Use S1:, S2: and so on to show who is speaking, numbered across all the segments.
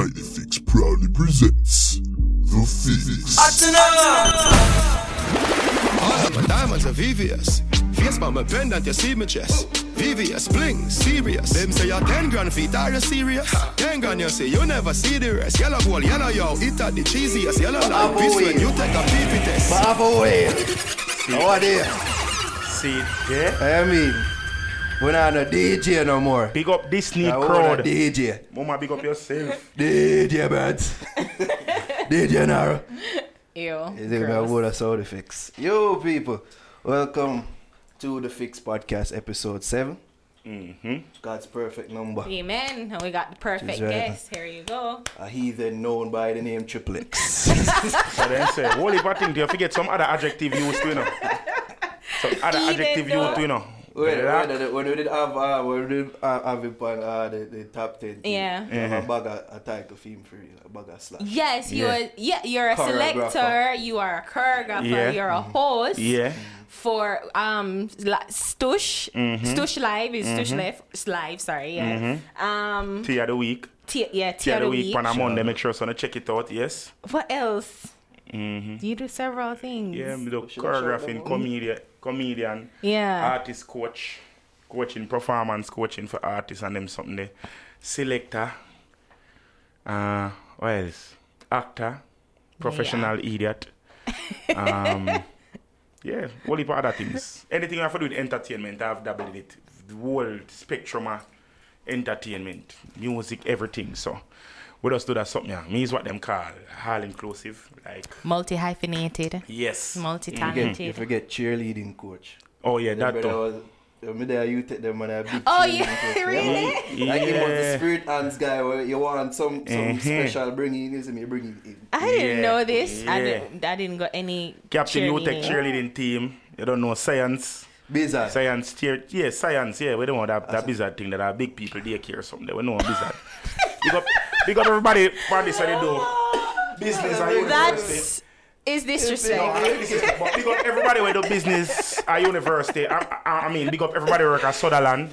S1: Ninefix proudly presents The Fix.
S2: All of my diamonds are VVS. Face by my pendant, you see me chest. VVS, bling, serious. Them say you're 10 grand feet, are you serious? 10 grand, you say you never see the rest. Yellow gold, yellow yo, it at the cheesiest. Yellow like this when you take a pee test.
S3: How are they?
S4: See,
S3: I
S4: yeah.
S3: mean, we're not a DJ no more.
S4: Big up Disney
S3: Now we're on a
S4: crowd.
S3: DJ.
S4: Mama, big up yourself.
S3: DJ, man. DJ Naro.
S5: Ew.
S3: Is it my word saw the fix? Yo, people. Welcome to the Fix Podcast, episode 7. God's perfect number.
S5: Amen. And we got the perfect
S3: She's right.
S5: guest. Here you go.
S3: A heathen known by the name Triplets.
S4: so then say, holy if I think you forget some other adjective used to, you know. Some other
S5: Even
S4: adjective
S5: though-
S4: used to, you know.
S3: Wait,
S4: Relax.
S3: wait, wait, when we did have, uh, when we did uh, have it on uh, the, the top 10 thing,
S5: Yeah.
S3: we have a bag of a title theme for you, a bag of slaps.
S5: Yes, you
S4: Yeah.
S5: are. Yeah, you're a
S3: Choreographer.
S5: selector. You are a choreographer.
S4: Yeah. Mm-hmm.
S5: You're a host
S4: Yeah.
S5: for um la- Stush.
S4: Mm-hmm.
S5: Stush Live is Stush Live. Live, sorry. Yeah. Um.
S4: Tea of the week.
S5: T- yeah. Tea
S4: Tea
S5: of the
S4: week,
S5: week.
S4: on a Monday. Make sure so to check it out, yes.
S5: What else? You do several things.
S4: Mm-hmm. Yeah, me do
S3: should I shout them
S4: choreographing,
S3: out?
S4: comedian, comedian
S5: Yeah.
S4: artist coach, coaching, performance coaching for artists and them something there. Selector. Uh, what else? Actor. Professional idiot. Um, yeah, all heap of other things. Anything you have to do with entertainment, I've dabbled in it. The whole spectrum of entertainment, music, everything. So we just do that something. Yeah. Me is what them call all inclusive. Like,
S5: Multi hyphenated.
S4: yes.
S5: Multi
S3: Forget, you
S5: talented.
S3: forget cheerleading coach.
S4: Oh, yeah,
S3: That
S4: that
S3: brother
S4: too.
S3: was, the minute I you take them man, I beat
S5: Oh,
S3: you
S5: yeah,
S3: in the first
S5: really?
S3: round. Like he was the
S4: Yeah.
S3: spirit hands guy where you want some, some
S4: Mhm.
S3: special bringing in, you bring it in.
S5: I didn't
S4: Yeah.
S5: know this. I
S4: Yeah.
S5: didn't. I didn't got any.
S4: Captain UTEC
S5: cheerleading.
S4: cheerleading team. You don't know science.
S3: Bizarre.
S4: Science cheer yeah, science, yeah. We don't want that, that bizarre thing that our big people daycare or something. We know bizarre. big up big up everybody for this what they do.
S5: Oh!
S4: Business and university.
S5: That's is disrespect.
S4: No, this is- but big up everybody with do business at university. I, I, I mean, big up everybody who work at Sutherland.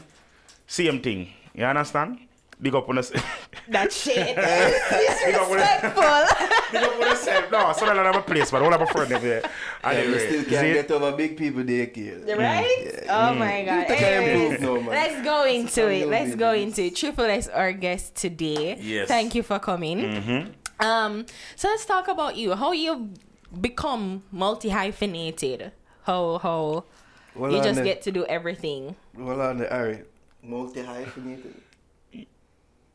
S4: Same thing. You understand? Big up on us.
S5: That shit.
S4: big up on us.
S5: Full.
S4: Big up on yourself. No, Sutherland have a place, but all have a friend over there.
S3: Yeah, you
S4: Anyway,
S3: still
S4: you see
S3: can't
S4: it?
S3: get over big people daycare.
S5: Right? Oh
S4: Mm.
S5: my god.
S3: You can't
S5: Anyways,
S3: move no man.
S5: Let's go into it.
S3: Unbelievable.
S5: Let's go into it. Triple S our guest today.
S4: Yes. Mm-hmm.
S5: Thank you for coming. Um, so let's talk about you. How you become multi hyphenated. How how
S3: Well,
S5: you
S3: on
S5: just
S3: the,
S5: get to do everything.
S3: Well, on the Harry. Multi hyphenated.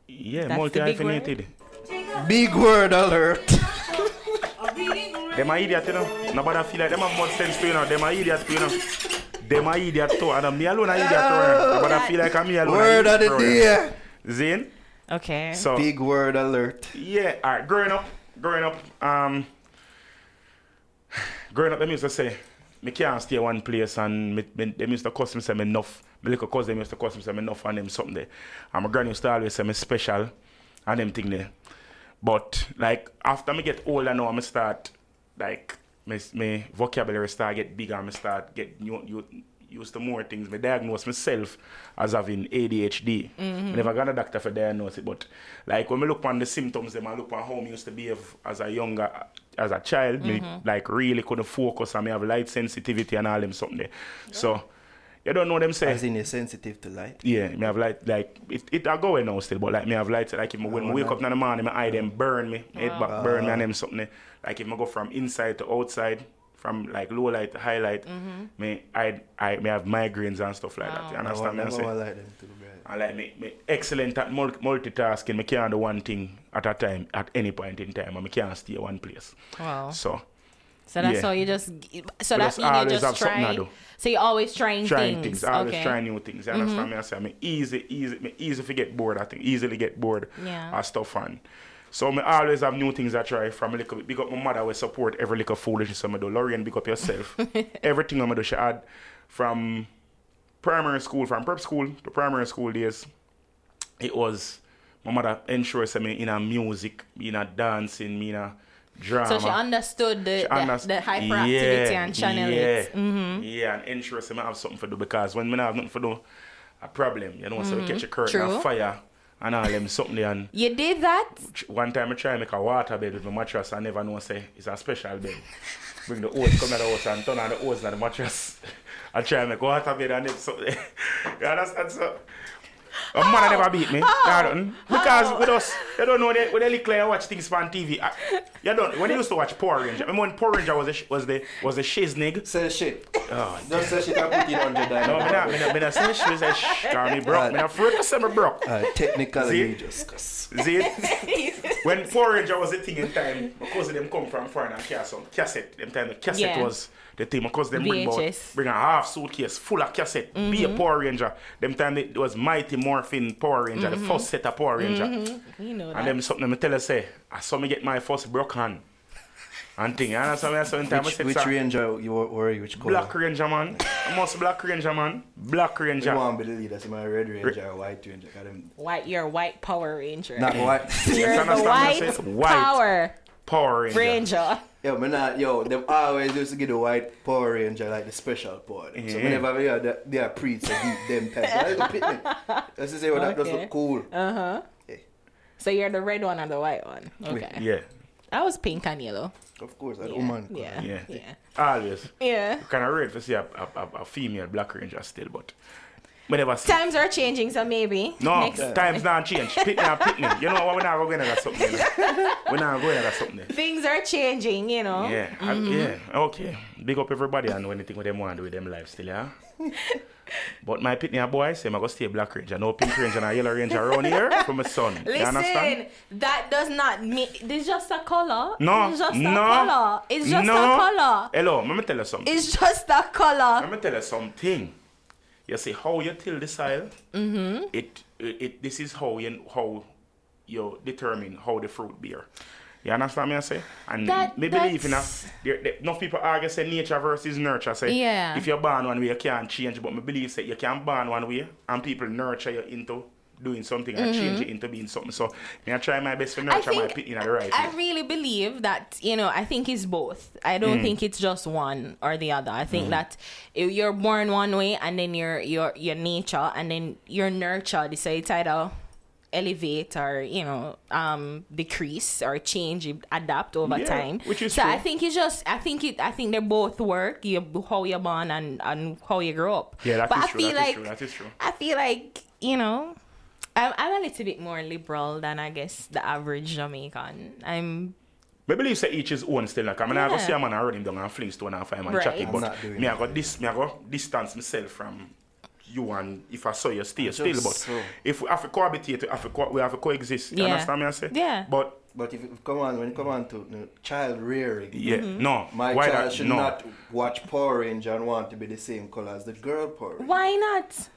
S4: Yeah,
S5: That's
S4: multi
S5: the big word.
S4: hyphenated.
S3: Big word alert.
S4: Them are idiot, you know. Nobody feel like them have much sense to you know. Them are idiot, you know. Them are idiot too. And I'm me alone a idiot too. you know. Nobody feel like I'm me alone. a
S3: word of
S4: idiot,
S3: the
S4: bro, you know.
S3: day.
S4: Zin.
S5: Okay.
S4: So
S3: Big word alert.
S4: yeah, all right. Growing up, growing up, um, growing up, them used to say, me can't stay one place, and me, me, them used to cuss me say me enough. My little cousin used to cuss me say me enough, and them something there. And my granny used to always say me special, and them thing there. But like after me get older now, I start like my, my vocabulary start get bigger. I start get new, new, used to more things. Me diagnose myself as having ADHD. I never got a doctor for diagnose it, but like when me look on the symptoms, them I look on how me used to behave as a younger, as a child. Me like really couldn't focus, and me have light sensitivity and all them something. There. So you don't know them say.
S3: As in you're sensitive to light.
S4: Yeah, me have light like it it I go away now still, but like me have light like if me, when I wake up in the morning, my eye them burn me, my head back burn me and them something. Like if I go from inside to outside, from like low light to high light, me I I me have migraines and stuff like that. You
S3: I want
S4: understand me? I'm saying?
S3: like them too, bro.
S4: I like me, me excellent at mul- multitasking. Me can't do one thing at a time at any point in time, and me can't stay one place.
S5: wow.
S4: So
S5: So that's
S4: Yeah.
S5: how you just so that
S4: Because
S5: mean you
S4: always have
S5: just
S4: something to
S5: try.
S4: do.
S5: So you're always trying,
S4: trying
S5: things.
S4: things. I always
S5: okay. Mm-hmm.
S4: try new things. You understand me? I say, I mean, easy, easy, me easy to get bored. I think easily get bored.
S5: Yeah.
S4: I stuff on. So me always have new things I try from a little bit. Big up my mother will support every little foolishness I do. Lorian, big up yourself. Everything I do, she had from primary school, from prep school to primary school days, it was my mother ensures me in a music, me in a dancing, me in a drama.
S5: So she understood the,
S4: She
S5: the,
S4: underst-
S5: the hyperactivity and channel
S4: yeah,
S5: it. Mm-hmm.
S4: Yeah, and interest in me have something to do because when me not have nothing to do, a problem. You know, so we catch a curtain
S5: Mm-hmm. True.
S4: and fire and all them something there. And
S5: You did that?
S4: tr- one time I try make a water bed with my mattress and never know say it's a special bed. Bring the hose, come out the hose and turn on the hose and the mattress. I try make water bed and them something. you understand? So a man never beat me.
S5: How?
S4: You don't- Because
S5: How?
S4: with us, you don't know they, when they little you watch things on TV. I, you don't when you used to watch Power Ranger. Remember when Power Ranger was a, sh- was the was the shiznig.
S3: Say shit.
S4: Oh,
S3: Don't say shit. I put it on the
S4: no, me
S3: dynamite.
S4: not, me not, me not say shiz, I sh- call me broke. Me not afraid to say me broke.
S3: Uh, technically,
S4: See?
S3: you just cuss.
S4: See? When Power Ranger was the thing in time, my cousin them come from foreign and carry some cassette. Them time the cassette
S5: Yeah.
S4: was the thing. My cousin them bring about,
S5: VHS.
S4: bring a half suitcase full of cassette. Be a Power Ranger. Them time it was Mighty Morphin Power Ranger, the first set of Power Ranger.
S5: You know
S4: And
S5: that.
S4: them something me tell her say, I saw me get my first broke hand. And thing. And I saw me I saw them time I
S3: Which,
S4: said,
S3: which
S4: "Sir,
S3: ranger you were, were you? Which color?
S4: Black Ranger man. I must Black Ranger man. Black
S3: You
S4: Ranger.
S3: want to believe that's my red ranger or white ranger. Got him.
S5: White, you're a white Power Ranger.
S3: Not white.
S4: You
S5: You're the
S4: understand what I
S5: white,
S4: said? White.
S5: Power
S4: Power Ranger.
S5: Ranger.
S3: yo, man, not, yo, them always used to get the white Power Ranger like the special power. them. So
S4: Yeah.
S3: whenever they are, they, they are priests to beat them type. That's That's to say, well, that does
S5: Okay.
S3: look cool.
S4: Um,
S5: So you're the red one and the white one. Okay.
S4: Yeah.
S5: I was pink and yellow.
S3: Of course, that
S5: Yeah.
S3: woman. could.
S5: yeah.
S4: Yeah.
S5: Yeah.
S4: Always.
S5: Yeah.
S4: kind of rare to see a, a, a, a female black ranger still, but we never see.
S5: Times are changing, so maybe.
S4: no,
S5: Next.
S4: times not change. Pitney and pitney. You know what? We're not going to something. You know? We're not going to something. there.
S5: Things are changing, you know.
S4: Yeah, I-
S5: Mm-hmm.
S4: yeah, okay. Big up everybody and anything with them want to do with them life still, yeah. but my pitney a boy, say I'm going to stay black ranger. No pink ranger and yellow ranger around here for my son. you understand?
S5: Listen, that does not mean it's just a color.
S4: No,
S5: it's just
S4: no,
S5: a color. It's just
S4: no.
S5: a color.
S4: Hello, let me tell you something.
S5: It's just a color.
S4: Let me tell you something. You see how you till the soil. Mm-hmm. It, it it this is how you how you determine how the fruit bear. You understand me? I say, and
S5: That-
S4: me believe in a,
S5: that's-
S4: there, there, enough people argue say nature versus nurture. Say,
S5: Yeah.
S4: if you're born one way, you can't change. But me believe say you can born one way, and people nurture you into doing something and change you into being something. So, me I try my best to
S5: Mm-hmm. I
S4: nurture my
S5: think
S4: pit in the right.
S5: I
S4: way.
S5: really believe that you know. I think it's both. I don't
S4: Mm.
S5: think it's just one or the other. I think that if you're born one way, and then your your your nature, and then your nurture decides either elevate or you know um decrease or change, adapt over
S4: Yeah,
S5: time.
S4: which is
S5: so. I
S4: true.
S5: think it's just. I think it. I think they both work. You how you're born and and how you grow up.
S4: Yeah, that
S5: but
S4: is
S5: I
S4: true,
S5: feel
S4: that is
S5: like
S4: true, that is true.
S5: I feel like you know, I'm, I'm a little bit more liberal than I guess the average Jamaican. I'm
S4: Me believe say each his own still. Like, I mean, I go
S5: Yeah.
S4: see a man and run him down and fling stone and find him and
S5: Right.
S4: chat him,
S5: I'm
S4: but
S3: not doing
S4: me I go dis, me I go distance myself from you and if I saw you stay still, but
S3: so.
S4: if we have to cohabitate, we have to, co- we have to coexist. You
S5: Yeah.
S4: understand me? I say.
S5: Yeah.
S4: But
S3: But if, if come on, when it come on to you know, child rearing,
S4: yeah,
S5: Mm-hmm.
S4: no.
S3: my
S4: why
S3: child
S4: that-
S3: should
S4: no.
S3: not watch Power Ranger and want to be the same color as the girl Power. Ranger.
S5: why not?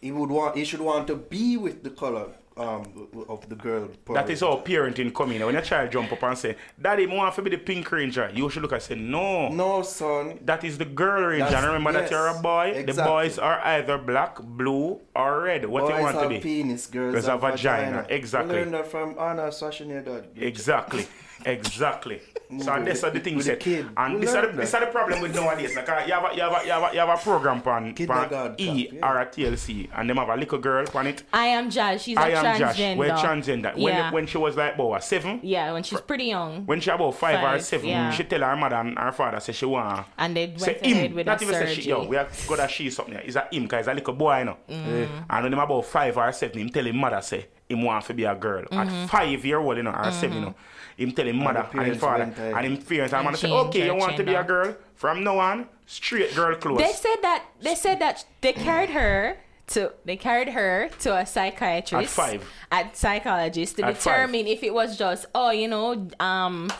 S3: He would want. He should want to be with the color um w- w- of the girl. Power
S4: That is
S3: Ranger.
S4: how parenting come in. When a child jump up and say, "Daddy, me want to be the pink ranger," you should look and say, "No."
S3: No, son.
S4: That is the girl ranger.
S3: That's-
S4: And remember
S3: yes,
S4: that you're a boy. The
S3: exactly.
S4: boys are either black, blue, or red. What
S3: Boys
S4: do you want
S3: have
S4: to be?
S3: penis, girls
S4: Girls
S3: have
S4: have vagina. Exactly. Eh.
S3: We learned that from Anna Schwarzenegger.
S4: Exactly. Exactly. So
S3: With
S4: that's
S3: the-
S4: the thing
S3: with
S4: said.
S3: the kid.
S4: And
S3: We
S4: this are,
S3: learned
S4: the, this
S3: that.
S4: are the problem with nowadays. Like uh, you have a, you have a, you have a, you have a program pan, pan
S3: Kindergarten
S4: E
S3: camp, yeah.
S4: or a TLC and them have a little girl on it.
S5: I am Josh. She's a
S4: I am
S5: transgender.
S4: Josh. We're transgender. When,
S5: yeah.
S4: when she was like about what, seven,
S5: yeah, when she's pretty young,
S4: when she about five, or
S5: Five,
S4: seven,
S5: yeah.
S4: she tell her mother and her father say she want
S5: and they went
S4: say
S5: ahead
S4: him.
S5: with
S4: Not
S5: a
S4: even
S5: surgery. Mm.
S4: say she yo, we are got a she something. It's a him because it's a little boy, you know.
S3: Eh.
S4: And when him about five or seven, him tell him mother say him want to be a girl.
S5: Mm-hmm.
S4: At five year old, you know, or seven, you know. Him tell him mother and, him
S3: parents
S4: father
S3: went, uh,
S4: and him parents and mother say,
S5: change
S4: Okay,
S5: her
S4: you want to be a
S5: gender."
S4: girl? From now on, straight girl clothes.
S5: they said that they said that they carried her to they carried her to a psychiatrist
S4: At five.
S5: at psychologist to
S4: At five.
S5: determine if it was just oh you know um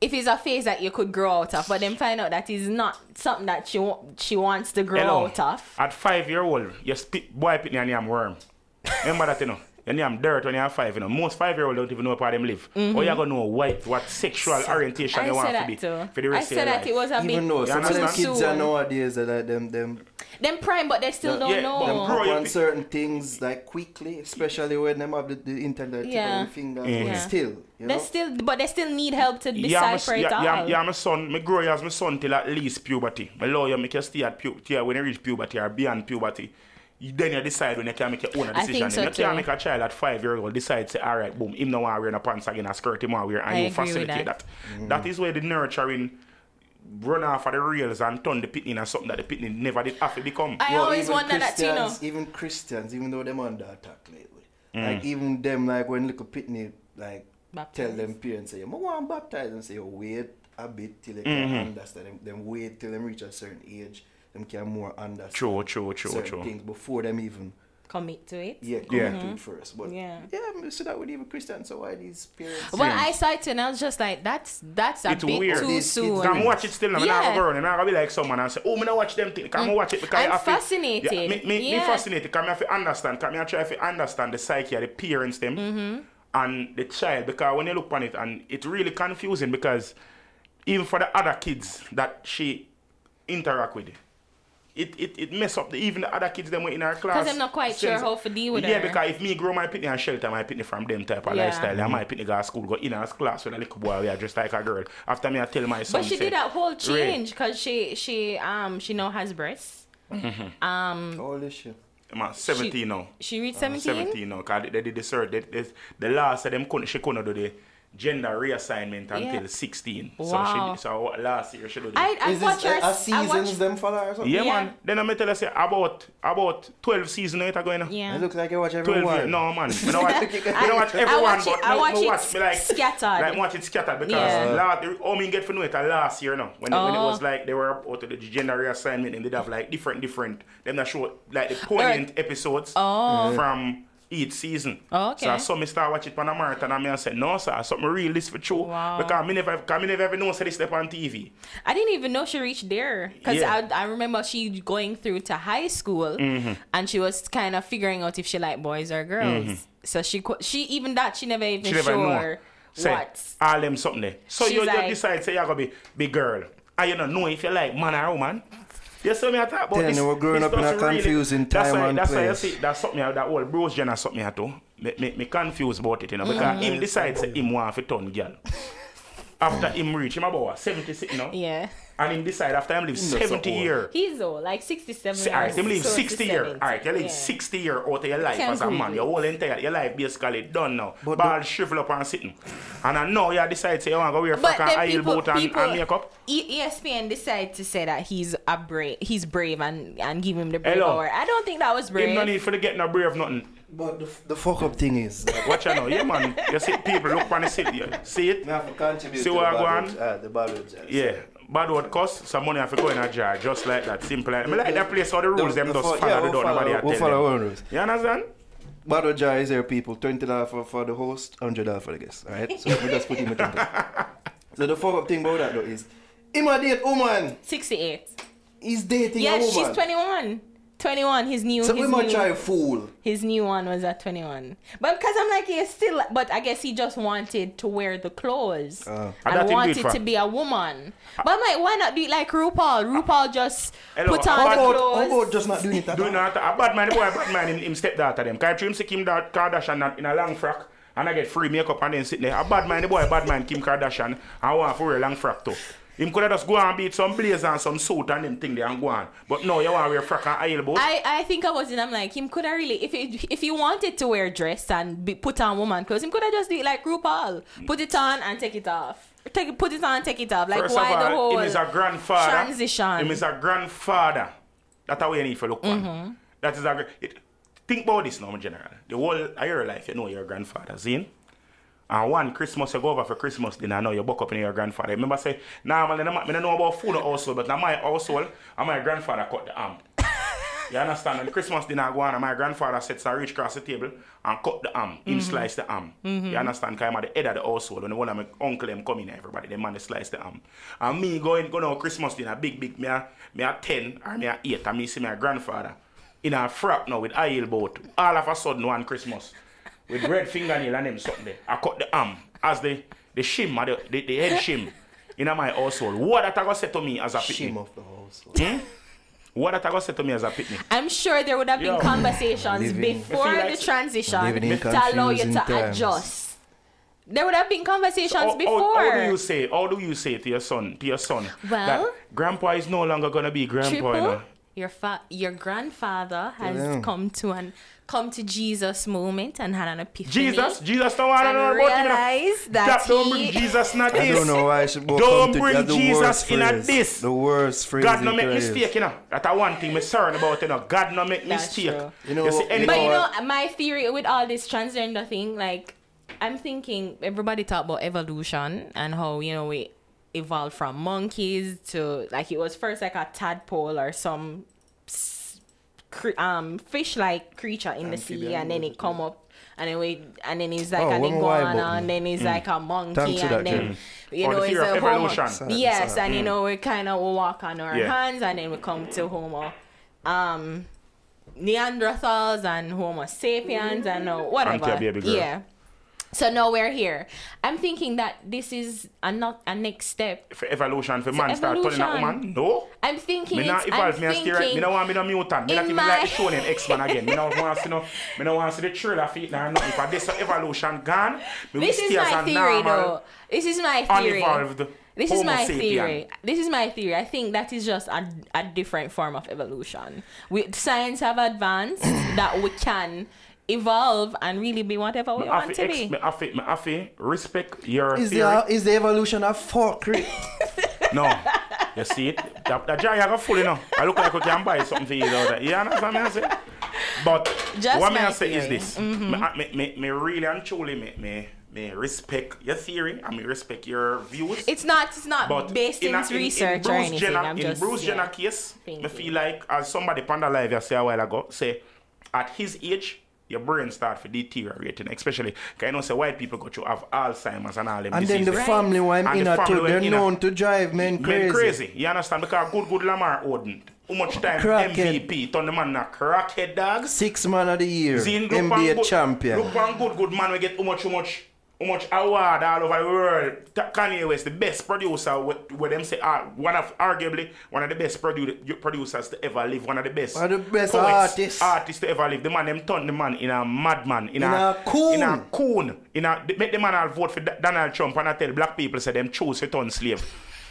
S5: if it's a phase that you could grow out of but then find out that it's not something that she wa- she wants to grow
S4: Hello.
S5: out of
S4: At five year old, you spit boy pit your name worm. Remember that you know. Your name dirt when you're five, you know. Most five year old don't even know how them live. Or you're gonna know what, what sexual orientation
S5: Mm-hmm. I
S4: you want
S5: said
S4: to
S5: that
S4: be
S5: too.
S4: for the
S5: I
S4: rest
S5: said
S4: of your
S5: that
S4: life.
S5: it was a bit
S3: Even though some of
S5: too
S3: them
S4: understand?
S3: kids are
S5: soon.
S3: nowadays that are them them
S5: Them prime, but they still don't
S4: Yeah, but
S5: know.
S4: them grow-
S3: up
S4: your
S3: on
S4: pi-
S3: certain things like quickly, especially when them have the, the internet
S5: Yeah.
S3: and fingers.
S4: Yeah.
S3: Still, you
S5: they
S3: know.
S5: still, but they still need help to
S4: Yeah,
S5: decipher
S4: my,
S5: it all.
S4: yeah, yeah, yeah, my son, me grow you as my son till at least puberty. My lawyer make you stay at puberty when you reach puberty or beyond puberty. you- then you decide when you can make your own
S5: I think
S4: decision.
S5: so
S4: you can't
S5: too.
S4: make a child at five year old decide say, all right, boom, him no want wear a pants again, a skirt him want wear, and
S5: I
S4: you
S5: agree with
S4: facilitate
S5: that.
S4: that. That is where the nurturing run off of the rails and turn the pitney and something that the pitney never did have to become.
S5: I
S3: Well,
S5: always
S3: even
S5: wonder that too, you know.
S3: Christians- Even Christians, even though them under attack lately,
S4: Mm.
S3: like even them, like when little Pitney, like tell them parents say, "I want baptize," and say, "Wait a bit till they
S4: Mm-hmm.
S3: can understand." Them, them wait till them reach a certain age, them can more understand
S4: True, true, true,
S3: certain
S4: true.
S3: things before them even
S5: Commit to it.
S3: yeah come
S4: Yeah.
S3: to it first. But
S5: Mm-hmm. Yeah.
S3: yeah, so that would even Christians. So why these parents?
S5: Well, I saw it and I was just like, that's that's a
S4: It's
S5: bit
S4: weird.
S5: too
S4: It's-
S3: it's
S5: soon.
S4: I'm watch it still. I'm
S5: Yeah. Mm.
S4: not grown. I'm not gonna be like someone and say, "Oh, me not watch them thing. Come watch it because
S5: I'm
S4: I feel-
S5: fascinated.
S4: Yeah, me, me,
S5: Yeah.
S4: me fascinated. Come, I have to understand. Come, I try to understand the psyche of the parents them
S5: Mm-hmm.
S4: and the child because when you look on it and it's really confusing because even for the other kids that she interact with. It, it, it mess up the, even the other kids them were in our class.
S5: I'm not quite sure
S4: Since-
S5: how to deal with
S4: Yeah,
S5: her.
S4: because if me grow my pitney and shelter my pitney from them type of
S5: Yeah.
S4: lifestyle, and my pitney go to school, go in our class with a little boy, we are just like a girl. After me, I tell my son.
S5: But she
S4: say,
S5: did a whole
S4: "Ray,
S5: change because she she um she now has breasts.
S4: Um,
S3: all this shit.
S4: I'm at 17 now.
S5: She reached
S4: I'm
S5: 17.
S4: 17 now. Cause they, they did the surge. They, they, the last of them couldn't, she couldn't do the gender reassignment until 16.
S5: Wow.
S4: So she so last year she did.
S5: I I
S3: Is
S5: watch
S3: this
S5: her.
S3: a, a
S5: I
S3: seasons
S5: watch.
S3: them fella or something?
S4: yeah,
S5: Yeah.
S4: man. Then I tell her say about about 12 season now it a going. on.
S5: Yeah.
S3: It looks like you watch
S4: 12
S3: everyone.
S4: years. No, man. I don't watch, I don't watch
S5: I
S4: everyone,
S5: watch it-
S4: but
S5: I
S4: no,
S5: watch
S4: me
S5: it
S4: watch, me like,
S5: scattered.
S4: Like, me watch it scattered because
S5: Yeah.
S4: last, the, how me get for know it uh, last year now. When, it- when it
S5: Oh.
S4: was like they were out of the gender reassignment and they'd have like different, different, them that show like the poignant episodes from each season.
S5: Oh, okay.
S4: So I saw me start watch it on a marathon and me I said, no, sir, something real this for true.
S5: Wow.
S4: Because me never, cause me never even know say this step on TV.
S5: I didn't even know she reached there because
S4: Yeah. Mm-hmm.
S5: I, I remember she going through to high school and she was kind of figuring out if she liked boys or girls. So she co- she even that she never even
S4: Mm-hmm. She never
S5: sure
S4: know. Say,
S5: what.
S4: all them something there. So
S5: She's
S4: you,
S5: like-
S4: you decide say you're gonna be big girl. And you don't know if you like man or woman. You see me I talk about
S3: Tell
S4: this,
S3: you, we're growing
S4: this
S3: up in a
S4: doesn't really-
S3: confusing
S4: that's
S3: time
S4: why,
S3: and
S4: that's
S3: place.
S4: why you see that's something I- that whole bros gen something I do. Me, me, me confused about it, you know, because
S3: Mm-hmm.
S4: him decides say him want to turn girl. After him reach him about what, 76 now.
S5: Yeah,
S4: And him decide after him live
S3: so
S4: 70
S3: old.
S4: year.
S5: he's old, like sixty-seven.
S4: See, all right, them live 60 year. All right, you live
S5: yeah.
S4: 60 year out of your life
S5: Can't
S4: as a
S5: believe
S4: man.
S5: it.
S4: Your whole entire your life basically done now.
S3: But
S4: Ball shrivel up and sitting. And I know you decide say you want to go wear
S5: But
S4: fucking
S5: then
S4: oil
S5: people,
S4: boat and,
S5: people
S4: and makeup.
S5: E- ESPN decided to say that he's a brave, he's brave, and and give him the brave
S4: Hello.
S5: award. I don't think that was
S4: Him
S5: brave.
S4: no need for the get no brave nothing.
S3: But the, the fuck up thing is.
S4: Watch out now. Yeah, man. You see people look on the city. You see it?
S3: Me have to contribute
S4: See
S3: to
S4: what
S3: the
S4: I go
S3: bad
S4: on?
S3: word- uh, the bad word jar.
S4: Yeah. Bad word cost, some money have to go in a jar, just like that, simple. I like that place, all the rules, them just
S3: fo-
S4: follow
S3: yeah,
S4: without
S3: we'll
S4: nobody
S3: follow-
S4: a
S3: we'll
S4: tell
S3: follow
S4: them.
S3: our rules.
S4: You understand?
S3: Bad word jar is there, people. Twenty dollar for, for the host, hundred dollar for the guest. All right, so we just put him in the So the fuck up thing about that though is, him a date woman.
S5: Sixty-eight.
S3: He's dating a
S5: Yes,
S3: woman.
S5: she's twenty-one. Twenty-one. His new.
S3: So
S5: his
S3: we might
S5: new-
S3: try fool.
S5: His new one was at 21. But because I'm like, he's still, but I guess he just wanted to wear the clothes.
S3: Oh.
S4: And that
S5: and
S4: he
S5: wanted
S4: did for- Ah.
S5: to be a woman. But I'm like, why not do it like RuPaul? RuPaul just
S4: Hello,
S5: put
S4: how
S5: on the
S4: about-
S3: How about, how
S5: clothes.
S3: about just not doing it at
S4: Do
S3: all?
S4: not a bad man, the boy, a bad man, him, him stepdaughter them. Can I him see Kim Da- Kardashian in a long frock and I get free makeup and then sit there. A bad man, the boy, a bad man, Kim Kardashian, I want for a long frock too. Him could have just go and beat some blazer and some suit and them thing there and go on. But no, you want to wear frock and oil boat.
S5: I, I think I was in. I'm like, him could have really, if he, if he wanted to wear dress and be, put on woman clothes, him could have just do it like RuPaul. Put it on and take it off. Take, it- put it on, take it off. Like,
S4: First
S5: why
S4: of
S5: the
S4: all,
S5: whole
S4: him is a grandfather.
S5: transition?
S4: Him is a grandfather. That's how you need to look on.
S5: Mm-hmm.
S4: That is a. gr- It, think about this now, my general. The whole of your life, you know your grandfather, Zin. And one Christmas, you go over for Christmas dinner, now you buck up in your grandfather. Remember, say, normally, nah, man, I don't know about food also, but now my household, and my grandfather cut the arm. You understand? On Christmas dinner, I go on and my grandfather sets a reach across the table and cut the arm. Him slice the arm. You understand? Because I'm at the head of the household. And one of my uncle them come in, everybody, them man they slice the arm. And me going, going on Christmas dinner, big, big, me a, me a 10 or me a 8, and me see my grandfather in a frock now with oil boat. All of a sudden, one Christmas, with red fingernail and them something there, I cut the arm as the, the shim, or the, the, the head shim in my household. What that I going to say to me as a
S3: Shame
S4: pitney?
S3: of the house.
S4: Hmm? What that I going to say to me as a pitney?
S5: I'm sure there would have been
S4: Yo.
S5: conversations
S3: Living-
S5: before
S4: I feel
S5: the
S4: like-
S5: transition
S3: Living in
S5: to allow you
S3: confusing
S5: to
S3: times.
S5: adjust. There would have been conversations
S4: How-
S5: before.
S4: How, how do you say? How do you say to your son? To your son.
S5: Well-
S4: that grandpa is no longer gonna be grandpa. You
S5: Triple?
S4: know?
S5: your fa- your grandfather has
S3: Yeah.
S5: come to an come to Jesus moment and had an epiphany.
S4: Jesus, Jesus, no one I don't
S5: And
S4: know about him.
S5: realize that
S4: Stop, don't
S5: he-
S4: bring Jesus not
S3: I
S4: this.
S3: don't know why I should go
S4: Don't
S3: come to
S4: bring
S3: that's the
S4: Jesus
S3: worst
S4: in a
S3: phrase.
S4: this.
S3: The worst phrase.
S4: God
S3: you
S4: no make
S3: can use.
S4: mistake, you know. That's one thing me certain about, you know. God no make
S5: That's
S4: mistake.
S5: true.
S4: You
S3: You
S4: know,
S3: know-
S4: you see
S3: you
S4: any
S5: But you
S3: Or-
S5: know, my theory with all this transgender thing, like I'm thinking everybody talk about evolution and how, you know, we evolved from monkeys to like it was first like a tadpole or some s- cre- um fish like creature in the sea
S3: Amphibian
S5: and then it come up and then we and then it's like
S3: Oh,
S5: an
S3: when we were
S5: iguana
S3: about-
S5: and then it's like a monkey
S3: Thanks for
S5: and
S3: Mm. that,
S5: then
S3: Jamie.
S5: you
S4: Or the
S5: know it's
S4: theory
S5: a
S4: of
S5: homo.
S4: evolution. Mm.
S3: Sorry,
S5: yes,
S3: sorry.
S5: and you know we kind of walk on our
S4: Yeah.
S5: hands and then we come to homo. Um, Neanderthals and Homo sapiens and uh, whatever.
S4: Mm. Auntie, baby girl.
S5: Yeah. So now we're here. I'm thinking that this is a not a next step.
S4: for evolution for man start turning
S5: evolution.
S4: a woman? No.
S5: I'm thinking.
S4: Me not
S5: it's- I'm
S4: evolve, me a steroid. Me
S5: thinking-
S4: not want me no mutant. Me not
S5: in
S4: even
S5: my-
S4: like show them X-Men again. Me not want to see no, me not want to see the trailer for it nah, nothing. If I this a evolution gone, me
S5: This
S4: we
S5: is
S4: stay as
S5: my
S4: a
S5: theory, though.
S4: normal,
S5: This is my theory.
S4: unevolved
S5: This is
S4: Homo
S5: my
S4: sapien.
S5: theory. This is my theory. I think that is just a, a different form of evolution. We science have advanced that we can evolve and really be whatever we
S4: Me have
S5: want
S4: to
S5: to
S4: ex-
S5: be.
S4: me have to- me have to respect your
S3: Is
S4: theory.
S3: the, is the evolution of fuckery?
S4: No. You see it? That, that jar you got full, you know. I look like I can buy something for you. Though. that- You understand what I'm saying? But
S5: Just
S4: what
S5: my
S4: I say is
S5: theory. Mm-hmm.
S4: this. Me, I- me, me, me really and truly me, me, me respect your theory and me respect your views.
S5: It's not. It's not
S4: but
S5: based
S4: in
S5: in,
S4: a- in- in
S5: research or
S4: Bruce
S5: anything.
S4: Jenner-
S5: I'm
S4: in
S5: just
S4: Bruce Jenner
S5: yeah.
S4: case,
S5: Thank
S4: me
S5: you.
S4: feel like, as somebody panda live, I say a while ago, say, at his age, your brain start for deteriorating, especially, because you know, say white people got to have Alzheimer's and all them
S3: and then
S4: diseases.
S3: the family where I'm
S4: And
S3: in
S4: the
S3: a
S4: family
S3: too,
S4: where
S3: they're
S4: I'm in a-
S3: known to drive men crazy.
S4: Men crazy. You understand? Because good, good Lamar Odin. How much time
S3: Crackhead.
S4: MVP turn the man a crackhead dogs?
S3: Six man of the year,
S4: Zin, look on
S3: NBA
S4: good-
S3: champion.
S4: Look on good, good man. We get how much, how much, how much award all over the world. Ta- Kanye West, the best producer. What, what them say? ah, one of arguably one of the best produ- producers to ever live. One of the best.
S3: One of the best artists.
S4: Artists to ever live. The man them turn the man in a madman.
S3: In
S4: In,
S3: a coon.
S4: In a coon. In a they make the man all vote for Da- Donald Trump and I tell black people say them choose to turn slave.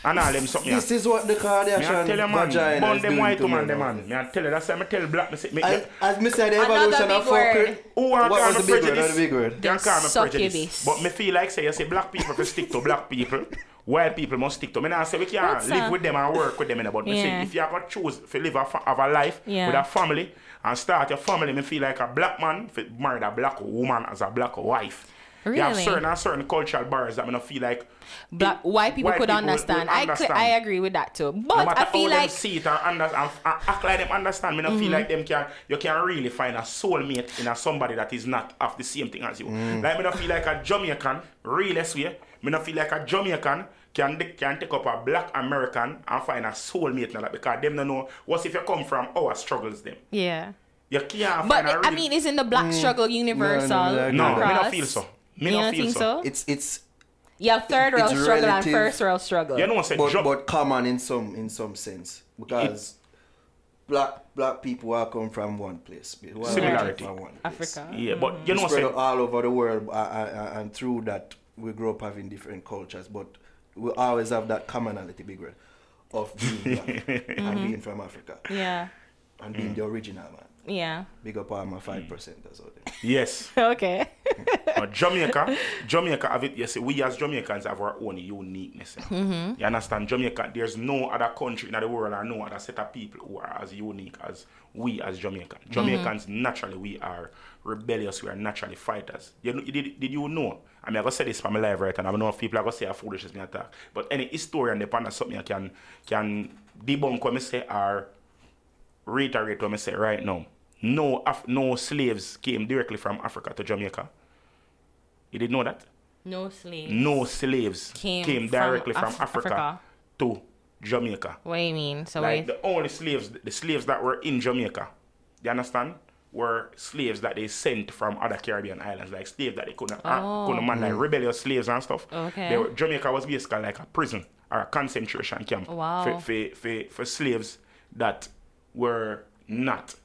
S4: And all them something.
S3: This is what the
S4: Me I
S3: Kardashian
S4: tell you man,
S3: vagina
S4: burn
S3: is
S4: them
S3: doing
S4: white
S3: to
S4: woman,
S3: me
S4: them
S3: now.
S4: man. Me I tell you, that's why me tell black, me say, me,
S3: As, as me said, the
S5: Another
S3: evolution
S5: big
S3: of fuckery.
S5: word.
S4: Who are
S3: What
S4: call
S3: was the
S4: me
S3: big word?
S4: prejudice?
S3: Another big word.
S4: They call me
S5: Succubus.
S4: prejudice. But me feel like say you say black people fi stick to black people. White people must stick to me. Now I say we can't
S5: That's
S4: live
S5: a-
S4: with them and work with them. you know, But me say
S5: Yeah.
S4: if you have to choose to live a, fa- have a life
S5: Yeah.
S4: with a family and start your family, me feel like a black man fi married a black woman as a black wife. You have
S5: Really?
S4: certain and certain cultural barriers that me not feel like
S5: Black white people
S4: White
S5: could
S4: people would-
S5: understand.
S4: would
S5: I cl-
S4: understand.
S5: I agree with that too.
S4: no
S5: But
S4: matter
S5: I feel
S4: how
S5: like Mm-hmm.
S4: them see it and, under, and, and act like them understand, me not feel like them can you can really find a soulmate in a somebody that is not of the same thing as you.
S5: Mm.
S4: Like me not feel like a Jamaican, real way. Me not feel like a Jamaican can de- can take up a black American and find a soulmate now because them don't know what's if you come from our struggles them.
S5: yeah.
S4: You can't
S5: But
S4: find a
S5: I
S4: really-
S5: mean, isn't the black struggle universal?
S3: Mm. no, no,
S4: no, me not
S5: across?
S4: feel so. Me
S5: you
S4: not
S5: don't
S4: feel
S5: think so?
S4: so.
S3: It's it's
S5: Yeah, third
S3: It's
S5: world struggle
S3: relative.
S5: and first world struggle.
S4: You know what I'm
S3: but,
S4: saying?
S3: but common in some in some sense because black black people all come from one place. We all come
S4: Similarity.
S3: from one place.
S5: Africa.
S4: Yeah, but you know what I'm
S3: spread
S4: saying?
S3: out all over the world, uh, uh, uh, and through that we grow up having different cultures, but we always have that commonality, big red, of being black and
S5: Mm-hmm.
S3: being from Africa
S5: Yeah.
S3: and
S4: Mm.
S3: being the original man.
S5: Yeah.
S3: Big up all my five percenters out there.
S4: Yes.
S5: Okay.
S4: But Jamaica, Jamaica have it. You see, we as Jamaicans have our own uniqueness. You, know. You understand? Jamaica, there's no other country in the world or no other set of people who are as unique as we as Jamaicans. Jamaicans naturally we are rebellious. We are naturally fighters. You know, did, did you know? I mean, I gonna say this for my live right, and I don't know if people are gonna say how foolish is me attack. But any historian depend on something I can can debunk what me say or reiterate what I say right now. No, Af- no slaves came directly from Africa to Jamaica. You didn't know that?
S5: no sleep.
S4: No slaves came,
S5: Came from
S4: directly from,
S5: Af-
S4: Africa,
S5: Africa.
S4: to Jamaica.
S5: What do you mean? So wait.
S4: Like the only slaves, the slaves that were in Jamaica, you understand, were slaves that they sent from other Caribbean islands, like slaves that they couldn't, uh,
S5: Oh.
S4: couldn't man, like rebellious slaves and stuff.
S5: Okay.
S4: They were, Jamaica was basically like a prison or a concentration camp
S5: Wow.
S4: for, for, for, for slaves that were not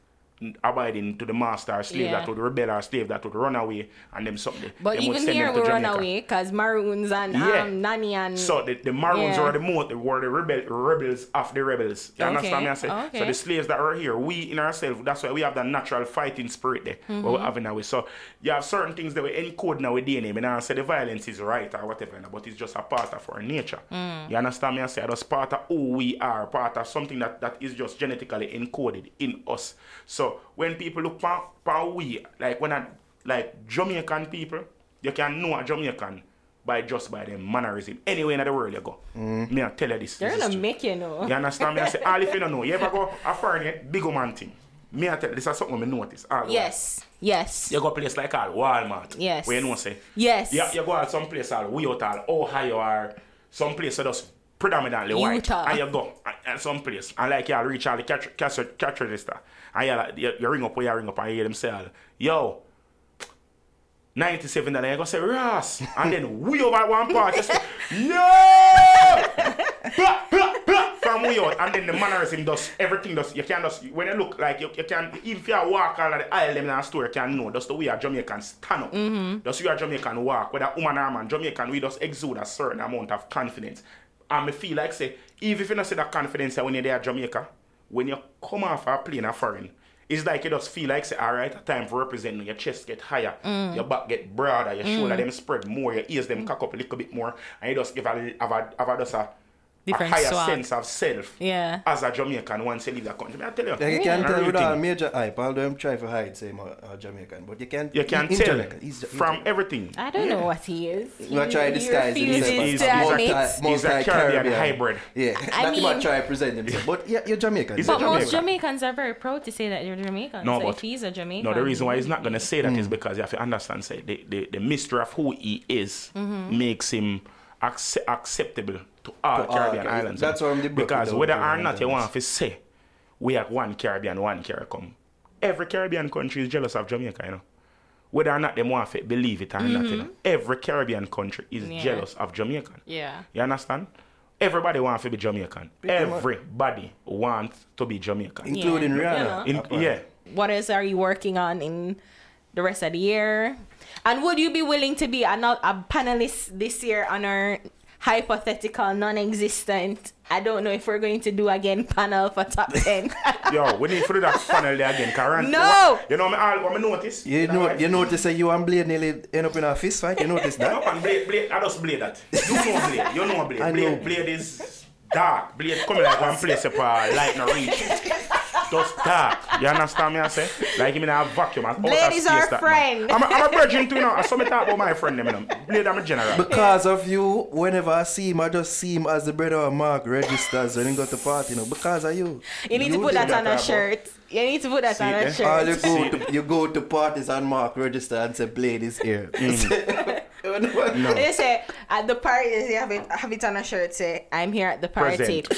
S4: abiding to the master or slave
S5: Yeah.
S4: that would rebel or slave that would run away and them something.
S5: But
S4: them would
S5: even
S4: send
S5: here
S4: them to
S5: we run
S4: Jamaica.
S5: away because maroons and
S4: Yeah.
S5: um, nanny and
S4: So the, the Maroons
S5: Yeah.
S4: were the most were the rebel, rebels of the rebels. You understand me? I say.
S5: okay.
S4: So the slaves that were here, we in ourselves, that's why we have that natural fighting spirit there. What we have in our way. So you have certain things that we encode in our DNA. And I say the violence is right or whatever, you know, but it's just a part of our nature. You understand me? I say that's part of who we are, part of something that, that is just genetically encoded in us. So when people look pa, pa we, like when I like Jamaican people, you can know a Jamaican by just by them mannerism. Anywhere in the world you go. Me I tell you this.
S5: they're
S4: this is
S5: gonna
S4: true.
S5: make you know.
S4: You understand me? I say, all if you don't know, you ever go a foreign yet, big man thing. Me I tell you, this is something me notice. all over.
S5: Yes, yes,
S4: You go place like all Walmart.
S5: Yes.
S4: Where you know say.
S5: yes.
S4: Yeah, you go out some place all way out all Ohio or some place that is predominantly white.
S5: Utah.
S4: And you go and- and some place. And like you reach out the catch catch catch register. And you, like, you, you ring up where you ring up and you hear them say, yo, 97 dollars. You go say, Ross. And then we over at one part. Just, no! blah, blah, blah, from we out. And then the mannerism does everything does you can just when you look like you, you can if you walk all of the aisle them in a store, you can know just the way a Jamaican stand up. Just we a Jamaican walk, whether woman or man, Jamaican we just exude a certain amount of confidence. And me feel like say, even if you not see that confidence when you're there at Jamaica, when you come off a plane a foreign, it's like you just feel like say, alright, time for representing your chest get higher, your back get broader, your shoulder them spread more, your ears them cock up a little bit more, and you just give a have a have a just a
S5: Different
S4: a higher
S5: swag.
S4: sense of self
S5: Yeah.
S4: as a Jamaican once you leave that country. May I tell you,
S3: Like you
S4: I
S3: can tell
S4: really
S3: with
S4: think
S3: all major hype, although I'm trying to hide same uh, Jamaican, but you can
S4: you can
S3: he's
S4: tell
S3: Jamaican, he's Ja- he's
S4: from
S3: Jamaican.
S4: everything.
S5: I don't know what he is.
S3: We're gonna try
S5: He- he
S3: to disguise
S5: refuses
S3: himself.
S4: He's-
S5: to
S4: he's
S5: admit.
S4: multi- he's a Caribbean hybrid.
S3: Yeah,
S5: I
S3: that's
S5: mean-
S3: what try to present himself. But yeah, you're Jamaican.
S4: He's
S5: but
S4: a
S5: most
S4: Jamaican.
S5: Jamaicans are very proud to say that they're Jamaican.
S4: No,
S5: so
S4: but-
S5: if he's a Jamaican,
S4: No, the reason why he's not gonna say that
S3: Mm.
S4: is because you have to understand say the, the, the mystery of who he is
S5: Mm-hmm.
S4: makes him acce- acceptable to all
S3: To all
S4: Caribbean
S3: Car-
S4: islands.
S3: that's why I'm the broke
S4: because
S3: it down
S4: whether
S3: to
S4: or
S3: the
S4: not you
S3: islands.
S4: want to say we are one Caribbean, one Caricom. Every Caribbean country is jealous of Jamaica, you know. Whether or not they want to believe it or not, you know. Every Caribbean country is
S5: Mm-hmm. Yeah.
S4: jealous of Jamaican.
S5: Yeah.
S4: You understand? Everybody wants to be Jamaican.
S3: much.
S4: Everybody wants to be Jamaican.
S3: including
S5: Yeah.
S3: Rihanna.
S5: You
S4: In-
S3: apparently.
S4: yeah.
S5: what else are you working on in the rest of the year? And would you be willing to be an, a panelist this year on our hypothetical, non-existent? I don't know if we're going to do again panel for top ten.
S4: Yo, we need to do that funnel there again, Karen.
S5: No!
S4: You know, me all what I notice?
S3: You know, you notice that you and Blade nearly end up in a fist fight. You notice
S4: Come
S3: that?
S4: up and blade, blade. I just blade that. You know blade. You know blade.
S3: I
S4: Blade,
S3: know.
S4: blade is dark. Blade coming like one place up uh, light no reach. Just dark. You understand me? I say like him in a vacuum. and outer
S5: Blade is
S4: space,
S5: our
S4: that man.
S5: friend.
S4: I'm a, I'm a virgin too. You know, I saw me talk about my friend. Them, you know. Blade, I'm a general.
S3: Because of you, whenever I see him, I just see him as the brother of Mark registers when he got the party. You know, because of you.
S5: you need to put
S4: do
S5: that
S4: that,
S5: on a
S4: Abba.
S5: shirt. You need to put that
S4: See eh? Oh,
S5: on a
S4: there?
S3: All
S5: shirt.
S3: you go
S4: See?
S3: to you go to parties and Mark register and say Blade is here. Mm.
S5: They say at the party they have it have it on a shirt. Say I'm here at the party.
S4: present,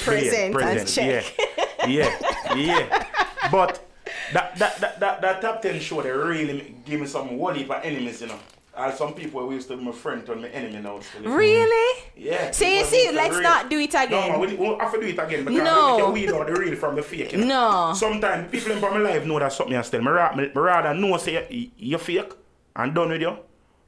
S5: Present,
S4: present,
S5: and check.
S4: Yeah, yeah, yeah. But that that, that that that top ten show they really give me some wally for enemies, you know. And some people who used to be my friend turn my enemy now. still.
S5: Really?
S4: Yeah.
S5: So you
S4: people
S5: see,
S4: used to
S5: let's
S4: real.
S5: not do it again.
S4: No, man, we, we have to do it again because
S5: No.
S4: we can weed out the real from the fake. You know?
S5: No.
S4: Sometimes people in my life know that something I tell me. ra- me- me rather know say you- you're fake and done with you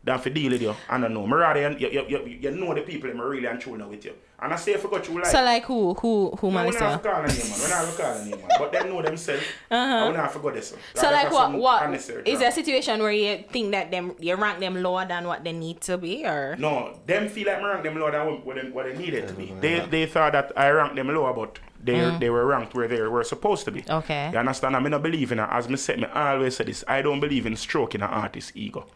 S4: than for deal with you. I don't know. Me rather you, you, you, you know the people in my really and true now with you. And I say if you go through life.
S5: So like who who who
S4: No,
S5: man
S4: we
S5: is
S4: not
S5: that?
S4: have to call any man. We not have to call any man. But they know themselves. I would not forget this.
S5: Uh-huh. So like what what is there a situation where you think that them you rank them lower than what they need to be or
S4: No, them feel like me rank them lower than what they, what they needed to be. They, they thought that I ranked them lower, but they they were ranked where they were supposed to be.
S5: Okay.
S4: You understand? I mean, I believe in her. As me said, me always say this. I don't believe in stroking an artist's ego.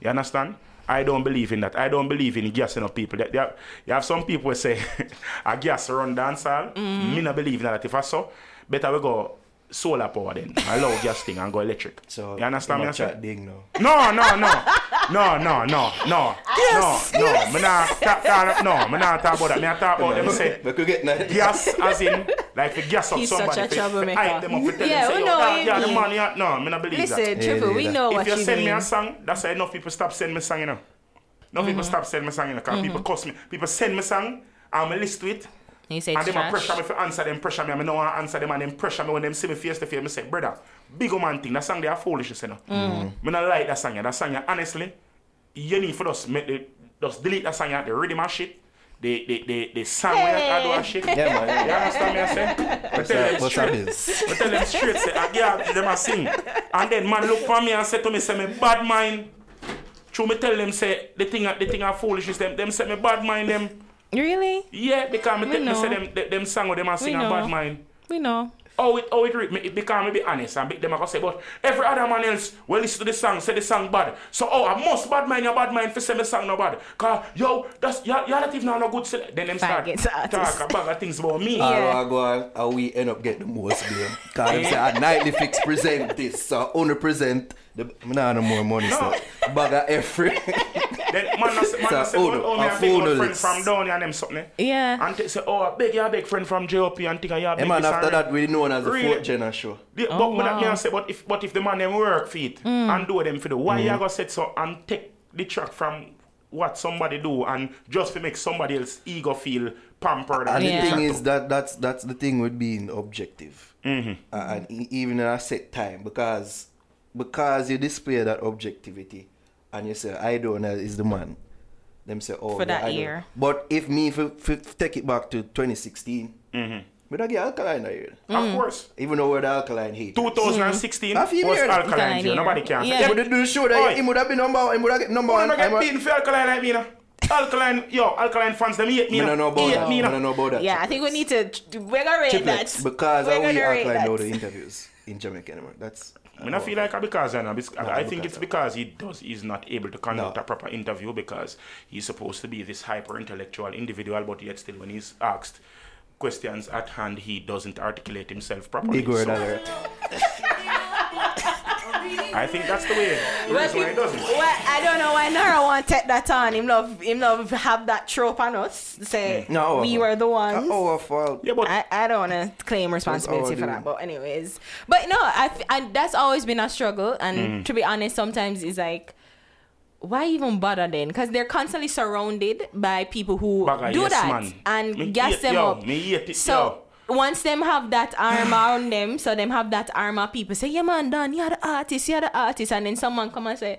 S4: You understand? I don't believe in that. I don't believe in gassing up people. They- they have- you have some people say, a gas run dancehall. Me not believe in that. If I saw, better we go solar power then. I love gas thing and go electric.
S3: So
S4: you understand me? I
S3: I'm
S4: say?
S3: chat ding now.
S4: No, no, no. No, no, no, no. No, no. Me nah talk, talk, no, me nah talk about that. Me nah talk about them say
S3: We could get that.
S4: gas as in like to gas up
S5: He's such
S4: somebody.
S5: a
S4: fi- fi
S5: troublemaker.
S4: hype them up, fi tell them
S5: Yeah,
S4: say,
S5: we
S4: "Yo,
S5: know
S4: dog,
S5: what you
S4: yeah, the
S5: mean."
S4: man, yeah." No, me nah believe that.
S5: listen triple
S3: yeah,
S5: we
S3: yeah.
S5: know
S4: If
S5: what
S4: you
S5: you
S4: send me a
S5: mean Mm-hmm.
S4: song, that's why enough people stop sending me song, you know. Enough people stop sending me song, you know, because people cuss me. People send me song, I'm listen to it.
S5: You say
S4: And
S5: it's
S4: them a
S5: trash.
S4: pressure me for answer them, pressure me. I me no want to answer them and them pressure me when them see me face to face. Me say, brother, big old man thing. That song they are foolish, you say no.
S3: Mm.
S4: Me not like that song. yeah. That song, yeah, honestly, you need for us make the, just delete that song. Yeah, the rhythm and shit. The the the the song where I do and shit.
S3: Yeah, man, yeah.
S4: You understand me? I say. Me tell them
S3: What's up
S4: straight.
S3: is?
S4: Me tell them straight. Say, ah, yeah, them a sing. And then man look for me and say to me, say me bad mind. True, me tell them say the thing, the thing are foolish is them. Them say me bad mind them.
S5: Really?
S4: Yeah, because me,
S5: We
S4: take, me
S5: know.
S4: say them, them, them song or them a sing a
S5: know.
S4: bad mind.
S5: We know.
S4: Oh, it, oh, it read me. It become me be honest and make them a go say, but every other man else will listen to the song, say the song bad. So, oh, I must bad mind your bad mind for say me song no bad. Cause, yo, that's, you're, you're not even no good. Say, then them start
S5: Faggots artist.
S4: talk a bag of things about me.
S5: Yeah.
S3: Or I go on, and we end up getting the most blame. Cause them say I nightly fix present this, so I only present the I nah no more money so bag of every
S4: Then man, a say- man a
S3: It's a
S4: say, oh,
S3: photo,
S4: oh, me
S3: a
S4: a big old
S3: photo
S4: friend
S3: list.
S4: from down here and them something.
S5: Yeah.
S4: And they say, oh, I beg your big friend from JOP and think I
S3: The
S4: beg
S3: man
S4: this
S3: after
S4: and
S3: that we known as the
S4: Really?
S3: fourth gen show.
S4: The,
S5: Oh,
S4: but, but that me
S5: wow. Mm.
S4: I say, but if but if the man them work for it and do them for the why you gonna set so and take the track from what somebody do and just to make somebody else ego feel pampered
S3: And
S5: Yeah.
S3: the thing is that that's that's the thing with being objective,
S5: Mm-hmm.
S3: Uh, and e- even at a set time because because you display that objectivity, and you say I don't know is the man. Them say oh
S5: For
S3: yeah,
S5: that
S3: I don't."
S5: year.
S3: But if me if, take it back to 2016,
S5: Mm-hmm.
S3: we don't get alkaline a year.
S5: Mm.
S4: of course.
S3: Even though we're the alkaline heat. Mm.
S4: 2016
S3: A
S4: was
S3: female.
S4: alkaline
S5: Alkaline
S4: year.
S5: year.
S4: Nobody can
S5: Yeah.
S3: But they do show
S4: Oi.
S3: that he would have been number one. He would have get number
S4: Who
S3: one.
S4: never
S3: I'm
S4: get
S3: a-
S4: beaten for alkaline like me now? Alkaline, yo, alkaline fans, them hate me
S3: Me no
S4: now.
S3: know about
S4: Hate
S3: that.
S4: me
S3: Me
S4: now.
S3: no know about that.
S5: Yeah, I think we need to. We're gonna rate
S3: Triplets,
S5: that.
S3: because
S5: we're
S3: how we
S5: gonna
S3: act
S5: rate
S3: like
S5: that.
S3: now the interviews in Jamaica anymore. That's
S4: I don't feel like a because you know, bec- I, I think
S3: because
S4: it's because he does he's not able to conduct
S3: No.
S4: a proper interview because he's supposed to be this hyper intellectual individual, but yet still when he's asked questions at hand, he doesn't articulate himself properly.
S3: big word
S4: So
S3: alert.
S4: I think that's the way. The
S5: Well,
S4: reason why he
S5: people-
S4: doesn't.
S5: well, I don't know why Nara want to take that on. Him love, him love have that trope on us. Say
S3: No,
S5: we were the ones.
S3: Oh, our fault.
S4: Yeah, but
S5: I, I don't want to claim responsibility for
S3: doing.
S5: that, but anyways, but no, I, f- I that's always been a struggle, and
S4: Mm.
S5: to be honest, sometimes it's like, why even bother then? Because they're constantly surrounded by people who
S4: Baga,
S5: do
S4: yes,
S5: that
S4: man.
S5: and
S4: Me
S5: gas
S4: hate-
S5: them
S4: yo,
S5: up.
S4: me hate it,
S5: so once them have that arm around them, so them have that armor, people say, yeah man, Dan, you're the artist, you're the artist, and then someone come and say.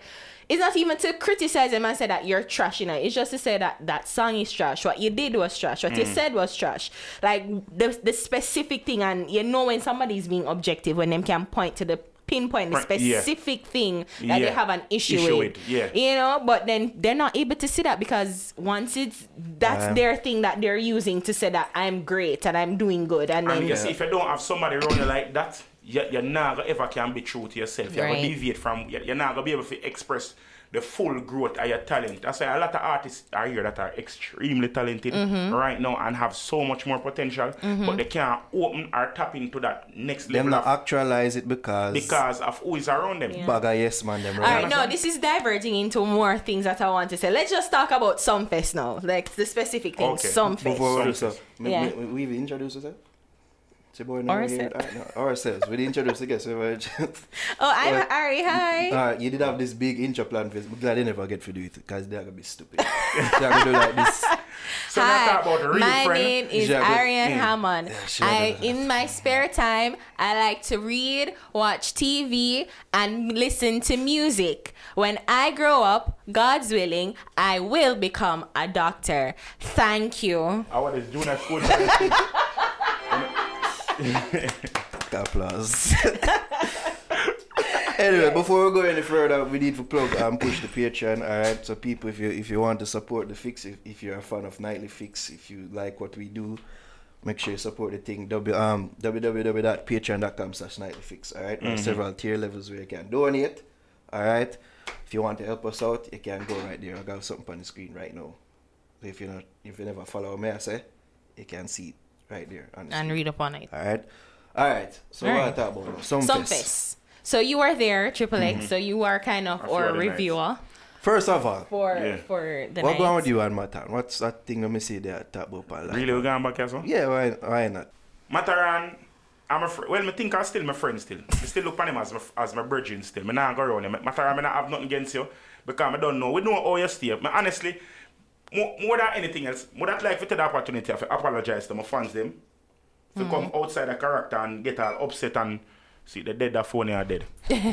S5: It's not even to criticize them and say that you're trash, you know. It's just to say that that song is trash. What you did was trash. What you
S4: Mm.
S5: said was trash. Like the the specific thing, and you know when somebody is being objective, when them can point to the pinpoint the
S4: Right, yeah.
S5: specific thing that they
S4: Yeah.
S5: have an issue,
S4: Issue
S5: with.
S4: with, yeah.
S5: You know, but then they're not able to see that because once it's that's their thing that they're using to say that I'm great and I'm doing good and
S4: And
S5: then
S4: you see, if you don't have somebody around you like that, you, you're not gonna ever can be true to yourself. You're
S5: Right.
S4: gonna deviate from. You're, you're not gonna be able to express the full growth of your talent. That's why a lot of artists are here that are extremely talented
S5: Mm-hmm.
S4: right now and have so much more potential, but they can't open or tap into that next
S3: Them
S4: level
S3: not
S4: of,
S3: actualize it because,
S4: because of who is around them.
S3: bagger yes man them
S5: All
S3: right.
S5: right, no, this is diverging into more things that I want to say. Let's just talk about Sumfest now, like the specific thing,
S4: Okay.
S5: Sumfest.
S3: Before we
S4: Something.
S3: so, me-
S5: Yeah.
S3: me- we, we introduce ourselves. It's your boy now
S5: Ourselves.
S3: here. I- no, ourselves. We introduce again. So we're just-
S5: Oh, I'm Ari. Hi.
S3: All right, you did have this big intro plan for this. I'm glad they never get to do it because they're gonna be stupid. they're gonna do like this.
S4: So now
S5: Hi,
S4: talk about the real
S5: my
S4: friend.
S5: name is
S3: Yeah, but-
S5: Ariane Hammond.
S3: she had
S5: I,
S3: a-
S5: in my spare time, I like to read, watch TV, and listen to music. When I grow up, God's willing, I will become a doctor. Thank you.
S4: I was junior school. friend.
S3: Applause. anyway, before we go any further, we need to plug and um, push the Patreon. All right, so people, if you if you want to support the fix, if, if you're a fan of Nightly Fix, if you like what we do, make sure you support the thing. W um www.patreon.com slash Nightly Fix. All right? There are several tier levels where you can donate. All right, if you want to help us out, you can go right there. I got something on the screen right now. So if you not if you never follow me, I say you can see it right there on the
S5: And read up on it.
S3: all right. All right. So
S5: All
S3: what I
S5: right.
S3: talk about now? Some, Mm-hmm. fest.
S5: Sumfest. So you are there, Triple X. So you are kind of
S4: few
S5: or a
S4: other nights.
S5: reviewer
S3: First of all,
S5: for
S4: Yeah.
S5: for the
S3: what
S5: night.
S3: going with you and Matan? What's that thing let me see there talk about? pal? Like,
S4: really, we're going back here, so?
S3: Yeah, why why not?
S4: Mataran, I'm a fr- well, me think I'm still my friend still. I still look on him as my, as my brethren still. Me nah go around him. Mataran, me nah have nothing against you because I don't know. We know how you stay. Me honestly, more, more than anything else, more than like to take the opportunity to apologize to my fans them. To come outside the character and get all upset and see the dead that phone are dead.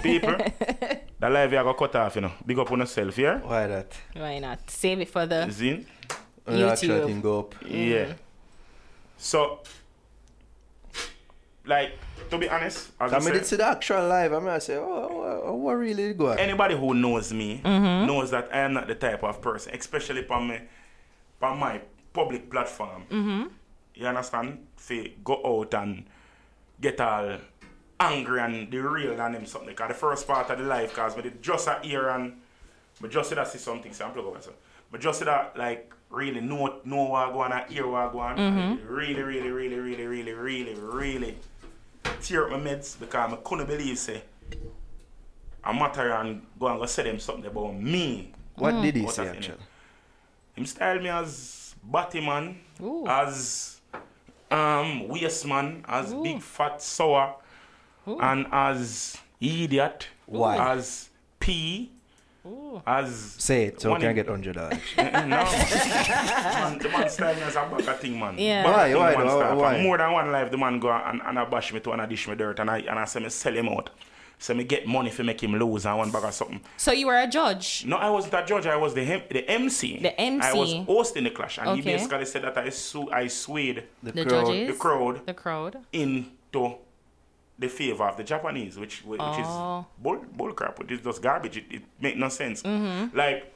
S4: People, the live you are gonna cut off, you know. Big up on yourself, yeah?
S3: Why that?
S5: Why not? Save it for the
S4: Zin?
S5: YouTube.
S3: thing go up.
S4: Yeah. So like to be honest, as I
S3: I mean,
S4: said-
S3: it's the actual live. I mean, I say, oh, oh, oh, what really go on?
S4: anybody who knows me knows that I am not the type of person, especially on my, on my public platform. You understand? Fi go out and get all angry and the real and them something. Cause the first part of the life, cause me did just a ear and but just did I see something. So I'm plug over myself. But just did I like really know know what go on and hear what go on. and Really, really, really, really, really, really, really tear up my meds because I couldn't believe say a matter and go and go say them something about me.
S3: What did he
S4: What
S3: say,
S4: has in it?
S3: actually?
S4: Him style me as Batman,
S5: Ooh.
S4: as um waste man, as big fat sour, and as idiot,
S3: Why?
S4: as P, as
S3: Say it so I
S4: One
S3: can
S4: in-
S3: get $100.
S4: no. man, the man style me as a bugger thing, man.
S5: Yeah.
S4: Bugger
S3: Why,
S4: thing
S3: why,
S4: man
S3: why,
S4: style. For
S3: why?
S4: More than one life, the man go and, and I bash me to and I dish me dirt and I, and I say me sell him out. So me get money for make him lose and one bag of something.
S5: So you were a judge.
S4: No, I wasn't a judge. I was the hem- the MC.
S5: The
S4: I was
S5: MC.
S4: hosting the clash, and he
S5: Okay.
S4: basically said that I su- I swayed
S5: The
S3: crowd-
S5: judges?
S4: the crowd
S5: The crowd.
S4: into the favor of the Japanese, which which
S5: Oh.
S4: is bull bull crap, which is just garbage. It, it make no sense.
S5: Mm-hmm.
S4: Like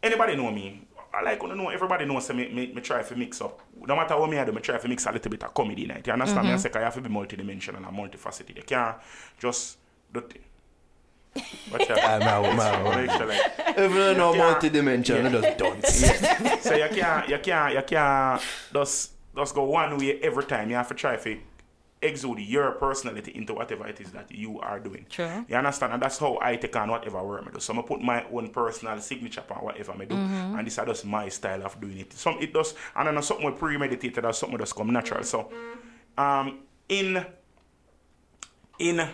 S4: anybody know me. I like to know everybody knows say me, me, me try to mix up. No matter what me I do, me try to mix a little bit of comedy night. You understand
S5: Mm-hmm.
S4: me? I say 'cause you have to be multidimensional and multifaceted. You can't just do thing. Watch
S3: Ah,
S4: out.
S3: man, man, man.
S4: Make sure, like,
S3: Everyone know
S4: Yeah.
S3: multi-dimension, yeah. just dunce.
S4: so you can't, you can't, you can't just, just go one way every time. You have to try to exude your personality into whatever it is that you are doing.
S5: True.
S4: You understand? And that's how I take on whatever work I do. So I put my own personal signature on whatever I do. And this is just my style of doing it. Some it does, and I know something more premeditated or something just come natural. So um, in in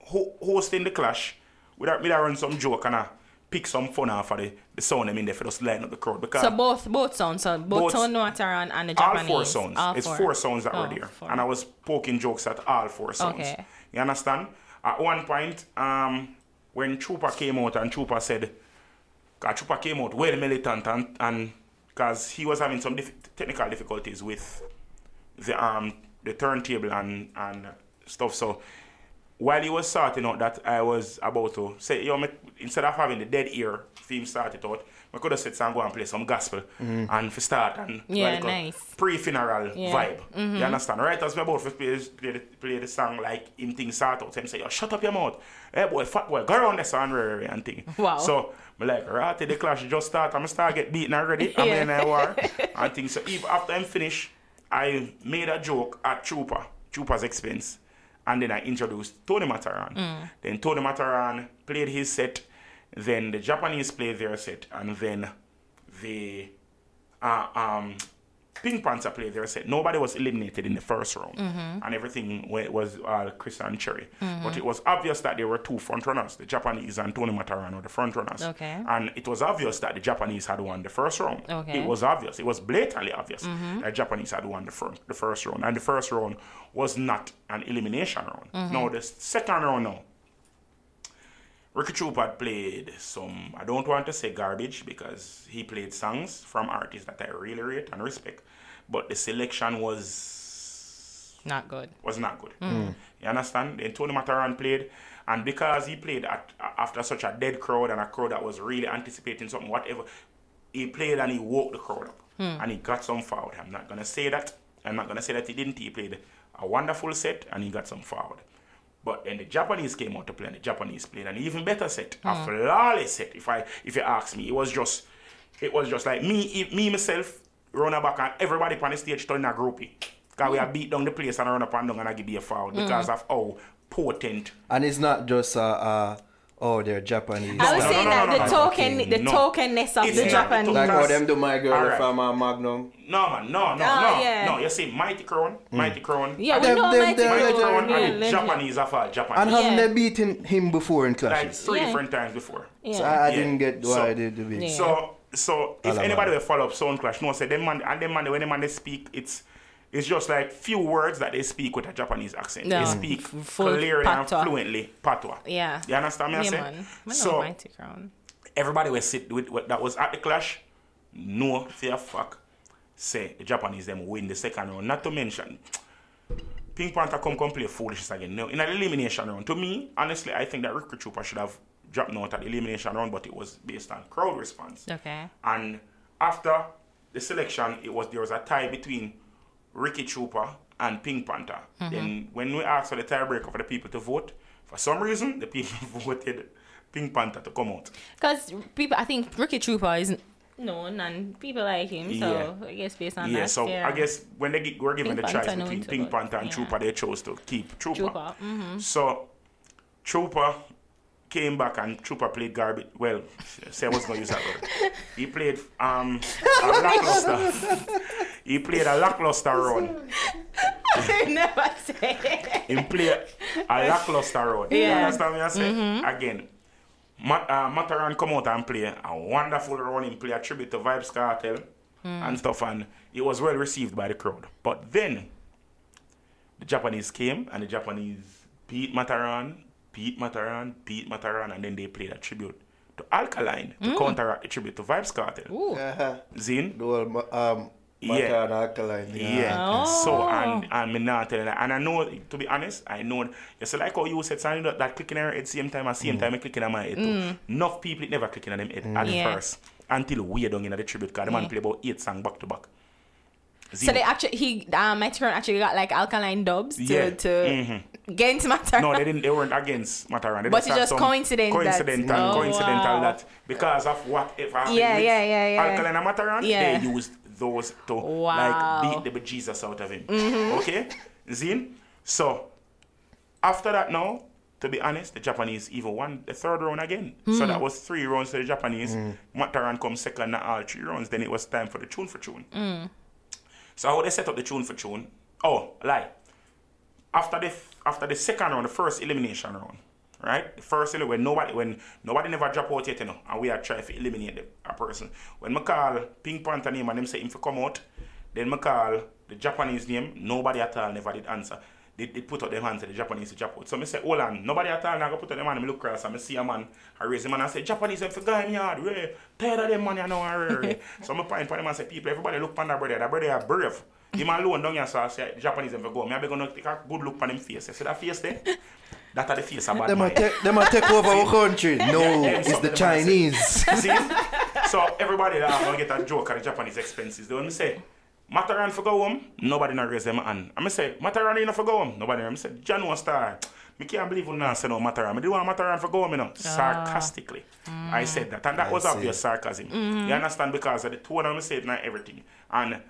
S4: ho- hosting the clash, we da, we da run some joke and I pick some fun off of the, the sound them in there for just lighten up the crowd. Because
S5: So both both sounds. So both,
S4: Uh, Both-
S5: sound water and, and the
S4: all
S5: Japanese.
S4: four sounds.
S5: All
S4: it's four sounds that
S5: Oh,
S4: were there.
S5: four.
S4: And I was poking jokes at all four sounds.
S5: Okay.
S4: You understand? At one point, um, when Chupa came out and Chupa said, cause Chupa came out well militant and and because he was having some dif- technical difficulties with the um the turntable and and stuff. So while he was sorting out that I was about to say, yo, me, instead of having the dead ear theme started out, I could have said, so I'm going to play some gospel and for start and
S5: Yeah,
S4: like a
S5: nice.
S4: pre-funeral
S5: Yeah. Mm-hmm.
S4: vibe. You understand? Right as me about to play, play, the, play the song like him thing sort out, him say, yo, shut up your mouth. Hey boy, fat boy, go around this and rare and thing.
S5: Wow.
S4: So me like, right, the clash just start, I'm start get beaten already. I'm
S5: Yeah.
S4: in a war and things. So even after I'm finished, I made a joke at Chupa, Chupa's expense. And then I introduced Tony Mataran.
S5: Mm.
S4: Then Tony Mataran played his set. Then the Japanese played their set. And then the uh, um, Pink Panther played their set. Nobody was eliminated in the first round.
S5: Mm-hmm.
S4: And everything wa- was uh, Chris and Cherry. But it was obvious that there were two front runners. The Japanese and Tony Mataran were the front runners.
S5: Okay.
S4: And it was obvious that the Japanese had won the first round.
S5: Okay.
S4: It was obvious. It was blatantly obvious that Japanese had won the, fir- the first round. And the first round was not an elimination round. No, the second round, no. Ricky Troop had played some, I don't want to say garbage because he played songs from artists that I really rate and respect, but the selection was
S5: Not good.
S4: was not good. You understand? Then Tony Mataran played, and because he played at, after such a dead crowd and a crowd that was really anticipating something, whatever, he played and he woke the crowd up and he got some forward. I'm not gonna say that. I'm not gonna say that he didn't. He played a wonderful set and he got some forward. But then the Japanese came out to play, and the Japanese played an even better set,
S5: Mm.
S4: a flawless set. If I, if you ask me, it was just, it was just like me, me myself, run back, and everybody on the stage turning a groupie. Cause we are
S5: Mm.
S4: beat down the place and run up and down and I give you a foul because of how potent.
S3: And it's not just, uh, uh, oh, they're Japanese.
S5: I was
S4: no,
S5: saying
S4: no,
S5: that
S4: no, no,
S5: the
S4: no.
S5: token, the
S4: No.
S5: tokenness of
S4: It's
S5: the
S4: not
S5: Japanese.
S3: like how
S4: because-
S3: them do my girl
S4: Alright.
S3: from uh, Magnum.
S4: No man, no, no,
S5: Ah,
S4: no,
S5: yeah.
S4: no. You see, mighty crown, mighty crown,
S5: yeah, we
S3: Them-
S5: know
S3: them-
S5: Mighty
S3: them-
S4: mighty
S3: Yeah,
S4: crown,
S5: Yeah,
S4: and the
S5: legend.
S4: Japanese of all Japanese.
S3: And haven't
S5: Yeah.
S3: they beaten him before in
S4: like
S3: clashes?
S4: three
S5: Yeah.
S4: different times before.
S5: Yeah.
S3: So I, I
S4: Yeah.
S3: didn't get why
S4: So-
S3: they did the beat.
S5: Yeah.
S4: So So if
S6: Alabama.
S4: anybody will follow up Sound Clash, no, say them man and them man when them man they speak, it's it's just like few words that they speak with a Japanese accent.
S5: No.
S4: They speak
S5: Full
S4: clearly
S5: patois.
S4: and fluently patois.
S5: Yeah.
S4: you understand me? I
S5: Yeah,
S4: say?
S5: man. I know
S4: So
S5: Mighty Crown.
S4: everybody will sit with, with- that was at the clash. No fair fuck. Say the Japanese them win the second round. Not to mention Pink Panther come come play foolishness again. No, in an elimination round. To me, honestly, I think that Rick Trooper should have dropped out at the elimination round, but it was based on crowd response.
S5: Okay.
S4: And after the selection, it was there was a tie between Ricky Trooper and Pink Panther.
S5: Mm-hmm.
S4: Then when we asked for the tiebreaker for the people to vote, for some reason the people voted Pink Panther to come out.
S5: Because people, I think Ricky Trooper is known and people like him. So I guess based on
S4: yeah,
S5: that,
S4: so I guess when they gi- were given
S5: Ah, Pink
S4: the choice
S5: Panther no
S4: between
S5: into
S4: Pink
S5: it.
S4: Panther and
S5: Yeah. mm.
S4: Trooper, they chose to keep Trooper.
S5: Trooper,
S4: So Trooper came back and Trooper played garbage. Well, say I was gonna use that word. He played um a lackluster. he played a lackluster run.
S5: they never say. it.
S4: He played a lackluster run. You
S5: Yeah. Mm-hmm.
S4: understand what I say? Again. Ma- uh, Mataran come out and play a wonderful run in play, a tribute to Vibes Cartel
S5: Mm.
S4: and stuff, and it was well received by the crowd. But then the Japanese came and the Japanese beat Mataran, beat Mataran, beat Mataran, and then they played a tribute to Alkaline to counteract the tribute to Vibes Cartel.
S5: Mm. Ooh.
S4: Zin?
S3: uh-huh. The whole ma- um,
S4: Yeah.
S3: matter and alkaline. thing.
S4: Yeah.
S5: Oh.
S4: So and and me not telling that. And I know to be honest, I know you see like how you said something that, that clicking on your head same time and same time I clicking on my head too. Enough people it never clicking on them head at
S5: Mm. Yeah.
S4: first. Until we are down in the tribute because the man play about eight songs back to back.
S5: So
S4: Zero.
S5: they actually, he, uh, Matron actually got like alkaline dubs to,
S4: Yeah. Mm-hmm.
S5: to get into Matron.
S4: No, they didn't. They weren't against Mataran. They
S5: But
S4: just
S5: it's
S4: had
S5: just
S4: some
S5: coincidence that-
S4: coincidental,
S5: Oh,
S4: coincidental
S5: wow.
S4: that because of whatever. happened
S5: Yeah,
S4: with
S5: yeah, yeah, yeah.
S4: Alkaline and Mataran,
S5: Yeah.
S4: they used those to
S5: Wow. Mm-hmm.
S4: like beat the bejesus out of him. Okay, Zin. So after that, now to be honest, the Japanese even won the third round again.
S5: Hmm.
S4: So that was three rounds to the Japanese. Mataran come second at all three rounds. Then it was time for the tune for tune.
S5: Mm.
S4: So how they set up the tune for tune? Oh, lie. After the after the second round, the first elimination round, right? The first eli- when nobody when nobody never drop out yet, you know, and we are trying to eliminate the, a person. When I call Pink Panther name and them say him for come out, then I call the Japanese name, nobody at all never did answer. They, they put up their hands and the Japanese to drop out. So I say, hold on, nobody at all never put up their hand. I look across and I see a man, I raise him and I say, Japanese them for guy me yard, rare. Tired of them man, you know, rare. rare." so I point for them and say, people, everybody look upon that brother, that brother are brave. The man alone down here so I say Japanese them for go. Me I be gonna take a good look on him face. You see that face there? That are the face of bad
S3: Them a
S4: mind.
S3: take, them a take over our country. No,
S4: Yeah,
S3: it's the
S4: something about it.
S3: Chinese.
S4: See? So everybody laugh and get a joke at the Japanese expenses. They want me say, Mataran for go home, nobody not raise them hand. And me say, Mataran you not for go home, nobody. Me say, John was star. Me can't believe you not say no Mataran. Me do want Mataran for go home, you know. Sarcastically, I said that, and that was obvious sarcasm. You understand because of the tone I'm saying and everything, and.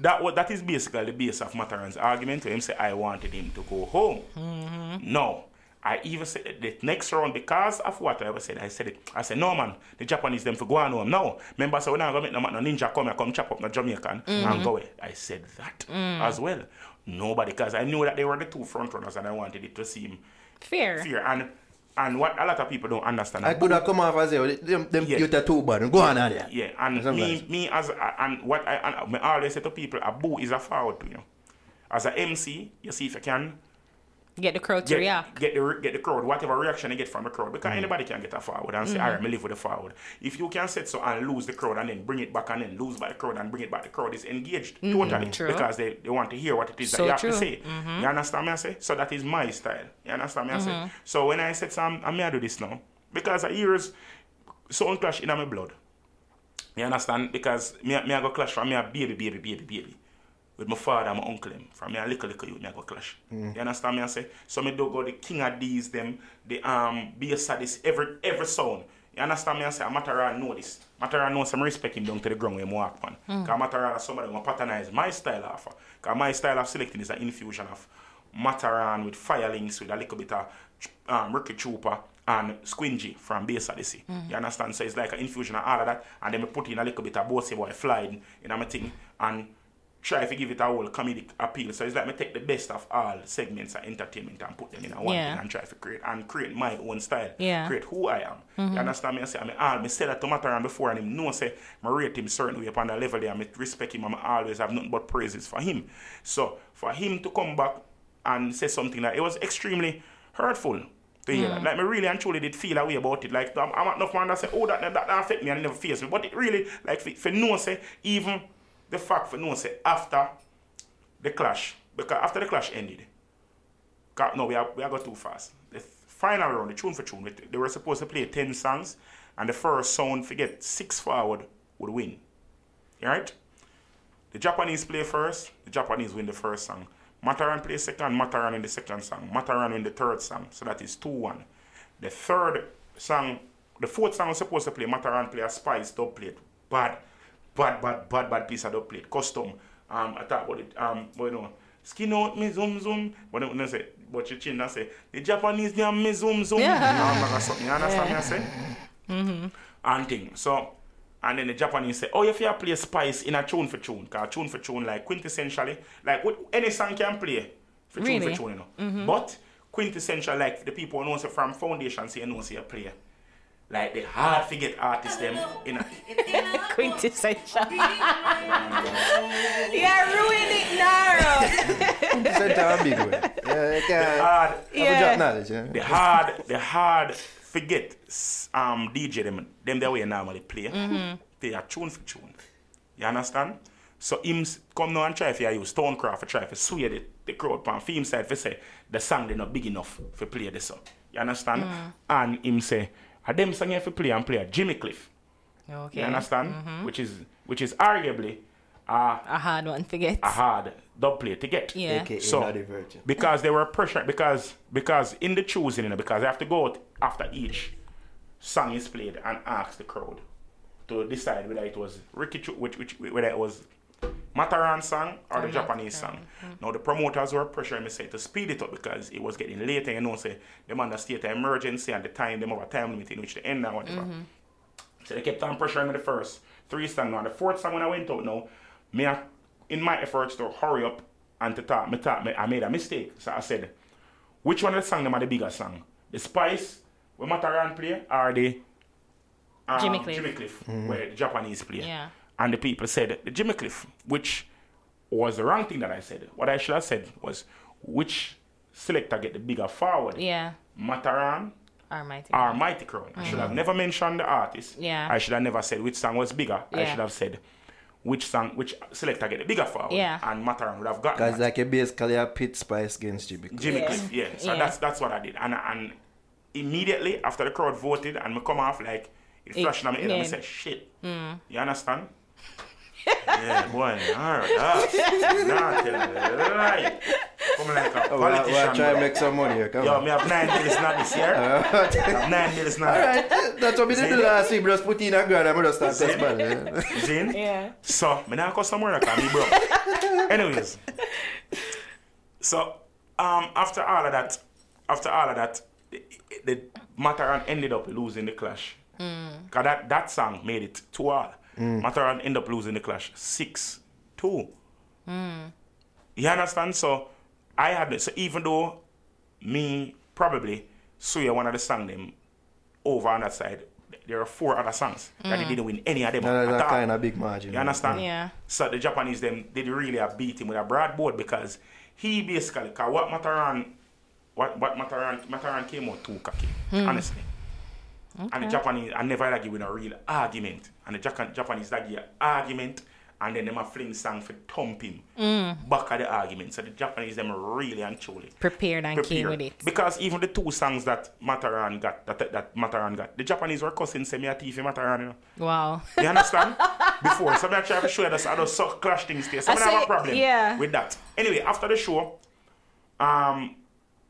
S4: That wa- that is basically the base of Mataran's argument. Where him say I wanted him to go home. No. I even said that the next round because of what I was said. I said it. I said, no man, the Japanese them for go on home. No. Remember, so we're not gonna make no, man- no ninja come here, come chop up no Jamaican and go away. I said that as well. Nobody because I knew that they were the two front runners and I wanted it to seem
S5: Fair.
S4: fair. And and what a lot of people don't understand.
S3: I could have come off as a them them
S4: Yeah.
S3: you tattoo button. Go on out there.
S4: Yeah, and
S3: Something
S4: me,
S3: like
S4: me as a- and what I and I always say to people, a boo is a fraud, you know. As a MC, you see if you can
S5: Get the crowd to
S4: get,
S5: react.
S4: get the re- get the crowd, whatever reaction they get from the crowd, because anybody can get a forward and say, "All
S5: Mm.
S4: right, me live with the forward." If you can set so and lose the crowd and then bring it back and then lose by the crowd and bring it back, the crowd is engaged totally
S5: Mm-hmm. True.
S4: because they, they want to hear what it is that
S5: So
S4: you have
S5: true. Mm-hmm.
S4: to say. You understand me? I say so that is my style. You understand me? I say so when I said, "Sam, I'm gonna do this now," because I years sound clash in my blood. You understand? Because me, me I go clash from me a baby, baby, baby, baby. With my father and my uncle them. From me a little, little youth, me I go clash. You understand me I say? So me do go the king of these them, the um bass of this, every every sound. You understand me I say? Matara know this. Matara know some respect him down to the ground where him walk on. Cause Matara is somebody who patronize my style of. Cause my style of selecting is an infusion of Mataran with fire links with a little bit of um, Ricky Trooper and Squingy from Bass Odyssey. You understand? So it's like an infusion of all of that. And then we put in a little bit of Bossy Boy Fly in, in my thing. And try to give it a whole comedic appeal. So it's like me take the best of all segments of entertainment and put them in a one
S5: Yeah.
S4: thing and try to create and create my own style.
S5: Yeah.
S4: Create who I am. You understand me? I say, I mean, all, me say that to Mataran before and him know say, I rate him certain way upon that level there. I respect him and I always have nothing but praises for him. So for him to come back and say something like, it was extremely hurtful. To hear that. Like me really and truly did feel a way about it. Like I'm, I'm enough man that say, oh that that, that affect me and it never face me. But it really like for, for no say even the fact for no say after the clash because after the clash ended, God, no, we are we are going too fast. The final round, the tune for tune, we- they were supposed to play ten songs, and the first sound forget six forward would win. All right, the Japanese play first. The Japanese win the first song. Mataran play second. Mataran in the second song. Mataran win the third song. So that is two one. The third song, the fourth song was supposed to play. Mataran play a spice dub plate. Bad, bad, bad, bad, bad piece of dub plate. Custom. Um, I thought about it. Um, but you know, skin out me zoom zoom. But then when I say, but your chin, I say the Japanese damn me zoom zoom.
S5: Yeah.
S4: Um, like something. You understand me? I say and thing. So, and then the Japanese say, oh, if you play Spice in a tune for tune, because tune for tune, like quintessentially, like what any song can play for tune
S5: Really?
S4: for tune, you know. But quintessential, like the people who know say from Foundation, say, know say a player. Like they hard to get artists them in a,
S5: Quintessential. yeah, ruin it now.
S3: Sent her a big way. Yeah, you can
S4: hard,
S3: drop
S5: Yeah.
S3: knowledge, yeah.
S4: the hard, the hard forget s- um DJ them them that way normally play. They are tune for tune. You understand? So him s- come now and try if you use Stonecraft to try to sway the, the crowd pan for him side for say the song they not big enough for play this up. You understand? And him say, I them song here for play and play a Jimmy Cliff.
S5: Okay.
S4: You understand? Which is which is arguably uh,
S5: A hard one, forget.
S4: a hard dub play to get
S5: Yeah.
S3: AKA
S4: So-
S3: not a virgin.
S4: because they were pressure because because in the choosing you know, because they have to go out after each song is played and ask the crowd to decide whether it was Ricky Chu- which, which whether it was Mataran song or the Japanese song. Now the promoters were pressuring me say to speed it up because it was getting late and you know say them under state of emergency and the time them over time limit in which they end and whatever. So they kept on pressuring me the first three songs. Now the fourth song when I went out now, me I, in my efforts to hurry up and to talk, me talk, me, I made a mistake. So I said, which one of the song them are the biggest song? The Spice, where Mataran play, or the um,
S5: Jimmy Cliff.
S4: where the Japanese play?
S5: Yeah.
S4: And the people said the Jimmy Cliff, which was the wrong thing that I said. What I should have said was which selector get the bigger forward?
S5: Yeah.
S4: Mataran
S5: Almighty.
S4: our mighty crown. I should have never mentioned the artist.
S5: Mm. Yeah.
S4: I should have never said which song was bigger. I
S5: Yeah.
S4: should have said which song, which selector get the bigger forward.
S5: Yeah.
S4: And Mataran would have gotten
S3: Cause
S4: that.
S3: like a basically a pit spice against Jimmy. Cliff.
S4: Jimmy
S5: Yeah.
S4: Cliff. Yeah. So
S5: Yeah.
S4: that's that's what I did. And and immediately after the crowd voted and me come off like it
S5: It- Mm.
S4: flashed on me head and I
S5: yeah.
S4: said, shit. You understand? yeah, boy. Alright. That's not a lie. Come like a
S3: Oh, we're,
S4: politician.
S3: we're trying to
S4: bro.
S3: make some money here. Come
S4: Yo,
S3: on.
S4: me have nine minutes not this year. I have nine minutes not.
S3: Alright, that's what we did the last week. We just put in a grand and we just start this man. yeah.
S4: You seen?
S5: Yeah.
S4: So, me now go somewhere like me bro. Anyways. So, um, after all of that, after all of that, the, the Mataran ended up losing the clash. Cause that, that song made it two all.
S3: Hmm.
S4: Mataran ended up losing the clash six two. You understand? So I had so even though me probably Suya one of the song them over on that side, there are four other songs that they didn't win any of them.
S3: That is
S4: at
S3: a
S4: all.
S3: kind of big margin.
S4: You understand?
S5: Yeah.
S4: So the Japanese them did really a beat him with a broadboard because he basically cause what Mataran what what Mataran Mataran came out too cocky,
S5: Hmm.
S4: honestly. And the Japanese I never argue with a real argument. And the Japan, Japanese argue an argument and then them a fling song for thump him
S5: Hmm.
S4: back at the argument. So the Japanese them really and truly
S5: Prepared and came
S4: prepared.
S5: with it.
S4: Because even the two songs that Mataran got, that, that Mataran got, the Japanese were cussing Semi Atifi eh, Mataran, you know.
S5: Wow.
S4: You understand? Before, so I try to show you that I don't suck clash things there. So I
S5: I
S4: have a
S5: say-
S4: problem
S5: yeah.
S4: with that. Anyway, after the show, um,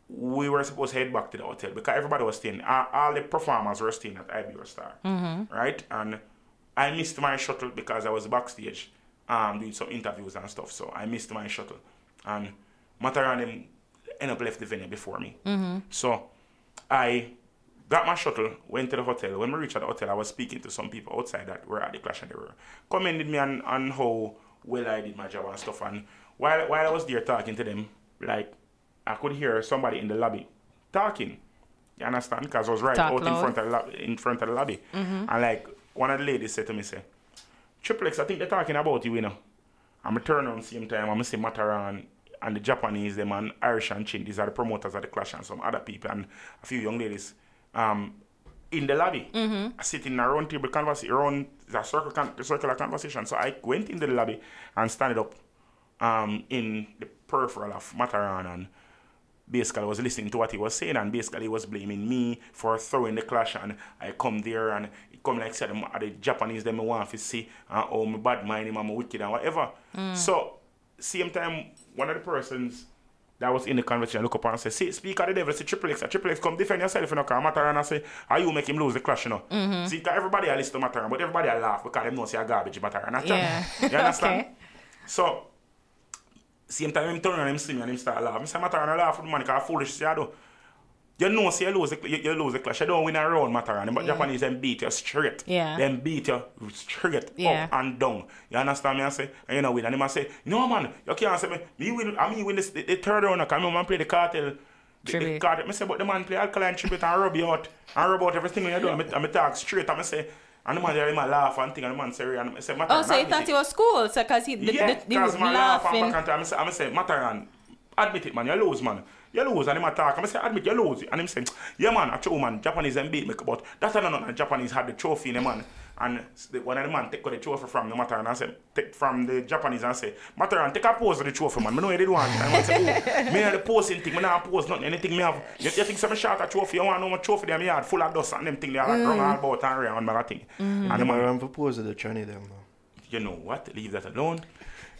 S4: we were supposed to head back to the hotel because everybody was staying. Uh, all the performers were staying at Ibero Star,
S5: Mm-hmm.
S4: right? And I missed my shuttle because I was backstage um, doing some interviews and stuff. So I missed my shuttle, and Mataran them end up left the venue before me.
S5: Mm-hmm.
S4: So I got my shuttle, went to the hotel. When we reached the hotel, I was speaking to some people outside that were at the Clash and they were commended me on, on how well I did my job and stuff. And while while I was there talking to them, like I could hear somebody in the lobby talking. You understand? Because I was right
S5: Talk
S4: out in
S5: loud.
S4: front of the lo- in front of the lobby, and like one of the ladies said to me, "Say, Triple X, I think they're talking about you, you know." I'm turn on same time. I'm see Mataran and the Japanese, them and Irish and Chin. These are the promoters of the Clash and some other people and a few young ladies. Um, in the lobby, I sit in a round table conversation, round the circle con- the circular conversation. So I went into the lobby and standed up um, in the peripheral of Mataran and basically was listening to what he was saying and basically he was blaming me for throwing the clash and I come there and it come like said "Are the Japanese them I want to see and oh my bad mind him I'm wicked and whatever.
S5: Mm.
S4: So same time one of the persons that was in the conversation look up and say, see, speak of the devil, say Triple X, Triple X come defend yourself, you know, because Mataran I say, how you make him lose the clash, you know.
S5: Mm-hmm.
S4: See, 'cause everybody I listen to Mataran, but everybody I laugh because them know say a garbage Mataran. I tell-
S5: Yeah.
S4: You understand?
S5: Okay.
S4: So same time, him turn on him, see me, and him start laugh. Me say, Mataran, I laugh with the man, because foolish say I do. You know, say you lose, the, you, you lose the clash. You don't win a round, Mataran. But Japanese, them beat you straight.
S5: Yeah.
S4: Them beat you straight
S5: Yeah.
S4: up and down. You understand me? I say, and you know, win. And him I say, no, man, you can't say me. Me win, I mean, win this, the, the third round. Because me man play the cartel. The, the
S5: Tribute.
S4: cartel. Me say, but the man play alkaline tribute and rub you out. And rub out everything you do. And me, and me talk straight. And me say, and the man, there, him a laugh and thing. And the man say, and me say, Mataran.
S5: Oh, so you
S4: admit
S5: thought
S4: it."
S5: it was cool, so because he, the,
S4: yeah,
S5: the, he
S4: cause
S5: was
S4: man laugh and
S5: laughing.
S4: back and I'm say, I'm say, Mataran, admit it, man, you lose, man. You lose, and him attack. I'm say, admit you lose, and him say, yeah, man, a true man, Japanese them beat me, but that's not nothing. Japanese had the trophy in the man, and s- the, one of the man take the trophy from the Mataran and say, take from the Japanese and say, Mataran, take a pose of the trophy, man. Me know you did one. And man say, oh, me and the posing thing, me not pose nothing. Anything me have, you, you think some shot a trophy? You want no more trophy? There, me had full of dust and them thing. They had run all about and around, man, I think. And the
S3: I'm
S4: man,
S3: around propose to the tranny them though.
S4: you know what, leave that alone.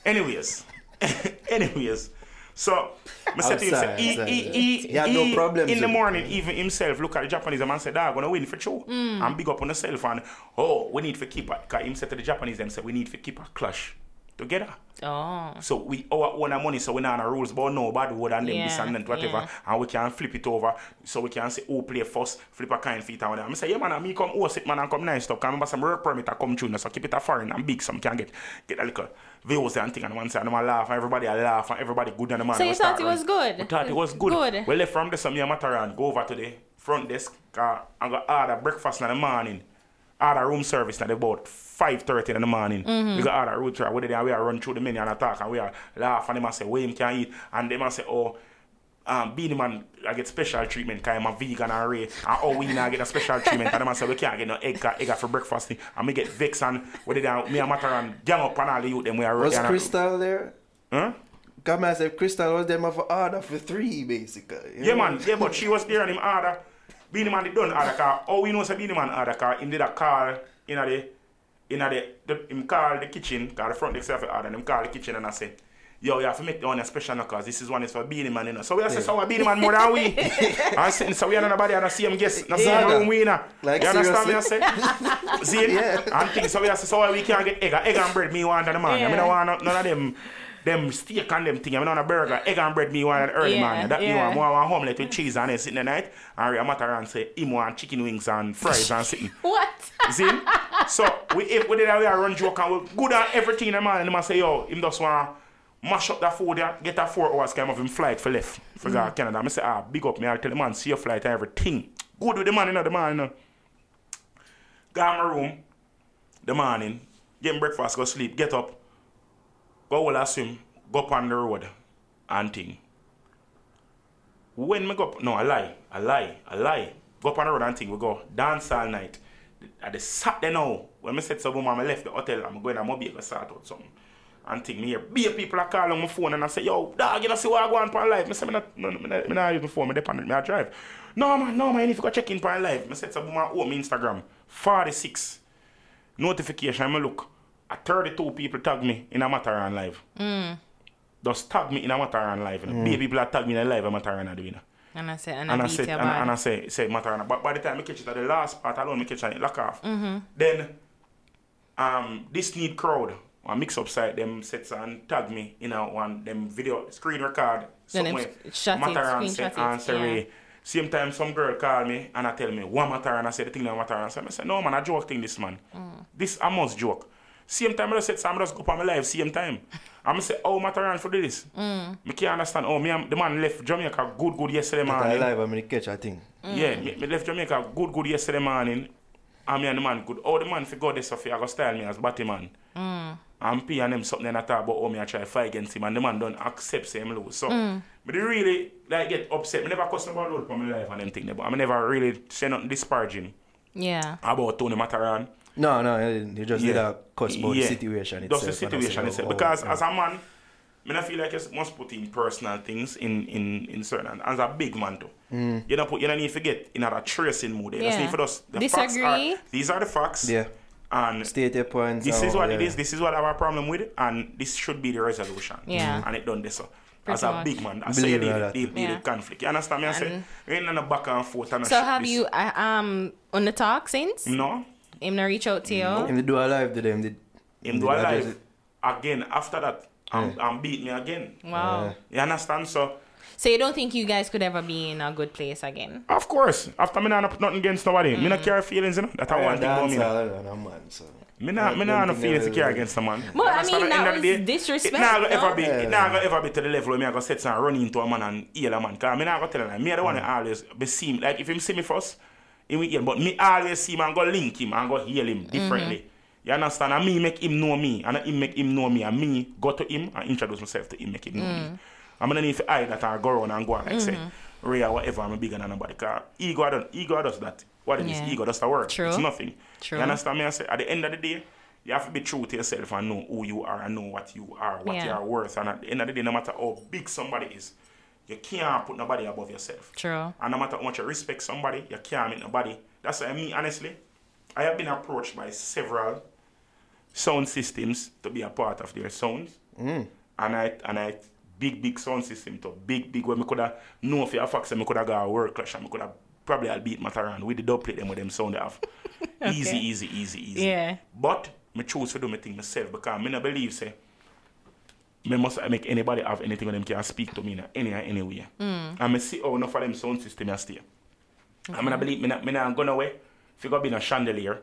S4: Anyways, anyways, so I said to him, say,
S3: Outside,
S4: he,
S3: outside,
S4: he,
S3: yeah.
S4: he,
S3: He had no
S4: he-
S3: problems
S4: in the
S3: with it,
S4: morning, even himself, look at the Japanese, the man said, I'm going to win for sure. And big up on himself. And, oh, we need to keep a, because him said to the Japanese, them said, we need to keep a clash together.
S5: Oh,
S4: So we our own money, so we know the rules about no bad word and them this
S5: Yeah,
S4: and that, whatever.
S5: yeah.
S4: And we can flip it over. So we can say, oh, play first, flip a kind feet and whatever. I say, yeah, man, and me come host it, man, and come nice stuff. Can remember some work permit I come through, now, so keep it a foreign and big, some can get get a little views and thing. And one side, and I laugh, and everybody I laugh, and everybody good and the man.
S5: So
S4: we
S5: you
S4: start
S5: thought it was
S4: running.
S5: good?
S4: We thought it was good.
S5: Good.
S4: We left from the Samia Mataran, go over to the front desk, uh, and got order breakfast in the morning order room service at about 5.30 in the morning. We got order room service. We there, we are run through the menu and attack and we are laugh and them a say, where him can eat. And them a say, oh, um, Beanie Man, I get special treatment because I'm a vegan and Ray. And oh, we now get a special treatment. And them a say, we can't get no egg, 'cause egg are for breakfast. eh, And me get vexed and we did me and Mataran gang up and all the youth them we are
S3: Was
S4: and-
S3: Crystal there?
S4: Huh?
S3: Come and say Crystal was them for order for three basically. you
S4: Yeah,
S3: know?
S4: man. Yeah, but she was there and him order. Beanie Man did done order car. Oh, we know say Beanie Man order car. Him did a call in a the in a the, the him call the kitchen. Call the front desk have to order. And him call the kitchen and I say. Yo, you have to make the one special now, cause this is one is for Beanie Man, you know. So we are say, so a Beanie Man more than we. I said, so we are nobody and I see him guess. Now see him
S3: Yeah.
S4: room we know.
S3: Like,
S4: you understand me? I
S3: seriously?
S4: say, see,
S3: Yeah.
S4: and things. So we are say, so we can't get egg, and- egg and bread. Me want and the man. I mean,
S5: Yeah.
S4: I want none of them, them steak and them thing. I mean, on a burger, egg and bread. Me want early
S5: Yeah,
S4: man. That me
S5: yeah.
S4: want more want omelette with cheese and it's in the night. And Ria Matter and say, him want chicken wings and fries and sitting.
S5: what?
S4: See? So we if we did that we are run joke and we good at everything the man and the man say, yo, him just want mash up that food there, get that four hours kind of him flight for left.
S5: Mm.
S4: For God, Canada. I say, ah, big up me, I'll tell the man, see your flight and everything. Good with the man, you know, the man, you know. Go in my room, the morning, get breakfast, go sleep, get up, go all a swim, go up on the road and thing. When me go up, no, I lie, I lie, I lie. Go up on the road and thing, we go dance all night. At the Saturday now, when I said to woman, I left the hotel, I'm going to Mobile to sort out something. And thing, me hear beer people are calling on my phone and I say, yo, dog, you know, see what I go on for live. I say, me not, no, no, me not, me not use my phone, me depend on me, I drive. No, man, no, man, if you go check in for live. I said to woman, oh, my Instagram, 46 notification, I look, a 32 people tag me in a Mataran live. Just tag me in a Mataran live. You know. Baby people that tag me in a live a Mataran are doing. it.
S5: And I said, and,
S4: And
S5: I
S4: I
S5: beat
S4: said,
S5: your
S4: and, I-
S5: bad.
S4: and I say, say Mataran. But by the time I catch it at the last part alone, I catch it lock off.
S5: Mm-hmm.
S4: Then, um, this need crowd, a mix up site, them sets and tag me in a one, them video screen record.
S5: Then them
S4: somewhere.
S5: shot it,
S4: Mataran
S5: screenshot
S4: say,
S5: it,
S4: answer
S5: yeah.
S4: me. Same time, some girl call me and I
S5: Mm.
S4: tell me, one matter, and I say the thing that matter. And so I say, no, man, I joke thing this, man. This, I must joke. Same time I just said, so I just go up on my life, same time. I'm say, oh, matter run for this. Mm. Me can't understand. Oh, me, am- the man left Jamaica good, good yesterday
S3: I
S4: morning.
S3: live, I'm in the catch, I think.
S4: Yeah, me, me left Jamaica good, good yesterday morning. And me and the man good. Oh, the man for God, this I go style me as Batman. Mm. And P and him something and I talk about how me I try fight against him and the man don't accept say him lose. So, but they really like get upset. Me never cuss nobody out for my life and them thing. But I never really say nothing disparaging
S5: Yeah.
S4: about Tony Mataran.
S3: No, no, I didn't. you just did a cuss about
S4: Yeah.
S3: the situation itself.
S4: That's the
S3: and I said,
S4: situation
S3: oh,
S4: itself.
S3: oh,
S4: Because
S3: yeah.
S4: as a man, I feel like you must put in personal things in in, in certain and as a big man too.
S3: Mm.
S4: You don't put you don't need to get in a tracing mood. You just
S5: Yeah.
S4: need for those the facts are-
S5: Disagree.
S4: these are the facts.
S3: Yeah.
S4: And
S3: State your points.
S4: this
S3: and
S4: is
S3: all,
S4: what it
S3: yeah.
S4: is, this is what I have a problem with, and this should be the resolution.
S5: Yeah.
S4: And it done this. So. As
S5: Pretty
S4: a
S5: much.
S4: big man, I say you
S3: Mm. Believe
S4: deal,
S3: in
S4: deal,
S3: that.
S4: deal
S5: Yeah.
S4: with conflict. You understand me? I say,
S5: And-
S4: we ain't on a back and forth. And a
S5: So
S4: shit
S5: have
S4: this.
S5: you uh, um on the talk since?
S4: No.
S5: Him no reach out to you.
S3: Him they do a live to them. They,
S4: Him
S3: they
S4: do a
S3: address
S4: live
S3: it.
S4: again after that and, and beat me again.
S5: Wow.
S3: Yeah.
S4: You understand? So,
S5: So you don't think you guys could ever be in a good place again?
S4: of course, after me not put nothing against nobody, me not care feelings, you know. That's how
S3: Yeah,
S4: one thing about me.
S3: dancehall,
S4: now.
S3: I don't know, man, so.
S4: Me not, me
S3: Them
S4: not no
S3: thing uh,
S4: feelings to
S3: they-
S4: care against a man.
S5: Well,
S4: You
S5: I
S4: understand?
S5: mean, that
S4: At the end of the
S5: was
S4: day,
S5: disrespect,
S4: It not gonna
S5: no?
S4: ever be,
S3: Yeah.
S4: it not gonna ever be to the level where me I go set and run into a man and heal a man. Cause me not gonna tell him. Me the one
S3: Mm.
S4: that always be see him. Like if him see me first, he will heal. But me always see him and go link him and go heal him differently.
S5: Mm-hmm.
S4: You understand? And me make him know me, and him make him know me, and me go to him and introduce myself to him, make him know
S5: Mm.
S4: me. I'm gonna need to hide that or go around and go and like say,
S5: Mm-hmm.
S4: Ray or whatever, I'm bigger than nobody. Cause ego, I don't, ego does that. What it is
S5: Yeah.
S4: ego? That's the word.
S5: True.
S4: It's nothing.
S5: True.
S4: You understand me? I say at the end of the day, you have to be true to yourself and know who you are and know what you are, what you
S5: Yeah.
S4: are worth. And at the end of the day, no matter how big somebody is, you can't put nobody above yourself.
S5: True.
S4: And no matter how much you respect somebody, you can't make nobody. That's why me, honestly, I have been approached by several sound systems to be a part of their sounds. And I and I big big sound system to big big where me coulda know for a fact say me coulda got a world clash and me coulda probably I'll beat Mataran with the dub plate them with them sound they have. Easy, easy, easy, easy.
S5: Yeah.
S4: But me choose to do my thing myself because me not believe say me must make anybody have anything on them can speak to me in any any way. And me see how enough of them sound system I stay. I'm gonna believe me not me not gonna way. If you go be no chandelier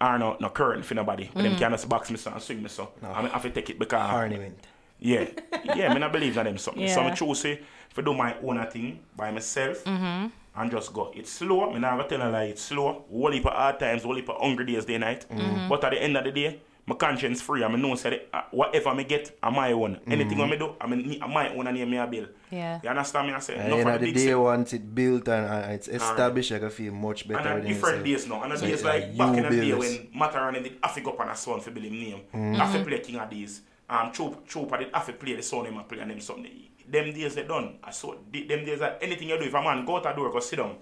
S4: or no no current for nobody, but them can just box me so and swing me so. I'm gonna have to take it because
S3: Ornament.
S4: yeah, yeah, me not believe in them something. So I
S5: Yeah.
S4: choose say if I do my own thing by myself
S5: Mm-hmm.
S4: and just go. It's slow. Me never tell a lie. It's slow. Whole heap of hard times, whole heap of hungry days, day night.
S5: Mm-hmm.
S4: But at the end of the day, my conscience free. I know say that, uh, whatever me get, I my own.
S3: Mm-hmm.
S4: Anything I do, I mean my own and name me a bill.
S5: Yeah.
S4: You understand me? I say
S3: At
S4: no
S3: the end
S4: for
S3: of the
S4: big
S3: day,
S4: se-
S3: once it's built and uh, it's established, I can feel much better
S4: and a
S3: than
S4: different
S3: yourself.
S4: days now. And a
S3: So
S4: days
S3: it's
S4: like
S3: like
S4: back
S3: you
S4: in the day
S3: build
S4: when
S3: it.
S4: Mataran did have to go up on a son for Billy name.
S5: Mm.
S4: Have to play King of Days. Um, Chop- Chopper did have to play the son him and play and them something. Them days they done. I saw the- them days that anything you do, if a man go out a door, go sit down,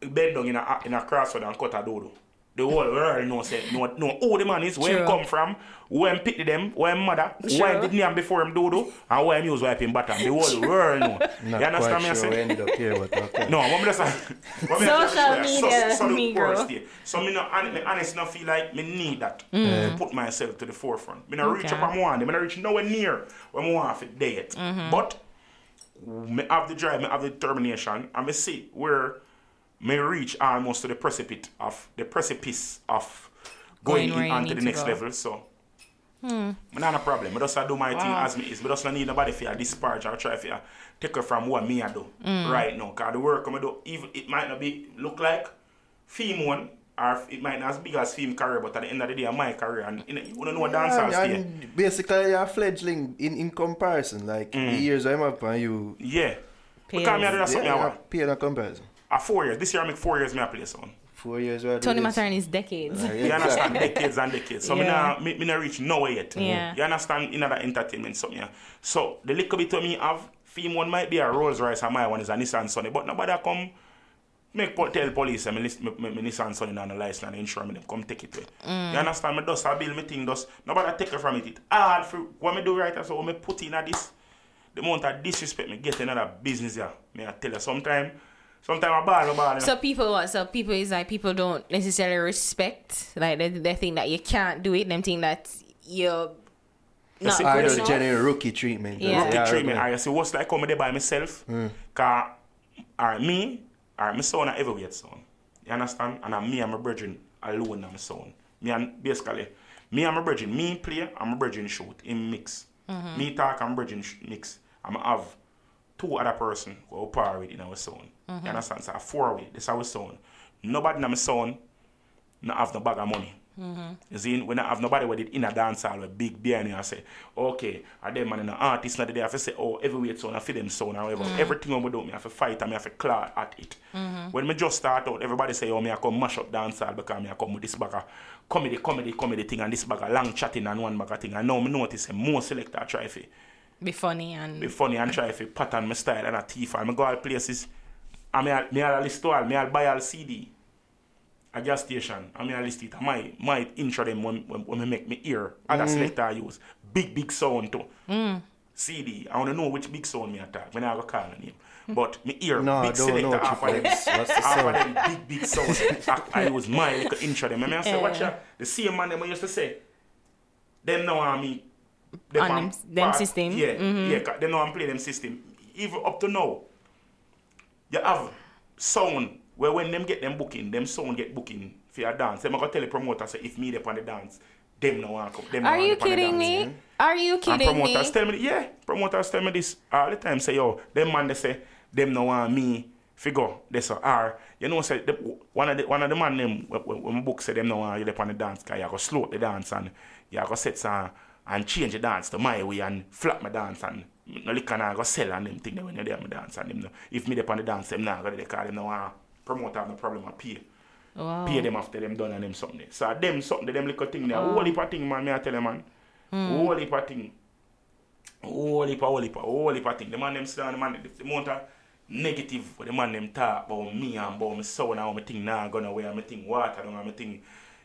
S4: bend down in a, in a crossroad and cut a dodo. The whole world knows say, no, no, who the man is, where
S5: True.
S4: he come from, where he picked them, where him mother, where
S5: True.
S4: him did name before him dodo, and where him use wipe him bottom. The whole world know.
S3: Not
S4: you understand me? I
S3: quite sure
S4: say?
S3: we ended up here, but okay.
S4: No, what me just what me
S5: Social
S4: just- yeah,
S5: media,
S4: so, so the
S5: me girl.
S4: poorest day. So me not hon- me honest not feel like me need that to put myself to the forefront. Me not reach
S5: Okay.
S4: up I'm wanting, me not reach nowhere near where I want to day it.
S5: Mm-hmm.
S4: But me have the drive, me have the determination, and me see where me reach almost to the precipice of the precipice of going,
S5: Going where
S4: in
S5: you
S4: onto
S5: need
S4: the
S5: to
S4: next
S5: go.
S4: level. So I not a problem. I just a do my thing as me is. I just not need nobody for disparage or try for take her from what me I do
S3: Mm.
S4: right now. Cause the work I do, even it might not be look like film one or it might not as big as film career, but at the end of the day, my career and you know, you don't know what dance
S3: Yeah,
S4: yeah,
S3: and basically, you're a fledgling in, in comparison. Like, the years I'm up on you,
S4: Yeah.
S5: Pales.
S4: Because Mm. me I do that
S3: yeah,
S4: something I want.
S3: you're paying a comparison.
S4: A four years. This year I make four years me I play sound.
S3: Four years where I do
S5: Tony
S3: this.
S5: Mataran is decades.
S3: Yeah,
S4: You understand?
S3: exactly.
S4: decades and decades. So me
S5: Yeah.
S4: nah- me, me not reach nowhere yet.
S5: Yeah.
S4: You understand? In other entertainment something. yeah. So the little bit of me have theme one might be a Rolls Royce and my one is a Nissan Sunny, but nobody come make po- tell police and me, lis- me, me, me Nissan Sunny and a license and insurance me them come take it away.
S5: Mm.
S4: You understand? Me dust a bill, me thing dust. Nobody take it from it. It hard for what me do right so what me put in at this. The amount of disrespect me get in other business yeah. Me I tell you sometime, sometime I ball, I ball. you know.
S5: So people what? So people is like people don't necessarily respect like they, they think that you can't do it. Them think that you're not
S4: simple
S3: I
S5: good
S3: do the
S5: enough.
S3: general rookie treatment.
S5: Yeah.
S4: Rookie
S5: Yeah,
S4: treatment. I say, what's like comedy by myself? Cause are me, are my son a uh, heavyweight son. You understand? And I'm me and my brethren alone and my son. Me and basically Me and my brethren, me play and my brethren shoot in mix. Me talk and my brethren sh- mix. I'm have two other person who are par with in our sound. You understand? So four way. This our sound. Nobody in my sound not have no bag of money. You see, we not have nobody with it in a dance hall with big behind you and say, okay, are them man in an artist now they have to say, oh, every way it's on, I feel them sound or whatever. Everything when we do, me have to fight and me have to claw at it. When me just start out, everybody say, oh, me I come mash up dance hall because me I come with this bag of comedy, comedy, comedy thing and this bag of long chatting and one bag of thing. And now me notice say, more selector try fi
S5: Be funny and
S4: be funny and try fi pattern my style and a thief and me go all places and me all, me all list to all, me all buy all CD a gas station, I mean, I list it. My, my intro them when, when, when I make me ear, other selector I use. Big, big sound too. CD. I want to know which big sound me attack. When I go call the name. But me ear,
S3: No, I
S4: big
S3: don't know
S4: selector,
S3: what you
S4: half of them,
S3: call it. What's the
S4: half of them, big, big sound. I, I use my little intro them. I mean, I say, watch ya. The same man them I used to say, them know I mean,
S5: On
S4: am
S5: them- them
S4: part-
S5: system. Mm-hmm.
S4: Yeah, yeah, 'cause they know I'm playing them system. Even up to now, you have sound where when them get them booking, them sound get booking for your dance. Them I go tell the promoter say if me they on the dance, them no want come. Them no
S5: Are
S4: want
S5: you
S4: dey on the
S5: kidding
S4: dance.
S5: me? Are you
S4: And
S5: kidding me?
S4: promoters tell me, yeah, promoters tell me this all the time. Say yo, them man they say them no want me figure. They say R. You know say the, one of the one of the man them when- when, when my book say them no want you dey on the dance. Cause you go slow up the dance and you go set some and change the dance to my way and flap my dance and no lick and I go sell and them thing when they there my dance and them no. If me dey on the dance them now go there call them no want promoter have no problem and pay
S5: Wow.
S4: pay them after them done and them something. So them something, them little thing there,
S5: Oh.
S4: whole heap of thing, man, me I tell them, man.
S5: Hmm.
S4: Whole heap of thing. Whole heap of, whole heap of, whole heap of thing. The man them sit down, the man, the, the amount of negative what the man them talk about me and about my sound and how my thing nah gonna away, and my thing water down, and my thing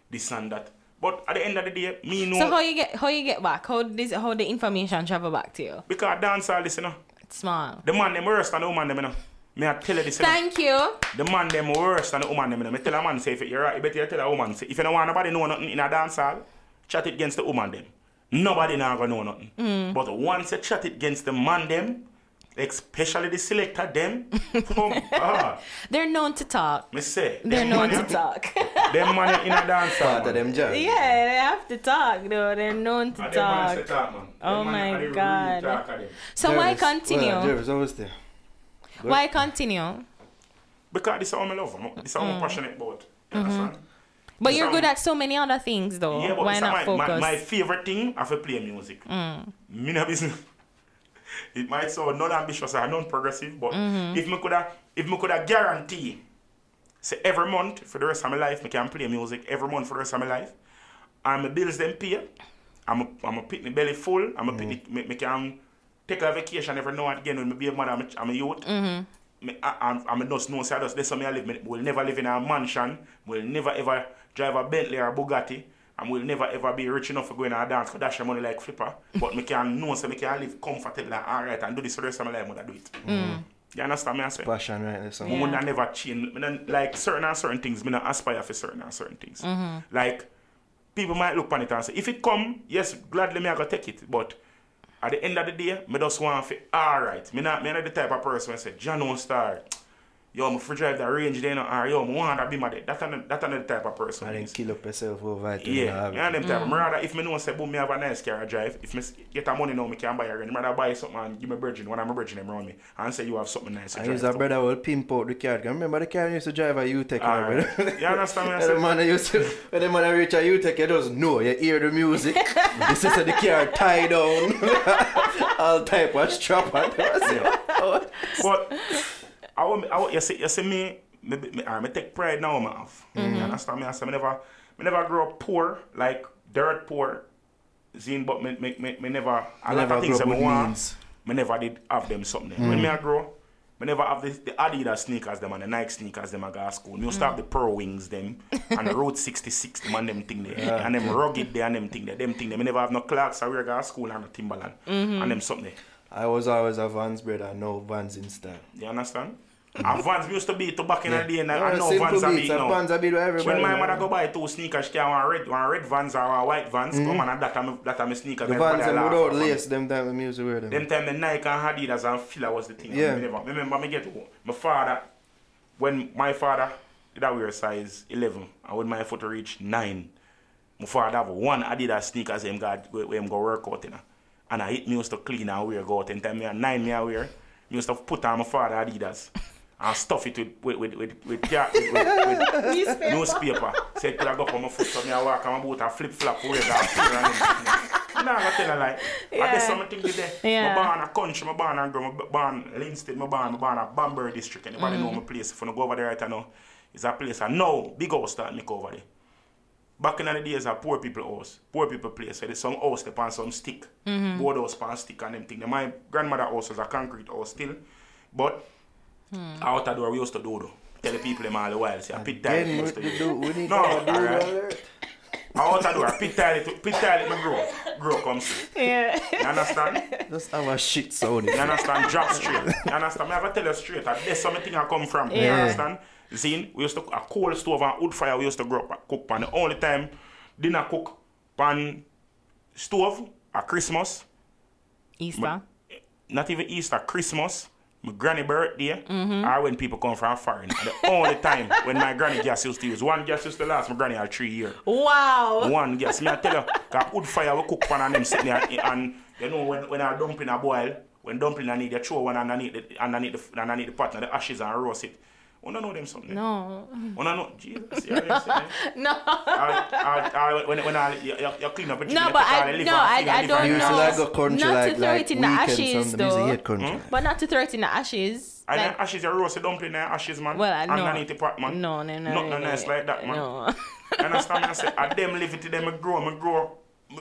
S4: this and that. But at the end of the day, me know,
S5: So how you get how you get back? How this how the information travel back to you?
S4: because dance all this, you know.
S5: Small.
S4: The man them worse than the woman them, you know. Me I tell you this, you know.
S5: Thank you.
S4: The man them worse than the woman them. You know. Me tell a man say if you're right, you better tell a woman say if you don't want nobody know nothing in a dance hall, chat it against the woman them. Nobody now gonna know nothing.
S5: Mm.
S4: But once you chat it against the man them, especially the selector them, oh God,
S5: They're known to talk.
S4: me say
S5: They're
S4: them
S5: known
S4: man,
S5: to
S4: them,
S5: talk.
S4: them man in a dance hall.
S3: Part of them jam.
S5: yeah, they have to talk though. They're known to
S4: And them man say
S5: talk.
S4: talk, man. Them
S5: Oh
S4: man
S5: my
S4: are the real
S5: God.
S4: talk of them.
S5: So why
S3: Jervis, Well,
S5: continue?
S3: Jervis, how was there?
S5: Why continue?
S4: Because this is how I love them. This is how
S5: Mm.
S4: I'm passionate about. You
S5: Mm-hmm.
S4: understand?
S5: But you're
S4: Some-
S5: good at so many other things though.
S4: Yeah, but
S5: Why
S4: it's
S5: not
S4: my,
S5: focus? Mm.
S4: My, my favorite thing, I feel play music. Me no business. It might sound non-ambitious or non-progressive, but
S5: Mm-hmm.
S4: if me coulda, if me coulda guarantee, say every month for the rest of my life, me can play music every month for the rest of my life, and my bills them pay, I'm a, I'm a pick my belly full, I'm a pick me, me can um, take a vacation every now and again when me be a mother, I'm a, I'm a youth. Me, I, I'm, I'm a just know, say I just, this is me I live, me, will never live in a mansion, will never ever drive a Bentley or a Bugatti, and will never ever be rich enough for going to a dance for dash your money like Flipper, but me can know, say me can live comfortable and alright and do this for the rest of my life, mother do it. You understand me? I say,
S3: Passion right there, son.
S5: Yeah.
S4: would not never change. Me not- like certain and certain things, me not aspire for certain and certain things. Like people might look on it and say, if it come, yes, gladly me I go take it. But at the end of the day, me just want fi all right. Me not me not the type of person who say, John no star. Yo, me free drive that range there, no, or yo, me want that be my day. That another that another type of person.
S3: I
S4: it
S3: didn't
S4: is.
S3: kill up yourself over it. you know,
S4: Yeah,
S3: have
S4: yeah,
S3: it.
S4: them type. Me rather if me know say, boom, me have a nice car I drive. If me s- get a money now, me can buy a range. Me rather buy something and give me virgin when I'm a virgin them around me and say you have something nice. to
S3: And
S4: drive
S3: his a
S4: to.
S3: brother will pimp out the car. Can you Remember the car you used to drive a U-Tech?
S4: All
S3: you know,
S4: right.
S3: brother?
S4: You understand what I
S3: When the
S4: said?
S3: man used to, when the man reach a U-Tech, you just know, you hear the music. this is the car tied down. All type of strap on.
S4: But I want, I want, you see, you see me, me, me, I me take pride now, man.
S3: Mm-hmm.
S4: You understand me? I say, me never, me never grew up poor, like dirt poor. Zine, but me, me, me, me never, a lot
S3: never
S4: of
S3: grew
S4: things that
S3: up
S4: me
S3: with
S4: want,
S3: means. Mm.
S4: me never did have them something. When me I grow, me never have the, the Adidas sneakers them and the Nike sneakers them I go to school. Me
S3: Mm.
S4: used to have the Pearl Wings them and the Road 66 them and them thing there. And them rugged there and them thing there. Them thing there. Me never have no clocks I wear go to school and no Timberland
S3: Mm-hmm.
S4: and them something there.
S3: I was always a Vans brother. Now Vans in style.
S4: You understand? And Vans used to be to back in the day, and I
S3: Yeah,
S4: know
S3: simple
S4: Vans are
S3: beats,
S4: big
S3: and
S4: now.
S3: Vans are big with
S4: when
S3: everybody,
S4: my
S3: man.
S4: mother go buy two sneakers, she want red, one red Vans or one white Vans. Come on, and that time, that time sneakers.
S3: Mm-hmm. The
S4: everybody
S3: Vans them
S4: laugh
S3: without
S4: at me.
S3: lace, them time them used to wear them.
S4: Them time the Nike and Adidas and Fila was the thing.
S3: Yeah.
S4: Me never- me remember me get home. My father, when my father did I wear size eleven, and when my foot reached nine, My father have one Adidas sneakers him got where where him go work out in. a. And I hit me used to clean and wear go out in time me a nine me a wear. Me used to put on my father Adidas and stuff it with with with with, with, car- with, with, with
S5: Newspaper.
S4: newspaper. Say could I go for my foot so me I walk on my boot and flip flop where I feel and everything. Nah, I tell a lie. I
S5: Yeah.
S4: guess something did there.
S5: Yeah.
S4: My born a country, my born a girl, my born Linstead, my born, my born a Bambury district.
S5: Mm-hmm.
S4: Anybody know my place? If you no go over there right now, it's a place I know big house that make over there. Back in the days, a poor people house, poor people place. So there's some house upon some stick,
S5: Mm-hmm.
S4: board house upon stick and them thing. Then My grandmother house was a concrete house still, but out the door we used to do though. Tell the people them all the while. Say a pit tile.
S3: Then
S4: used
S3: with
S4: to
S3: the
S4: do.
S3: do, we need
S4: No,
S3: to do
S4: alright.
S3: alert.
S4: Out the door, pit tile, pit tile, me grow, grow comes.
S5: Yeah.
S4: You understand?
S3: Just have a shit sound.
S4: You understand? Drop straight. You understand? Me have to tell you straight. that That's something I come from. You
S5: Yeah.
S4: understand? Zin, we used to a coal stove and wood fire. We used to grow up and cook. And the only time dinner cook pan stove at Christmas,
S5: Easter.
S4: not even Easter, Christmas, my granny birthday, or when people come from foreign. And the only time when my granny gas used to use one gas used to last my granny had three years.
S5: Wow.
S4: One gas. Me I tell you, cause wood fire we cook pan and them sitting there and you know when when I dumpling a boil, when dumpling I need you throw one underneath the underneath the underneath the pot and the ashes and roast it. You don't know them something.
S5: No.
S4: You don't know Jesus. You hear what I'm saying?
S5: No.
S4: I, I, I, when when I you, you you clean up the chicken,
S5: No,
S4: you
S5: but
S4: take all
S5: I-
S4: the liver
S5: no,
S4: and
S5: I-
S4: clean the
S5: I
S4: liver
S5: don't
S4: and
S5: know.
S3: You used to like go country
S5: Not to
S3: like,
S5: throw
S3: like
S5: it in the
S3: weekends
S5: ashes,
S3: on the music
S5: though.
S3: hate country.
S4: Hmm?
S5: But not to throw it in the ashes.
S4: And
S5: Like,
S4: then ashes, you roast the dumpling in the ashes, man.
S5: well, I know.
S4: Underneath the pot, man.
S5: No, no, no. no,
S4: Nothing
S5: no,
S4: nice
S5: no.
S4: like that, man.
S5: No.
S4: You understand me? I say, I them live it to them, I grow, I grow.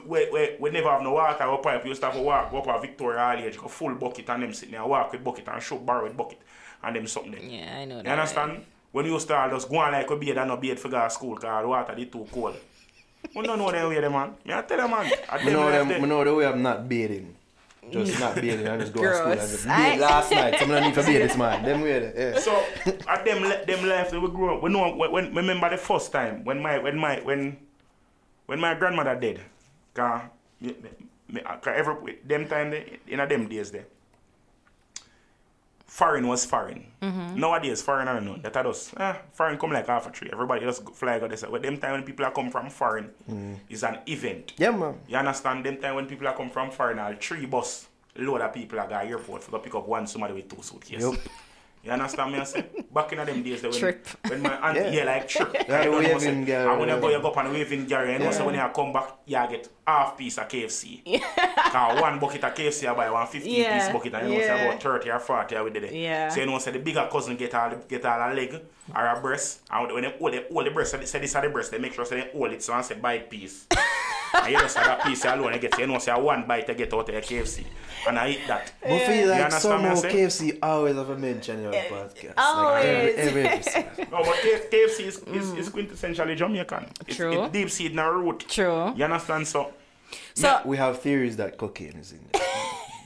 S4: We, we, we never have no water or pipe. We used to have a walk, go up at Victoria Alley, you got full bucket and them sitting there, walk with bucket and show bar with bucket and them something. there.
S5: yeah, I know that.
S4: You understand? When you used to all just go on like a beard and no beard for go to school because the water they too cold. We don't know them way, them, man. Me I tell them, man. I
S3: You
S4: them
S3: know,
S4: life
S3: them,
S4: there.
S3: you know the way I'm not bathing. Just not bathing. I just go to school.
S5: Mm.
S3: I
S5: Gross.
S3: just bathe
S5: I-
S3: last night. Someone need to bathe this man. Them way. Yeah.
S4: So at them li- them life that we grew up, we know when, when remember the first time when my when my when when my grandmother dead, cause, me, me, me, uh, 'cause every them time they, in a them days there, foreign was foreign. Nowadays foreign I don't know that are us ah, foreign come like half a tree. Everybody just go- fly go this. But them time when people are come from foreign is an event.
S3: Yeah, man.
S4: You understand? Them time when people are come from foreign, all three bus load of people are got airport for go pick up one somebody with two suitcases.
S3: Yup.
S4: You understand me? I say back in them days, they when,
S5: Trip.
S4: when my auntie yeah,
S3: Yeah.
S4: like trip.
S3: Yeah,
S4: I
S3: the
S4: don't know, say,
S3: waving Gary,
S4: And when you go,
S3: yeah.
S4: you go up and wave in Gary. And also when you come back, you get half piece of KFC. Cause one bucket of KFC, I buy one 15 piece
S5: Yeah,
S4: bucket, and you know
S5: yeah.
S4: say about 30 or 40 with it.
S5: Yeah.
S4: So you know say the bigger cousin get all the- get all a leg or a breast, and when they hold the hold the breast, they say this are the breast, they make sure say they hold it so and say bite piece. and you just have a piece alone, you get so you know say one bite you get out of your KFC, and I eat that.
S3: But feel
S4: You
S3: like
S4: understand
S3: somehow
S4: what I'm
S3: KFC always have a mention in your podcast. Like every,
S5: Always.
S3: every episode.
S4: No, Oh, but K- KFC is, is, is quintessentially Jamaican. It's,
S5: Mm. True.
S4: It deep seed in our root.
S5: True.
S4: You understand? So,
S5: So,
S3: We have theories that cocaine is in there.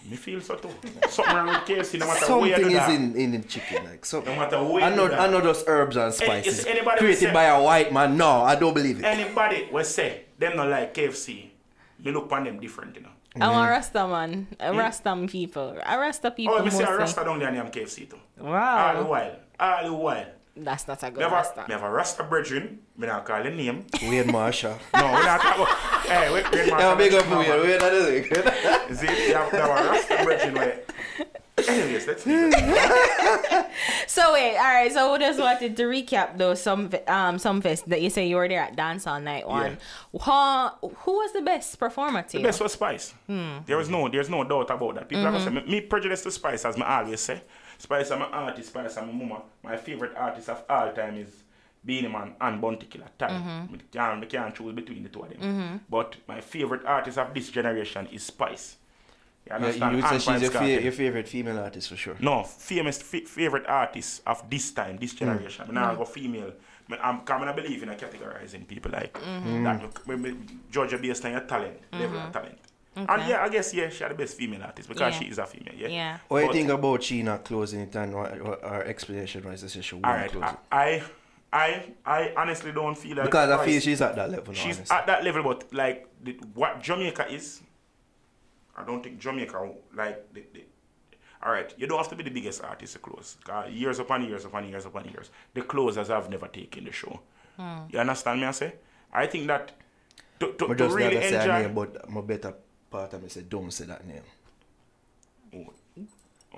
S4: me feel so too. Something wrong with KFC, no matter where you do
S3: Something is
S4: that.
S3: in, in the chicken. Like something.
S4: No matter where
S3: I
S4: you
S3: know,
S4: do
S3: I
S4: that.
S3: know those herbs and spices
S4: is anybody say- Eh.
S3: created by a white man. No, I don't believe it.
S4: Anybody will say, them not like KFC. Me look upon them different, you know.
S5: I'm a Rasta man. A Rasta people. A Rasta people.
S4: Hmm? Oh, me say
S5: mostly.
S4: a Rasta down there and I'm KFC too. All the
S5: Wow.
S4: while. All the while.
S5: That's not a good
S4: Never,
S5: Rasta.
S4: never Rasta brethren. Me not call the name.
S3: Wayne Marshall.
S4: No, we not talk about... Hey, we, we
S3: Yeah,
S4: not
S3: big up
S4: talk about-
S3: Wayne. Wayne, I don't think.
S4: Is it? There there were Rasta brethren where... Anyways, let's leave it.
S5: So wait, all right. So we just wanted to recap though some fe- um some fest that you say you were there at dance all night one. Huh, who was the best performer to you?
S4: Best was Spice.
S3: Hmm.
S4: There was no, there's no doubt about that. People
S3: Mm-hmm.
S4: have said, me, me prejudice to Spice, as I always say. Spice, I'm an artist. Spice, I'm a mama. My favorite artist of all time is Beanie Man and Bounty Killer. Time.
S3: Mm-hmm.
S4: I, can't, I can't choose between the two of them. But my favorite artist of this generation is Spice. You
S3: Yeah,
S4: understand?
S3: you would say
S4: And
S3: she's
S4: Vybz
S3: your,
S4: Kartel.
S3: fa- your favorite female artist for sure.
S4: No, famous f- favorite artists of this time, this generation. Mm. Now I go female. Me- I'm coming. I believe in a categorizing people like that. Look, we, we judge her based on your talent, level of talent. And yeah, I guess yeah, she had the best female artist because
S5: Yeah.
S4: she is a female. Yeah.
S5: Yeah.
S3: What do you
S4: But-
S3: think about she not closing it and what, what our explanation was that she should
S4: All
S3: won't
S4: right.
S3: close
S4: I,
S3: it?
S4: I I I honestly don't feel like
S3: Because I
S4: Price-
S3: feel she's at that level now.
S4: she's
S3: honestly.
S4: at that level, but like the, what Jamaica is, I don't think Jamaica like the, the, all right. You don't have to be the biggest artist to close. 'Cause Years upon years upon years upon years, the closers have never taken the show. You understand me? I say. I think that to, to,
S3: I
S4: to
S3: just
S4: really
S3: not say her
S4: enjoy.
S3: name, but my better part of me say don't say that name.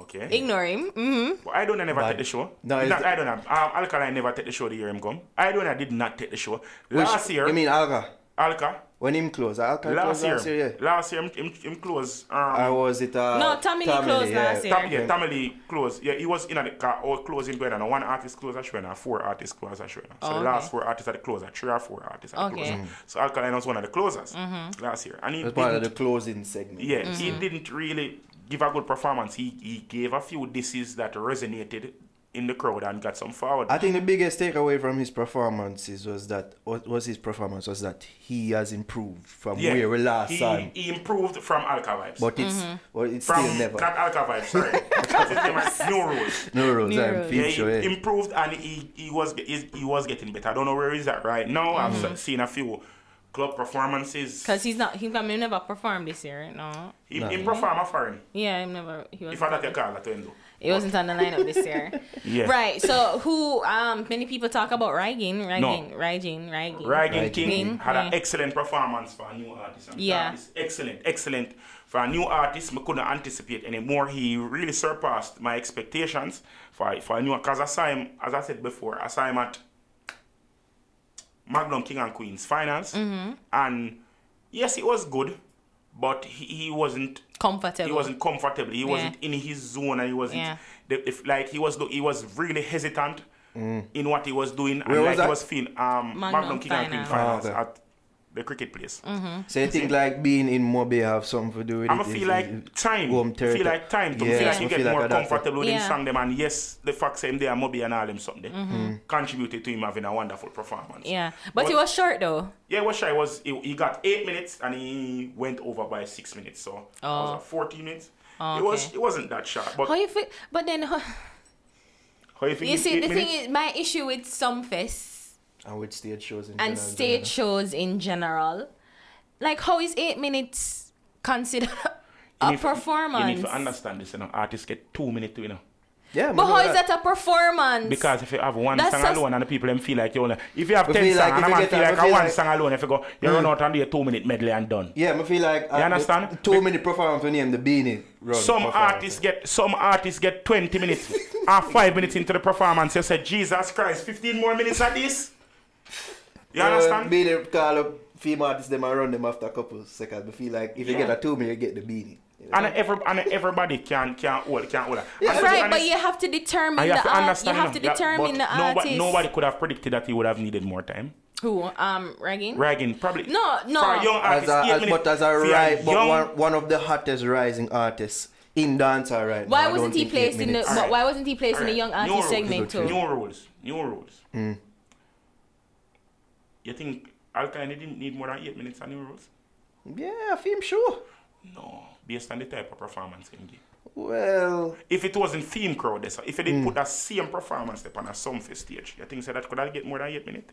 S4: Okay.
S5: Ignore him. Mm-hmm.
S4: But I don't I never
S3: But-
S4: take the show.
S3: No,
S4: No,
S3: it's-
S4: I don't have. Um, Alkaline never take the show the year him come. I don't I did not take the show. Last year,
S3: You mean Alga?
S4: Alka.
S3: When him close, Alga
S4: Last
S3: close
S4: year,
S3: last year, yeah.
S4: last year, him, him, him close.
S3: I
S4: Um,
S3: was it uh,
S5: No, Tommy Lee
S3: Tommy
S5: close last year.
S4: Tam, yeah, Tamale close. Yeah, he was in a car all closing going on. One artist close at Shrena, uh, four artists close at Shrena. So
S5: Oh,
S4: the
S5: okay.
S4: last four artists at the closer, three or four artists at the
S5: Okay. Mm-hmm.
S4: closer. So Alkaline was one of the closers last year. And he
S3: That's part of
S4: didn't
S3: the closing segment.
S4: Yeah, he
S5: Mm-hmm.
S4: didn't really give a good performance. He he gave a few disses that resonated in the crowd and got some forward.
S3: I think the biggest takeaway from his performances was that what was his performance was that he has improved from
S4: yeah,
S3: where we last
S4: he,
S3: time.
S4: he improved from Alka vibes.
S3: But it's
S5: Mm-hmm.
S3: well, it's
S4: from
S3: still never
S4: not Alka vibes, sorry. What's his name? Like, New rules.
S3: no rules.
S5: New
S3: I'm
S5: Rules.
S4: Yeah,
S3: pretty
S4: he
S3: sure. Yeah.
S4: improved and he, he was he, he was getting better. I don't know where he's at right now. I've seen a few club performances.
S5: Cause he's not. He, I mean, he never performed this year. No.
S4: He, he perform a foreign.
S5: Yeah, he never. He was.
S4: If I that you call that to him, though.
S5: It wasn't on the lineup this year.
S4: Yeah.
S5: Right. So who? Um. Many people talk about Rygin. Rygin.
S4: No.
S5: Rygin. Rygin.
S4: Ragin
S3: Ragin
S4: King
S5: King,
S4: had an
S5: yeah.
S4: excellent performance for a new artist. I'm
S5: Yeah.
S4: sorry, it's excellent, excellent. For a new artist, I couldn't anticipate anymore. He really surpassed my expectations for, for a new Because I saw him, as I said before, I saw him at Magnum King and Queen's finals.
S5: Mm-hmm.
S4: And yes, it was good, but he, he wasn't
S5: Comfortable.
S4: he wasn't comfortable. He wasn't in his zone, and he wasn't.
S5: Yeah.
S4: The, if like he was, he was really hesitant in what he was doing,
S3: Mm. Where
S4: and
S3: was
S4: like
S3: that?
S4: he was feeling um,
S5: Magnum Mm-hmm.
S4: Magnum King and Queen
S5: Finals.
S4: finals
S3: Ah, okay.
S4: at the cricket place.
S3: So you think like being in Moby have something to do with
S4: I'm
S3: it?
S4: gonna feel
S3: Is-
S4: like time,
S3: home territory.
S4: feel like time, to
S3: Yeah,
S4: feel like
S3: I
S4: you
S3: feel
S4: get
S3: like
S4: more
S3: I don't-
S4: comfortable with
S5: Yeah. Mm-hmm.
S4: him song them, and yes, the fact same day Moby and all them something
S3: Mm-hmm.
S4: contributed to him having a wonderful performance.
S5: Yeah. But
S4: But-
S5: he was short though.
S4: Yeah, what shy was he, he got eight minutes and he went over by six minutes, so it was
S5: Oh.
S4: at 14 minutes.
S5: Oh,
S4: It was
S5: okay.
S4: it wasn't that short, but
S5: How you feel? But then, how,
S4: how you, think
S5: you
S4: it's
S5: see,
S4: eight
S5: the
S4: minutes?
S5: thing is, my issue with some fests
S3: and with stage shows in
S5: and
S3: general,
S5: stage shows in general. Like, how is eight minutes considered
S4: You
S5: a
S4: need to- You
S5: performance?
S4: need to understand this, you know. Artists get two minutes, you know.
S3: Yeah,
S5: but how is that a performance?
S4: Because if you have one
S5: That's
S4: song
S5: sus-
S4: alone and the people them feel like you only if you have
S3: We
S4: ten
S3: feel
S4: songs
S3: like
S4: and a
S3: if you
S4: man
S3: get
S4: feel
S3: a-
S4: like
S3: we
S4: a
S3: feel
S4: one
S3: like-
S4: song alone, if you go you run
S3: Mm.
S4: out and do a two minute medley and done.
S3: Yeah, I feel like uh,
S4: You understand?
S3: The, too many performance when him the beanie. Run
S4: Some
S3: performance.
S4: artists get some artists get twenty minutes or five minutes into the performance. You say, Jesus Christ, fifteen more minutes of this. You
S3: Uh,
S4: understand?
S3: beanie call up female artists them and run them after a couple seconds. But feel like if you get a two minute, you get the beanie. You know?
S4: And every and everybody can can hold can hold. And to be
S5: right, but
S4: honest,
S5: you have to determine
S4: and
S5: the
S4: you have to
S5: art. You
S4: understand.
S5: have to
S4: you know, yeah,
S5: determine
S4: but
S5: the
S4: nobo-
S5: artist.
S4: Nobody could have predicted that he would have needed more time.
S5: Who? Um, Regan?
S4: Ragging, probably.
S5: No, no.
S4: For a young
S3: as
S4: artist,
S3: a,
S4: eight
S3: as,
S4: minutes-
S3: but as a
S4: for a
S3: right, but
S4: young-
S3: one, one of the hottest rising artists in dance right now.
S5: Why
S3: I don't
S5: wasn't he
S3: think eight
S5: placed in the?
S3: minutes-
S5: but
S4: Alright.
S5: Why wasn't he placed in the
S4: Alright,
S5: young
S4: new
S5: artist
S4: rules.
S5: segment too?
S4: New rules. New rules.
S3: Mm.
S4: You think Alkaline didn't need more than eight minutes on new rules?
S3: Yeah, I feel sure.
S4: No, based on the type of performance him give.
S3: Well,
S4: If it wasn't theme crowd, so if it
S3: Mm.
S4: didn't put that same performance upon a some stage, you think so that could I get more than eight minutes?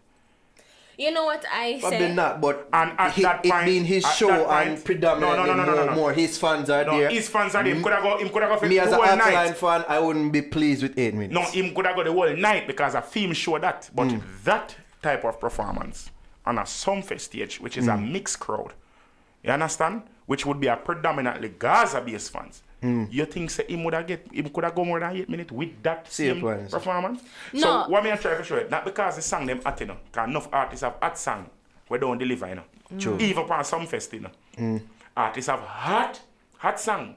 S5: You know what I
S3: probably
S5: say?
S3: not, but uh,
S4: And at
S3: he-
S4: that
S3: it
S4: point-
S3: being his
S4: at
S3: show
S4: that point-
S3: and predominantly
S4: No, no, no, no, no,
S3: more,
S4: no.
S3: more his fans are
S4: No,
S3: there.
S4: his fans are there. Him could have go. Him could have go for
S3: Me
S4: the
S3: as a
S4: whole
S3: Alkaline
S4: night.
S3: fan, I wouldn't be pleased with eight minutes.
S4: No, him could have got the whole night because a theme show that.
S3: Hmm.
S4: But that type of performance on a Sumfest stage, which is a
S3: Hmm.
S4: mixed crowd, you understand? Which would be a predominantly Gaza-based fans.
S3: Hmm.
S4: You think say him would have get him could have go more than eight minutes with that
S3: See your
S4: same
S3: point, sir.
S4: performance?
S5: No.
S4: So what me I try to show it, not because the song them at you know, 'cause enough artists have hot song we don't deliver you know.
S3: Hmm.
S4: Even upon Sumfest you know. Artists have hot, hot song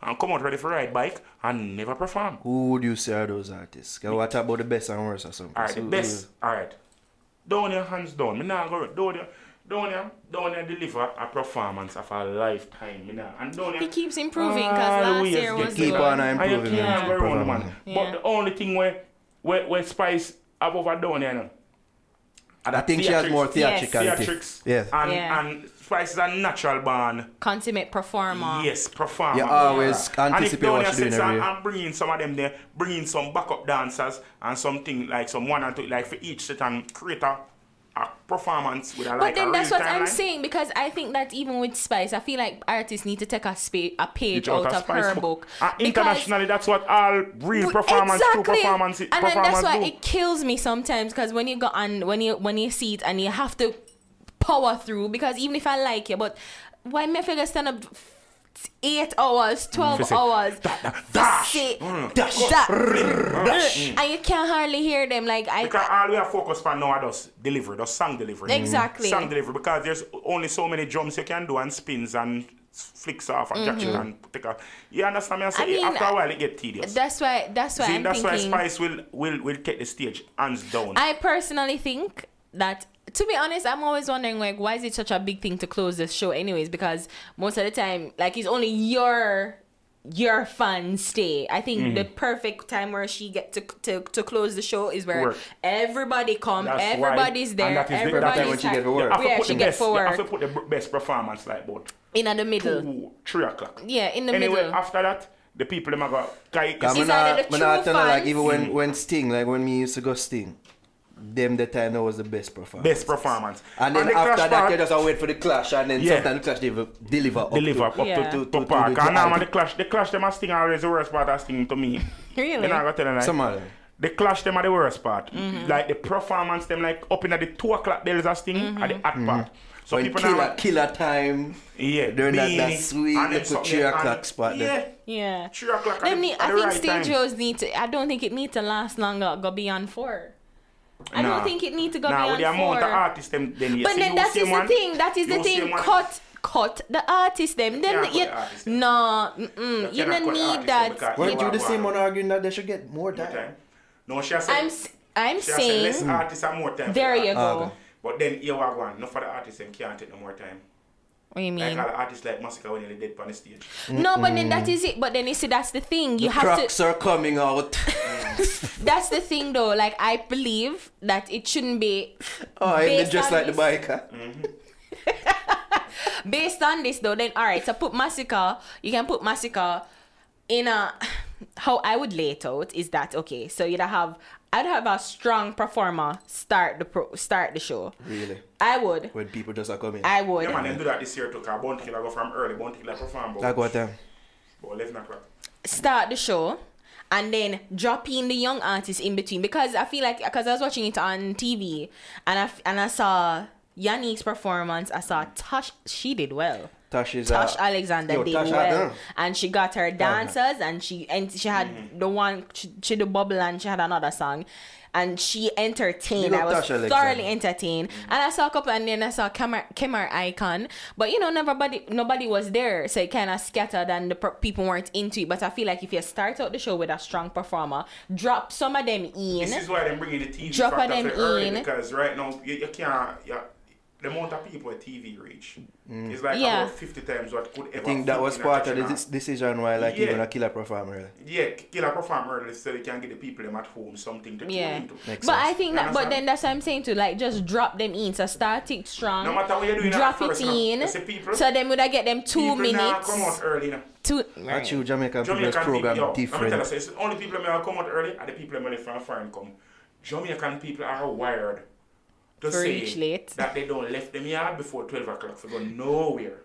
S4: and come out ready for ride bike and never perform.
S3: Who would you say are those artists? Can what about the best and worst or something?
S4: All right,
S3: So,
S4: the best. All right. Down your hands down. Me nah go down your down your down your deliver a performance of a lifetime. Me nah and down your.
S5: He keeps improving because last
S4: Always
S5: year
S4: Ah, get
S5: was
S4: better.
S3: Keep on
S5: good.
S3: I'm-
S4: And you
S3: improving,
S4: can't
S3: man.
S4: go around, man.
S5: Yeah.
S4: But the only thing where where, where Spice have over down here, you know,
S3: I think she has more theatricality.
S4: theatrics.
S3: Yes.
S4: And
S5: Yeah.
S4: and Spice is a natural born.
S5: Consummate performer.
S4: Yes, performer.
S3: You always
S4: And if
S3: anticipate
S4: down
S3: what
S4: here
S3: you're doing
S4: sits
S3: every
S4: and,
S3: year.
S4: and bring in some of them there, bring in some backup dancers and something like some one and two, like for each set and create a, a performance with a
S5: But
S4: like a
S5: then that's
S4: real
S5: what I'm
S4: timeline.
S5: saying because I think that even with Spice, I feel like artists need to take a, spa- a page
S4: It's
S5: out,
S4: a
S5: of
S4: Spice
S5: her
S4: book.
S5: book.
S4: And
S5: because-
S4: internationally, that's what all real performance, true performance,
S5: and
S4: performance
S5: then that's why
S4: do.
S5: it kills me sometimes because when you go on, when you when you see it and you have to power through because even if I like you, but why me figure stand up f- eight hours, twelve
S4: Fi say,
S5: hours,
S4: da, da,
S5: fi
S4: dash, Mm.
S5: say,
S3: dash,
S5: da- and you can't hardly hear them. Like
S4: Because
S5: I,
S4: all we are focused on now are just delivery, just song delivery.
S5: Mm. Exactly.
S4: Song delivery because there's only so many drums you can do and spins and flicks off and jacket and take off. You understand me? I, say,
S5: Mm-hmm. I mean,
S4: after a while it get tedious.
S5: that's why that's why
S4: See,
S5: I'm
S4: that's
S5: thinking.
S4: why Spice will, will will take the stage hands down.
S5: I personally think that to be honest, I'm always wondering like why is it such a big thing to close this show anyways? Because most of the time, like it's only your your fans stay. I think
S4: Mm-hmm.
S5: the perfect time where she get to to, to close the show is where
S4: Work.
S5: everybody come,
S4: That's why-
S5: everybody's
S4: and
S5: there,
S4: that is the- that
S5: everybody's
S4: time when
S3: she get
S5: happy.
S3: to
S4: You have to
S5: We
S4: put
S5: actually
S4: the
S5: get
S4: best, You have to
S5: forward.
S4: put the b- best performance like about
S5: in at the middle.
S4: two, three o'clock.
S5: Yeah, in the
S4: anyway,
S5: middle.
S4: after that, the people them are go. Kai,
S3: I'm
S5: These are
S3: not,
S5: the
S3: I'm not
S5: true
S3: telling like
S5: fans.
S3: even
S4: Mm.
S3: when when Sting, like when we used to go Sting, them the time that was the best performance.
S4: best performance.
S3: And then
S4: the Clash
S3: after that,
S4: part-
S3: you just wait for the clash, and then
S4: Yeah.
S3: sometimes the clash they deliver up
S4: deliver up
S3: to,
S4: to,
S5: Yeah.
S3: to,
S4: to, to, park.
S3: the-
S4: And now man, the clash, the clash, them a sting always the worst part of sting to me.
S5: Really?
S4: You know, I gotta tell you, like,
S3: Some of them.
S4: the clash them are the worst part.
S5: Mm-hmm.
S4: Like the performance them like up in at the two o'clock bells are sting at
S5: Mm-hmm.
S4: the hot part.
S3: Mm-hmm.
S4: So
S3: When
S4: people
S3: killer,
S4: now
S3: killer time.
S4: yeah,
S3: during that-
S4: beanie,
S3: that sweet
S4: and them
S3: little
S4: something,
S3: three
S4: and-
S3: o'clock spot there.
S4: Yeah,
S5: Yeah.
S4: three o'clock. at
S5: Them
S4: the-
S5: need,
S4: at
S5: I
S4: the
S5: think
S4: right
S5: stage
S4: time.
S5: shows need to. I don't think it need to last longer. Go beyond four. I
S4: Nah.
S5: don't think it need to go
S4: Nah, with
S5: beyond
S4: the amount
S5: four.
S4: of artists them, then yes,
S5: but then
S4: you
S5: that
S4: see
S5: is the
S4: one,
S5: thing. That is the
S4: you see
S5: thing.
S4: one-
S5: Cut, cut the artist them. Then
S4: Yeah, cut
S5: you,
S4: the artist them.
S5: no, mm-mm,
S4: You
S5: you
S4: cannot
S5: don't
S4: cut the
S5: need
S4: artist them
S5: that.
S4: because
S3: Weren't
S4: You
S3: you
S4: are
S3: the same
S4: one.
S3: one arguing that they should get more time?
S4: Okay. No, she has said.
S5: I'm s- I'm
S4: she has said less
S5: saying
S4: artists and more time. for
S5: there
S4: the
S5: you
S4: artist.
S5: go.
S3: Ah, okay.
S4: But then here we are going. Enough of the artists them can't take no more time.
S5: What do you
S4: Like
S5: mean?
S4: all the artists like Massacre when they dead on the stage.
S5: No, but then that is it. But then you see that's the thing. You
S3: Mm. the
S5: have to.
S3: cracks are coming out.
S5: That's the thing though. Like I believe that it shouldn't be
S3: oh, and they
S5: Based
S3: just
S5: on
S3: like the
S5: this-
S3: biker.
S4: Mm.
S5: based on this though. Then all right, so put massacre. You can put massacre in a how I would lay it out is that okay? So you'd have I'd have a strong performer start the pro, start the show.
S3: Really?
S5: I would.
S3: When people just are coming.
S5: I would.
S4: Yeah, man, them do that this year too. Cause Bounty Killer go from early. Bounty Killer perform about
S3: like what um, time?
S4: about eleven o'clock.
S5: start the show and then drop in the young artists in between because I feel like because I was watching it on TV and I f- and I saw Yannick's performance. I saw Tosh. She did well.
S3: Tash is
S5: Tosh
S3: uh,
S5: Alexander
S3: yo,
S5: did
S3: Tash
S5: well,
S3: Alexander.
S5: and she got her dancers, and she and she had
S3: Mm-hmm.
S5: the one she, she did bubble, and she had another song, and she entertained.
S3: Big up
S5: I was
S3: Tash Alexander.
S5: thoroughly entertained, and I saw a couple, and then I saw Kemar Kemar Icon, but you know, nobody nobody was there, so it kind of scattered, and the per- people weren't into it. But I feel like if you start out the show with a strong performer, drop some of them
S4: This
S5: in.
S4: is why them bringing the TV
S5: Drop
S4: factor
S5: them
S4: for early
S5: in.
S4: because right now you, you can't. You, the amount of people at TV reach is like
S5: Yeah.
S4: about fifty times what could ever.
S3: I Mm. think that was part of the dis- decision why, like,
S4: Yeah.
S3: even a killer performer.
S4: Yeah, Killer perform early so they can get the people them at home something to tune
S5: Yeah,
S4: into.
S3: Makes
S5: but
S3: sense.
S5: I think
S4: You
S5: that, but
S4: understand?
S5: then that's what I'm saying too. Like, just drop them in. So start it strong.
S4: No matter what you do, you know,
S5: drop it
S4: first, no.
S5: in.
S4: You see people-
S5: so then would I get them two
S4: people Now
S5: minutes?
S4: come out early. Now.
S5: Two.
S3: Actually, Jamaican people's
S4: Jamaican people,
S3: program
S4: yo, let me tell you,
S3: different.
S4: so it's the only people that come out early are the people that from foreign come. Jamaican people are wired to
S5: For
S4: say
S5: each late.
S4: that they don't left them yard before 12 o'clock for go nowhere.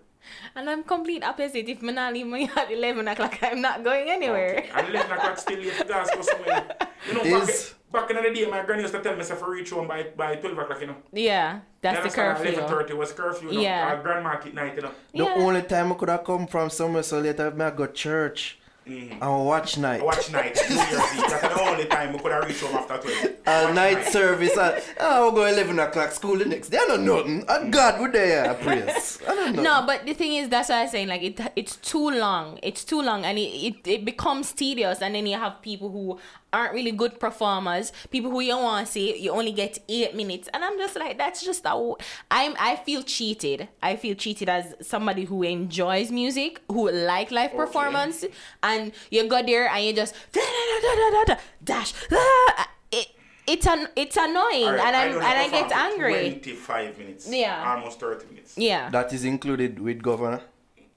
S5: And I'm complete opposite. If I'm not leaving my yard at 11 o'clock, I'm not going anywhere.
S4: And 11 o'clock still late for gas go somewhere. You know,
S3: Is-
S4: back, back in the day, my granny used to tell me if I reach home by, by 12 o'clock, you know.
S5: Yeah, that's the curfew.
S4: 11.30 was curfew, you know.
S5: Yeah.
S4: Our grandma at night, you know.
S3: The
S5: Yeah.
S3: only time I could have come from somewhere so late, I might go church
S4: Mm.
S3: and watch night.
S4: Watch night, New Year's Eve. That's the only time we could have reached home after 12.
S3: A
S4: Watch
S3: Uh, night service. And, oh, we go 11 o'clock school the next day. I don't know nothing. And God, we there, praise. I don't know.
S5: No, but the thing is, that's what I'm saying. Like, it, it's too long. It's too long, and it, it, it becomes tedious. And then you have people who aren't really good performers, people who you don't want to see. You only get eight minutes, and I'm just like, that's just a. w- I'm I feel cheated. I feel cheated as somebody who enjoys music, who like live performance, and you go there and you just da da da da da da dash. da- It, it's an it's annoying,
S4: All right,
S5: and I'm
S4: don't
S5: and
S4: have
S5: I
S4: a farm
S5: get
S4: for
S5: angry.
S4: 25 minutes.
S5: Yeah.
S4: Almost 30 minutes.
S5: Yeah.
S3: That is included with governor.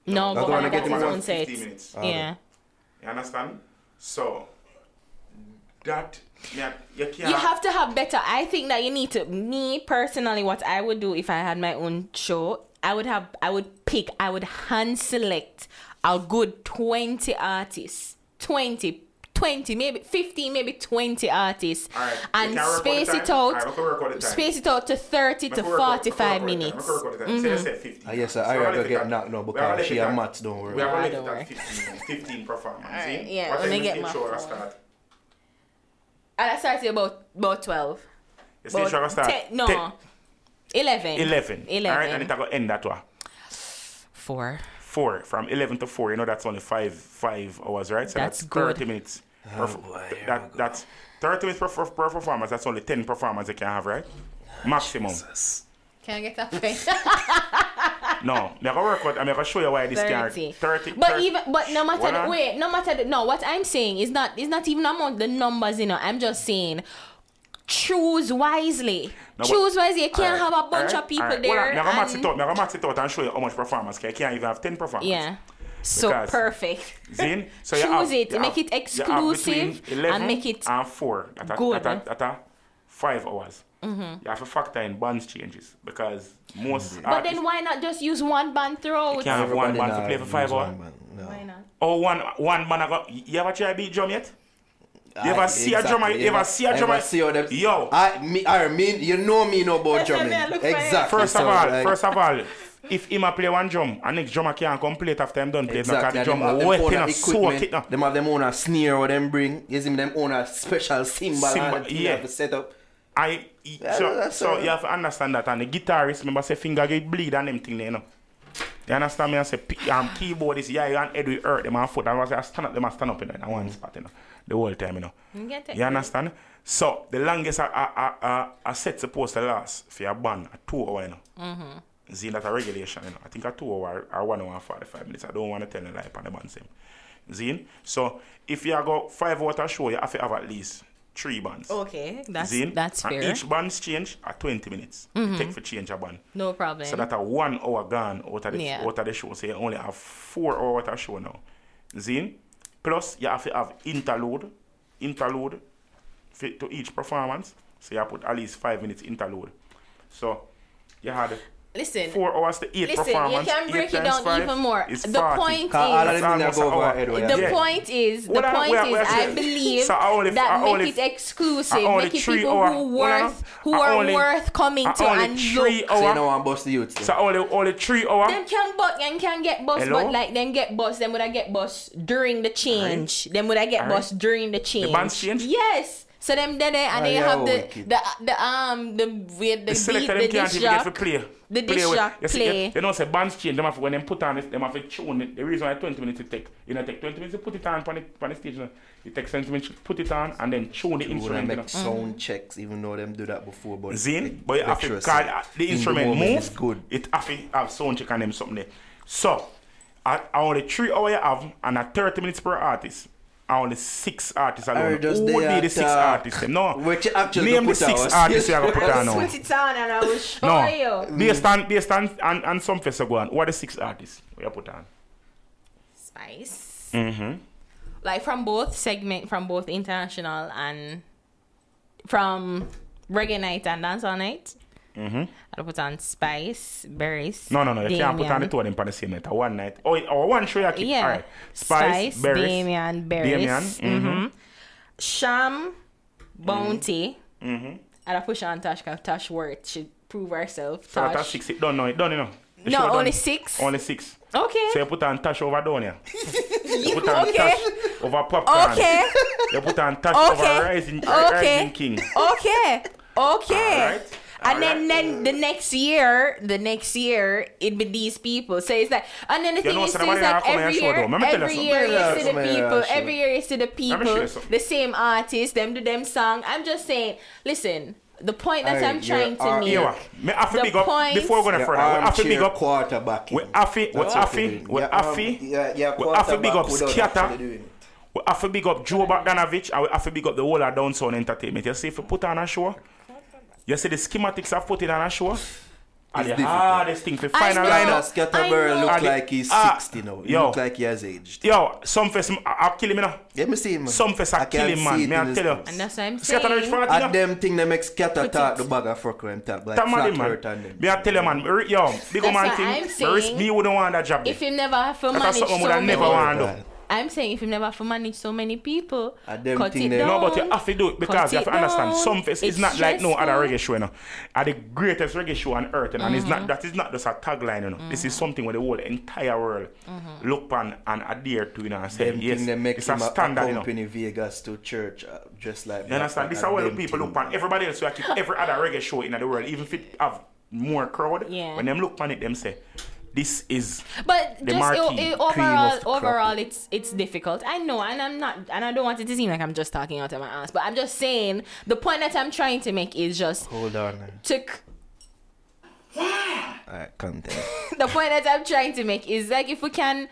S5: no,
S3: That's
S5: but
S3: why I
S5: I
S3: get
S5: got his
S3: more.
S5: own set.
S4: 50 minutes.
S5: Yeah.
S4: You understand? So, that, yeah, you can't.
S5: You have to have better. I think that you need to. Me personally, what I would do if I had my own show, I would have. I would pick. I would hand select a good twenty artists. 20, 20 20, maybe 15, maybe 20 artists
S4: Alright,
S5: and
S4: we can work all the
S5: space it
S4: time.
S5: out.
S4: Alright, we can work all the time.
S5: Space it out to 30
S4: Me
S5: to
S4: could work out-
S5: 45
S4: me could work
S5: minutes. Mm-hmm.
S4: out all the time. Me could work all the time. Say I said 50.
S3: Ah, yes, sir.
S4: So
S3: Ira
S4: I'll
S3: go
S4: let
S3: get
S4: it at-
S3: knocked now
S4: we
S3: because
S4: will let
S3: she
S4: it
S3: a
S4: at-
S3: maths, don't worry.
S4: We have
S5: Ah,
S4: only
S5: don't worry.
S4: 15, 15 performance.
S5: Alright,
S4: see?
S5: yeah,
S4: What
S5: let me
S4: time
S5: get
S4: is
S5: my
S4: the show
S5: phone.
S4: start?
S5: And I started about, about 12.
S4: The
S5: about
S4: show start.
S5: 10 no.
S4: Ten-
S5: 11.
S4: 11.
S5: 11.
S4: Alright, and it's going to end that way.
S5: Four.
S4: 4. From 11 to 4. You know, that's only 5 five hours, right? So
S5: That's
S4: that's,
S5: good.
S4: 30 minutes. per-
S3: Oh, boy, here we
S4: that,
S3: go.
S4: that's 30 minutes per, per, per performance. That's only 10 performances you can have, right? Maximum.
S5: Can I get that pen?
S4: No, I'm gonna work out. I'm gonna show you why this can't.
S5: 30.
S4: 30.
S5: But
S4: 30.
S5: even but no matter
S4: Hold
S5: the,
S4: on.
S5: wait, no matter the, no, what I'm saying is not it's not even among the numbers, you know. I'm just saying choose wisely.
S4: No, but-
S5: choose wisely. You can't
S4: Alright,
S5: have a bunch
S4: alright,
S5: of people
S4: alright. Hold on,
S5: there.
S4: I'm gonna match
S5: and-
S4: it out. I'm gonna match it out and show you how much performance. Okay, I can't even have 10 performances.
S5: yeah. So
S4: Because-
S5: perfect.
S4: Zin, so you
S5: choose
S4: have,
S5: it,
S4: you
S5: make
S4: have-
S5: it
S4: you have
S5: exclusive
S4: between 11
S5: and make it
S4: and four at a,
S5: good. Mm-hmm.
S4: At a, at a five hours. You have to factor in bands changes because most.
S5: But then why not just use one band throughout?
S4: can't have one
S3: Everybody
S4: man
S3: nah
S4: to play for five
S3: use
S4: hours.
S3: one man, no.
S5: Why not?
S4: Oh, one one man. I got, you ever try beat drum yet? You ever
S3: Aye,
S4: see a drummer? You ever see a drummer?
S3: Ever see how them?
S4: Yo.
S3: I me, I mean, you know me no about
S5: That's why me,
S3: drumming.
S5: I look for it.
S3: Exactly.
S4: First of
S3: so,
S4: all,
S3: like,
S4: first of all, if him a play one drum, and next drummer can't come play it after him done play it,
S3: Exactly.
S4: because the
S3: and them have
S4: drum
S3: them
S4: wet
S3: own
S4: in a soak it
S3: equipment.
S4: now.
S3: Them have them own a snare or them bring. You see them own a special cymbal
S4: Cymbal,
S3: and
S4: yeah.
S3: yeah. have to set up.
S4: I e-
S3: Yeah,
S4: so,
S3: that's
S4: so
S3: all.
S4: you have to understand that and the guitarist remember say finger get bleed and them thing there, you know. You understand me? I say p- um, keyboard is yeah, you and head will hurt them and foot and I say I stand up them I stand up in, in
S3: Mm.
S4: one spot, you know, the whole time, you know.
S5: You get it.
S4: You understand? So the longest a, a, a, a, a set supposed to last for your band a two hour, you know. Mm-hmm. See that's a regulation, you know. I think a two hour or one hour and forty five minutes. I don't want to tell you like on the band same. Zine. So if you go five hour to show, you have to have at least three bands.
S3: Oh,
S5: Okay, that's
S4: Zin,
S5: that's
S4: and
S5: fair. Mm-hmm.
S4: Each band's change at 20 minutes. It take for change a band.
S5: no problem.
S4: So that a one hour gone out of, the,
S5: Yeah.
S4: out of the show. So you only have four hours out of show now. Zin. Plus you have to have interlude. Interlude fit to each performance. So you put at least five minutes interlude. So you had
S5: Listen,
S4: four hours to eight
S5: Listen, you
S4: performance. E
S5: can
S4: Eight
S5: break it
S4: times
S5: down
S4: five
S5: even more.
S4: is
S5: The
S4: 40.
S5: point
S3: Cause all of
S4: is-
S3: them things that go over our head.
S4: Almost
S3: well,
S4: an
S5: The
S4: Oh, Yeah.
S5: point is, the
S4: What I-
S5: point
S4: what I-
S5: is,
S4: what I
S5: I
S4: said.
S5: believe
S4: So I only-
S5: that
S4: I
S5: make
S4: only-
S5: it exclusive,
S4: I only
S5: make it
S4: three
S5: people
S4: hour-
S5: who
S4: hold on.
S5: worth, who
S4: I
S5: are
S4: only-
S5: worth coming
S4: I
S5: to
S4: only
S5: and
S4: three
S5: look.
S3: So you
S4: hour.
S3: know I'm bust the youths.
S4: Oh, uh, So only only three hour.
S5: Them can but and can get bus,
S4: Hello?
S5: but like them get bus, them would I get bus during the change. Them would I get
S4: Alright.
S5: bus during the change.
S4: band's change? oh,
S5: Yes. So them there there, and
S3: Ah,
S5: they
S3: yeah,
S5: have the,
S3: wicked.
S5: the the um the with the,
S4: The
S5: beat
S4: selector
S5: the
S4: them can't
S5: disc
S4: even get for
S5: jock.
S4: play.
S5: The
S4: play
S5: disc
S4: with-
S5: jock
S4: you see,
S5: play.
S4: You, you know, say bands change. Them have, when them put on it, them have to tune it. The reason why 20 minutes it take, you know, take 20 minutes to put it on on the, on the stage. You know. It takes 20 minutes to put it on and then tune
S3: When
S4: the
S3: I
S4: instrument. You
S3: make
S4: know.
S3: sound checks, even though them do that before, but
S4: Mm. Zin,
S3: it-
S4: but you have to
S3: treacherous,
S4: call
S3: yeah.
S4: the
S3: In
S4: instrument
S3: moment,
S4: move.
S3: It's good.
S4: It have to have sound check and them something there. So, I, I only three hour you have and a 30 minutes per artist. I only six artists alone.
S3: Alright, just
S4: Who
S3: they
S4: need the six
S3: attack.
S4: artists? them? No.
S3: Which actually
S4: Name the
S3: put
S4: six
S3: out.
S4: artists you have to put
S5: Just
S4: on now.
S5: Put it on and I will show
S4: No,
S5: you.
S4: they stand, they stand, and, and some fest go on. What are the six artists we have put on?
S5: Spice.
S4: Mm-hmm.
S5: Like from both segment, from both international and from reggae night and dancehall night. I'll put on Spice, Berries.
S4: Mm-hmm. No, no, no, you can't put on the
S5: Damien.
S4: two of them on the same night. or One night. Oh, or one show you keep.
S5: Yeah.
S4: All right. Spice, Berries,
S5: Damien, Berries. Mm-hmm.
S4: Damien. mhm.
S5: Sham, Bounty.
S4: Mm-hmm.
S5: And I push on Tosh because Tosh worked. She prove herself.
S4: So
S5: Tosh.
S4: that's six. It done now. It done, you know. The
S5: No,
S4: show done.
S5: only six.
S4: Only six.
S5: Okay.
S4: So you put on Tash over Donia. You put on
S5: okay.
S4: Tash over Popcorn.
S5: Okay.
S4: You put on Tash
S5: Okay.
S4: over Rising,
S5: Okay.
S4: Rising King.
S5: okay okay
S4: Alright,
S5: and then
S4: alright.
S5: then the next year the next year it'd be these people so it's like and then the thing
S4: know,
S5: is,
S4: so
S5: so
S4: the
S5: it's
S4: money I
S5: like
S4: have come
S5: every
S4: here, show
S5: year
S4: them. Let me tell you
S5: every
S4: something.
S5: year you
S3: Yeah,
S5: see the
S3: come here,
S5: people
S3: show.
S5: every year you see the
S4: show
S5: people
S4: you something.
S5: the same artist them do them song i'm just saying listen the point that
S3: Aye,
S5: i'm trying
S3: you're-
S5: to
S3: uh,
S5: make
S4: Here, me have to
S5: The
S4: big up
S5: point-
S4: before we go any
S3: Your
S4: further. We have to
S3: armchair
S4: big up
S3: quarterback.
S4: We have to- we have to- we have to- we have to big up Scatter. We have to big up Joe Bogdanovich and we have to big up the whole of Downtown Entertainment. You see, if you put on a show, you see the schematics I've put it on a show, and the
S3: difficult.
S4: hardest thing to find a
S5: know.
S4: lineup.
S5: I
S3: Scatterberry
S5: know.
S4: Ah,
S3: look
S4: the-
S3: like he's
S4: ah,
S3: 60 now. He
S4: yo.
S3: look like he has aged.
S4: Yo, some fest, I'm killing me now.
S3: Let me see him.
S4: Some fest
S3: I
S4: are
S3: can
S4: killing
S3: see
S4: man.
S3: it
S4: Me
S3: in
S4: I
S3: his
S4: tell you.
S3: face.
S5: and that's what i'm
S4: Scatterberry
S5: saying
S4: party,
S3: At
S4: no?
S3: them thing, they make scatter
S5: Put
S3: talk
S5: it.
S3: the bag of fuck when talk like
S4: That
S3: flat
S4: man,
S3: hurt and
S4: man.
S3: them.
S4: Me I tell you, man. re- Yo, big up
S5: That's
S4: man
S5: what
S4: thing.
S5: I'm
S4: me risk-
S5: saying.
S4: Me wouldn't want that job.
S5: if
S4: there.
S5: you never have to
S4: That's
S5: manage
S4: something
S5: so
S4: would I
S5: many
S4: never want to do.
S3: Right.
S5: I'm saying if you never have to manage so many people,
S3: Ah, them
S5: cut
S3: thing
S5: it
S3: there.
S5: down.
S4: No, but you have to do it
S5: cut
S4: because you have to
S5: it
S4: understand
S5: down.
S4: some fest is
S5: It's
S4: not like no other
S5: stressful.
S4: reggae show, you know. Are the greatest reggae show on earth, you know, and it's
S5: Mm-hmm.
S4: not that is not just a tagline, you know. This is something where the whole entire world
S5: Mm-hmm.
S4: look on and adhere to, you know, and say
S3: Them
S4: yes,
S3: thing they make
S4: it's a
S3: him
S4: standard, you know.
S3: accompany Vegas to church uh, just like
S4: You understand? This is how
S3: them
S4: people
S3: thing.
S4: look on everybody else. who actually every other reggae show in the world, even if it have more crowd,
S5: Yeah.
S4: when them look on it, them say, "This is."
S5: But
S4: The
S5: just o-
S4: marquee,
S5: eh,
S4: cream of
S5: overall,
S4: the crop.
S5: overall, it's it's difficult. I know, and I'm not, and I don't want it to seem like I'm just talking out of my ass. But I'm just saying the point that I'm trying to make is just
S4: Oh.
S3: Hold on. uh, man.
S5: to. c-
S3: Alright, content.
S5: the point that I'm trying to make is like if we can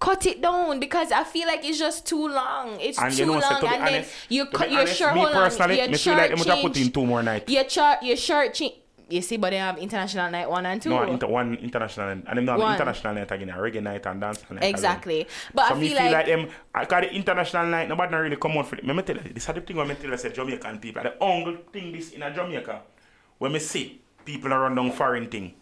S5: cut it down because I feel like it's just too long. It's
S4: And
S5: too
S4: you know,
S5: long,
S4: so to be
S5: and then
S4: honest,
S5: you
S4: to
S5: cut
S4: be
S5: your
S4: honest,
S5: shirt.
S4: me
S5: Hold
S4: personally,
S5: on,
S4: me
S5: your
S4: feel like
S5: shirt
S4: them would have put in
S5: change.
S4: two more nights.
S5: Your shirt, your shirt change. You see, but they have international night one and two.
S4: No, inter- one international and them not
S5: One.
S4: international night again, a reggae night and dance night. again.
S5: exactly, but
S4: So
S5: I
S4: me eh,
S5: feel like,
S4: them, I got the international night, nobody not really come out for it. Me, me tell you, this is the thing when me tell you, say Jamaican people, the only thing this in a Jamaica, when me see people around down foreign thing,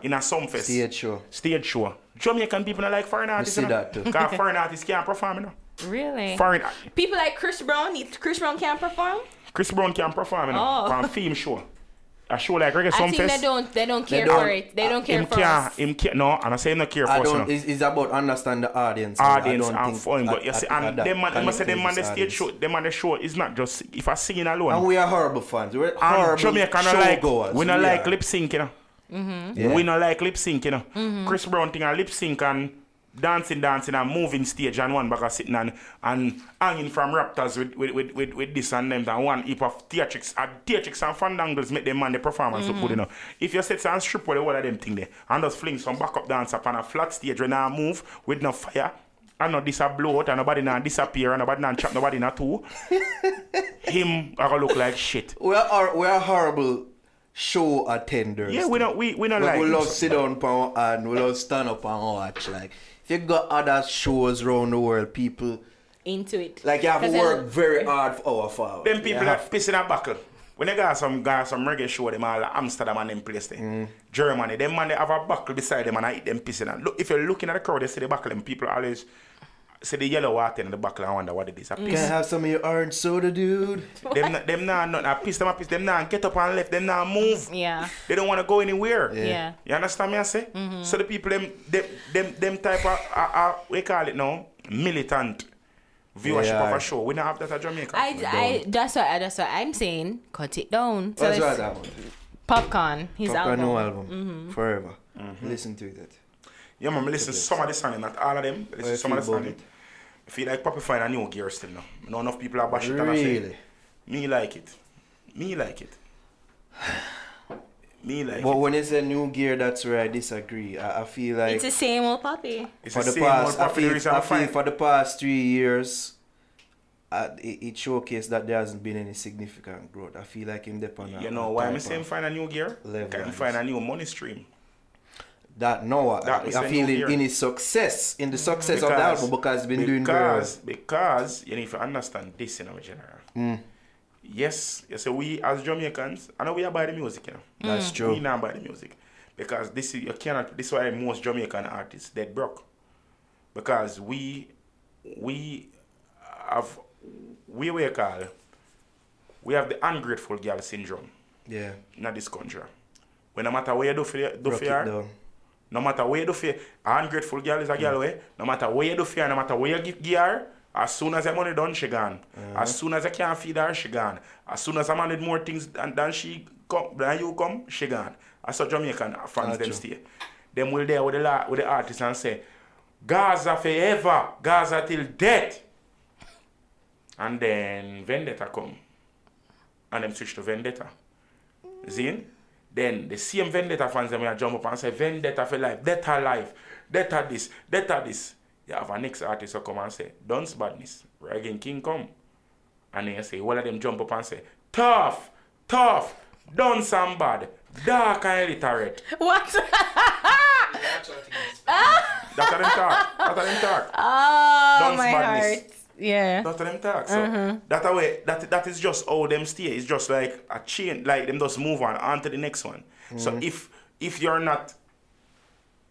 S4: in a some fest,
S3: Stage show.
S4: stage show, Jamaican people are like foreign artists.
S3: see
S4: you know?
S3: that too.
S4: Because foreign artists can't perform, you know.
S5: really
S4: Foreign,
S5: people like Chris Brown. he- Chris Brown can't perform.
S4: Chris Brown can't perform, you know,
S5: Oh.
S4: from theme show. A show like Reggae
S5: I
S4: Some
S5: think they
S4: Fest.
S5: don't. They don't care
S3: don't-
S5: for it. They don't care
S4: him
S5: for
S4: can't,
S5: us.
S4: him can't, no, and I say him not care
S3: I
S4: for us, you know.
S3: don't. It's, it's about understand the audience. and
S4: audience
S3: I don't
S4: and
S3: think-
S4: fun. But
S3: I-
S4: you see,
S3: I- I-
S4: and
S3: that
S4: them man, them say
S3: connected
S4: them man
S3: with
S4: the stage
S3: audience.
S4: show, them on the show is not just if I singing
S3: And
S4: alone.
S3: we are horrible fans. We're
S4: And
S3: horrible
S4: Jamaica no like,
S3: showgoers.
S4: we not
S3: We
S4: like
S3: are.
S4: lip sync, you know.
S3: Yeah. Mm-hmm.
S4: We not like lip sync, you know. Chris Brown thing and lip sync and dancing, dancing and moving stage and one back a sitting and, and hanging from raptors with with, with, with with this and them and one heap of theatrics and theatrics and fandangles make them man the performance look good,
S3: Mm-hmm.
S4: you know. If you sit and strip with the whole of them thing there and just fling some backup dance up on a flat stage when I move with no fire. And no this a blow out and nobody not disappear and nobody not chop nobody not too. Him I look like shit.
S3: We are hor- we are horrible show attenders.
S4: Yeah, we not we we not
S3: We,
S4: like
S3: we love
S4: so-
S3: sit down pan and we love stand up and watch. Like if you got other shows around the world, people
S5: Into it.
S3: like you have to
S5: 'Cause then-
S3: work very hard for our father.
S4: Them people are pissing a buckle. When they got some guy, some reggae show, them all like Amsterdam and them place there.
S5: Mm.
S4: Germany, them man they have a buckle beside them and I eat them pissing. And look, if you're looking at the crowd, they see the buckle, and people always see the yellow water in the buckle and wonder what it is. A
S3: Can I
S4: piss.
S3: have some of your orange soda, dude?
S5: Mm.
S4: them, not- them not nothing. I piss them, I piss them not get up and left. Them not move.
S5: Yeah.
S4: They don't want to go anywhere.
S5: Yeah. Mm-hmm.
S4: You understand me? I say. So the people them them them, them type of uh, uh, we call it now militant viewership
S3: Yeah.
S4: of a show. We don't have that at Jamaica.
S5: I, I, that's what I, that's what I'm saying. Cut it down. So
S3: That's right,
S5: it's
S3: that one.
S5: popcorn. His
S3: Papa
S5: album. Mm-hmm.
S3: No album. Forever.
S4: Mm-hmm.
S3: Listen to that.
S4: Yeah, man, I listen to some of the songs, not all of them. I listen
S3: I
S4: to some of the
S3: feel about
S4: songs.
S3: it.
S4: I feel like Poppy find a new gear still now. Not enough people are bashing it. And I
S3: Really?
S4: say, me like it. Me like it. Me like
S3: But
S4: it.
S3: when it's a new gear, that's where I disagree. I, I feel like
S5: It's the same old puppy.
S4: It's
S3: for
S4: the
S3: the
S4: same old
S3: past, I
S4: Poppy
S3: feel,
S4: there is
S3: I
S4: on
S3: feel
S4: fire.
S3: for the past three years, uh, it, it showcased that there hasn't been any significant growth. I feel like him depend on
S4: You know why
S3: type
S4: I'm
S3: of-
S4: saying find a new gear?
S3: level
S4: Can
S3: and
S4: find a new money stream.
S3: that no, I-
S4: That is
S3: I,
S4: a
S3: feel
S4: new
S3: in,
S4: gear.
S3: in his success, in the
S5: Mm-hmm.
S3: success of the album because it's been doing very well.
S4: because, Because you need to understand this in our general.
S3: Hmm.
S4: Yes, you see, we as Jamaicans, I know we are by the music, you know.
S3: That's Mm. true.
S4: We not by the music. Because this is you cannot this is why most Jamaican artists they broke. Because we we have we we call we have the ungrateful girl syndrome
S3: Yeah,
S4: in this country. When no matter where you do for, the- do
S3: broke
S4: for
S3: it
S4: her,
S3: down.
S4: no matter where you do fear, an ungrateful girl is a girl way. No matter where you do fear, no matter where you give, give her, as soon as her money done, she gone. As soon as I can't feed her, she gone. As soon as a man need more things than, than she come, than you come, she gone. As so Jamaican fans them
S3: Gotcha.
S4: stay. Them will there with the la, with the artist and say, Gaza forever, Gaza till death. And then vendetta come. And them switch to vendetta. Zin? Then the same vendetta fans them will jump up and say vendetta for life, death are life, death are this, death are this. You have a next artist who come and say, Dunce badness, Reagan King come. And then you say, all of them jump up and say, tough, tough, dunce and bad, dark and illiterate.
S5: What?
S4: That's how them talk. That's how them talk.
S5: Oh
S4: Dunce
S5: my
S4: badness.
S5: heart. Yeah.
S4: That's how them talk. So that a way that that is just how them stay. It's just like a chain, like them just move on on to the next one. So if if you're not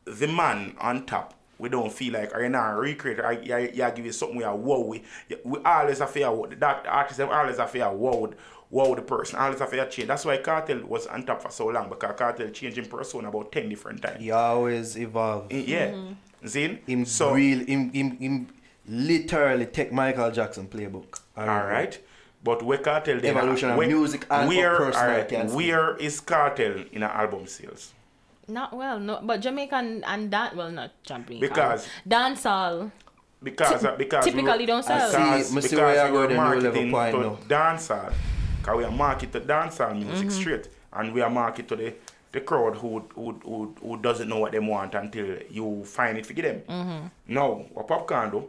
S4: the man on top, we don't feel like or you know recreate or you, you, you give you something we are wow we, we always have fear that artist them always have fear wow wow the person always have fear change that's why cartel was on top for so long because cartel changing person about 10 different times
S3: He always evolve.
S4: yeah Zin
S3: Him
S4: so
S3: real, him, him, him literally take Michael Jackson playbook.
S4: all right but we cartel then-
S3: Evolution of music and
S4: where,
S3: of personality
S4: alright,
S3: and skill.
S4: where is cartel in our album sales
S5: Not well, no, but Jamaican and that well, not Jamaican.
S4: Because-
S5: dancehall.
S4: because
S5: Typ-
S4: because
S5: typically
S4: we,
S5: don't sell.
S3: I
S4: because,
S3: see, me see
S4: because
S3: where you're
S4: we were
S3: going to new
S4: marketing
S3: level point
S4: to
S3: now.
S4: dancehall because we are market to dancehall music
S5: Mm-hmm.
S4: straight and we are market to the the crowd who who, who who doesn't know what they want until you find it for them
S5: Mm-hmm.
S4: now what popcorn do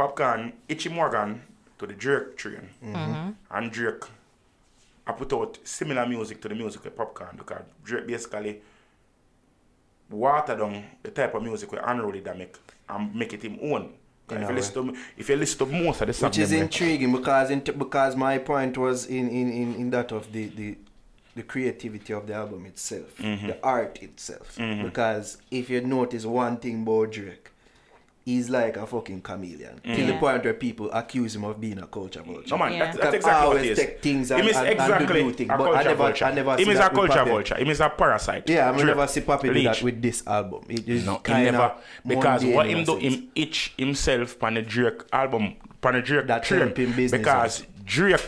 S4: popcorn Itchy Morgan to the Drake train and Drake I put out similar music to the music with popcorn because Drake basically water down the type of music with Unruly that make and make it him own. 'Cause
S3: In
S4: If
S3: a
S4: you, listen to, if you listen to most of the songs,
S3: Which is
S4: them,
S3: intriguing because in because my point was in, in, in, in that of the, the the creativity of the album itself,
S4: Mm-hmm.
S3: the art itself. Because if you notice one thing about Drake, he's like a fucking chameleon. To the
S5: Yeah.
S3: point where people accuse him of being a culture vulture.
S4: Mm-hmm. no man,
S5: Yeah.
S4: that's, that's
S3: Can
S4: exactly what
S3: always
S4: it is.
S3: take things and-
S4: Him is
S3: and- and do new thing,
S4: a
S3: but I
S4: culture
S3: never- I
S4: vulture.
S3: never
S4: Him
S3: see
S4: is a
S3: that with
S4: culture
S3: Papillon.
S4: vulture. Him is a parasite.
S3: Yeah, I mean,
S4: Drake,
S3: never see Papi do that
S4: Leech.
S3: with this album. It is
S4: No, he
S3: kind
S4: never because what him
S3: him
S4: do him itch himself on the Drake album on the Drake
S3: That
S4: train
S3: help him business
S4: because Drake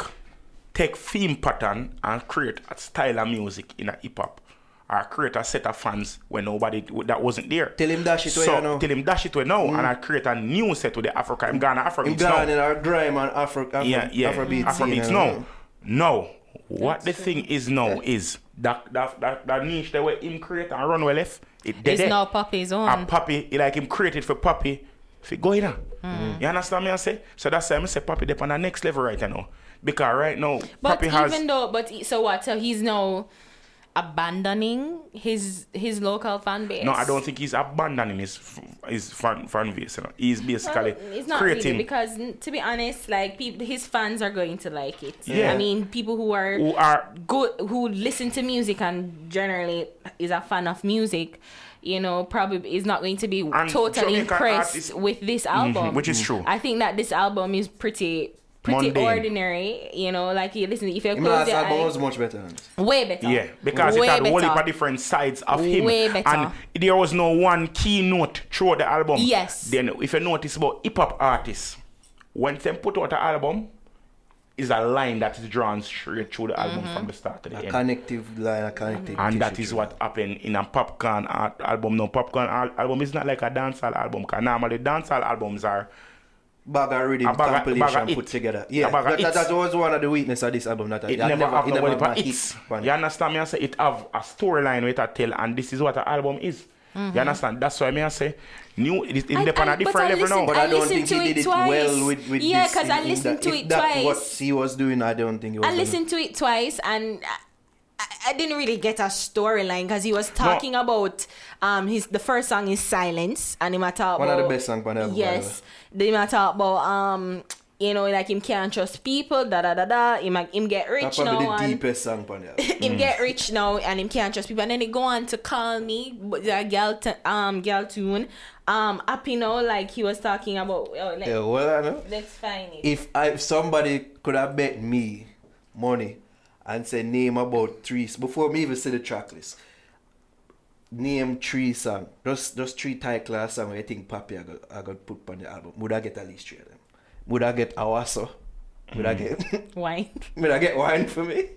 S4: take theme pattern and create a style of music in a hip hop or create a set of fans when nobody that wasn't there.
S3: Tell him dash it where
S4: so,
S3: you know.
S4: Tell him dash it where now and I create a new set with the Africa. I'm gonna Afro
S3: Him
S4: beats now.
S3: gone in our grime and Afro, Afro,
S4: yeah, yeah.
S3: Afrobeat
S4: Afrobeats
S3: scene,
S4: now.
S3: and-
S4: No. What the thing is now is that that that, that niche that where him create and run well left. It dead
S5: It's
S4: there
S5: now Poppy's
S4: a
S5: own.
S4: puppy, he like him created for puppy, fi go in.
S5: Mm.
S4: You understand me? I say so. That's why I say puppy. They on the next level right now because right now
S5: but
S4: puppy
S5: even
S4: has
S5: though, but he- so what? So he's now abandoning his his local fan base.
S4: no. I don't think he's abandoning his f- his fan fan base. You know, he's basically
S5: Well, it's not
S4: creating
S5: really because n- to be honest, like people, his fans are going to like it.
S4: Yeah.
S5: I mean, people who are
S4: who are
S5: good who listen to music and generally is a fan of music you know probably is not going to be
S4: And
S5: totally
S4: Jamaican
S5: impressed
S4: artists- Mm-hmm.
S5: with this album
S4: which is true.
S5: i think that this album is pretty pretty
S4: Mundane.
S5: ordinary you know like you listen if you
S3: Him
S5: close
S3: last
S5: your
S3: album was
S5: eyes
S3: much better. than this.
S5: way better
S4: yeah because
S5: way
S4: it had
S5: better.
S4: all the different sides of him
S5: Way better.
S4: and there was no one keynote throughout the album.
S5: Yes.
S4: Then if you notice about hip hop artists, when they put out an album, is a line that is drawn straight through the album
S5: Mm-hmm.
S4: from the start to the
S3: A
S4: end.
S3: connective line, a connective.
S4: and that
S3: tissue
S4: is
S3: to
S4: what happened in a popcorn al- album. No popcorn al- album is not like a dancehall album. Cause normally dancehall albums are
S3: bag of rhythm
S4: A bag of-
S3: compilation
S4: bag of
S3: put
S4: it.
S3: together.
S4: A
S3: Yeah,
S4: bag of
S3: that, that,
S4: hits.
S3: that was one of the weakness of this album. That
S4: it
S3: that
S4: never, have
S3: it
S4: no
S3: never
S4: well,
S3: had
S4: but
S3: hit
S4: it's
S3: on it.
S4: you understand me? I say it have a storyline with a tell, and this is what an album is.
S3: Mm-hmm.
S4: You understand? That's why me I say new. It, it
S5: And-
S4: depend on a
S5: and- but
S4: different
S5: I
S4: level
S5: listen-
S4: now.
S3: But
S5: I
S3: I, don't
S5: listened
S3: think
S5: to
S3: he
S5: it
S3: did
S5: twice.
S3: it well with with
S5: Yeah,
S3: this
S5: 'cause
S3: in-
S5: I
S3: in
S5: listened
S3: that.
S5: to
S3: If
S5: it
S3: that
S5: twice.
S3: What he was doing, I don't think he was.
S5: I
S3: doing-
S5: listened to it twice and I, I- I didn't really get a storyline because he was talking about um his the first song is Silence and him a talk
S3: One of the
S5: about-
S3: best song on the album, by the
S5: Yes. They might talk about um you know like him can't trust people da da da da him a- him get
S3: That's
S5: rich
S3: probably
S5: now
S3: the Mm.
S5: and
S3: deepest song on there.
S5: him get rich now and him can't trust people and then they go on to call me but that girl t- um girl tune um up you know like he was talking about oh, let,
S3: Yeah, well, I know.
S5: let's find it
S3: If I, if somebody could have bet me money and say name about three before me even say the track list, name three song, just just three title of song. where you think Papi I got I got put on the album. Would I get at least three of them? Would I get Awaso?
S5: Hmm.
S3: Would I get?
S5: why
S3: Would I get wine for me?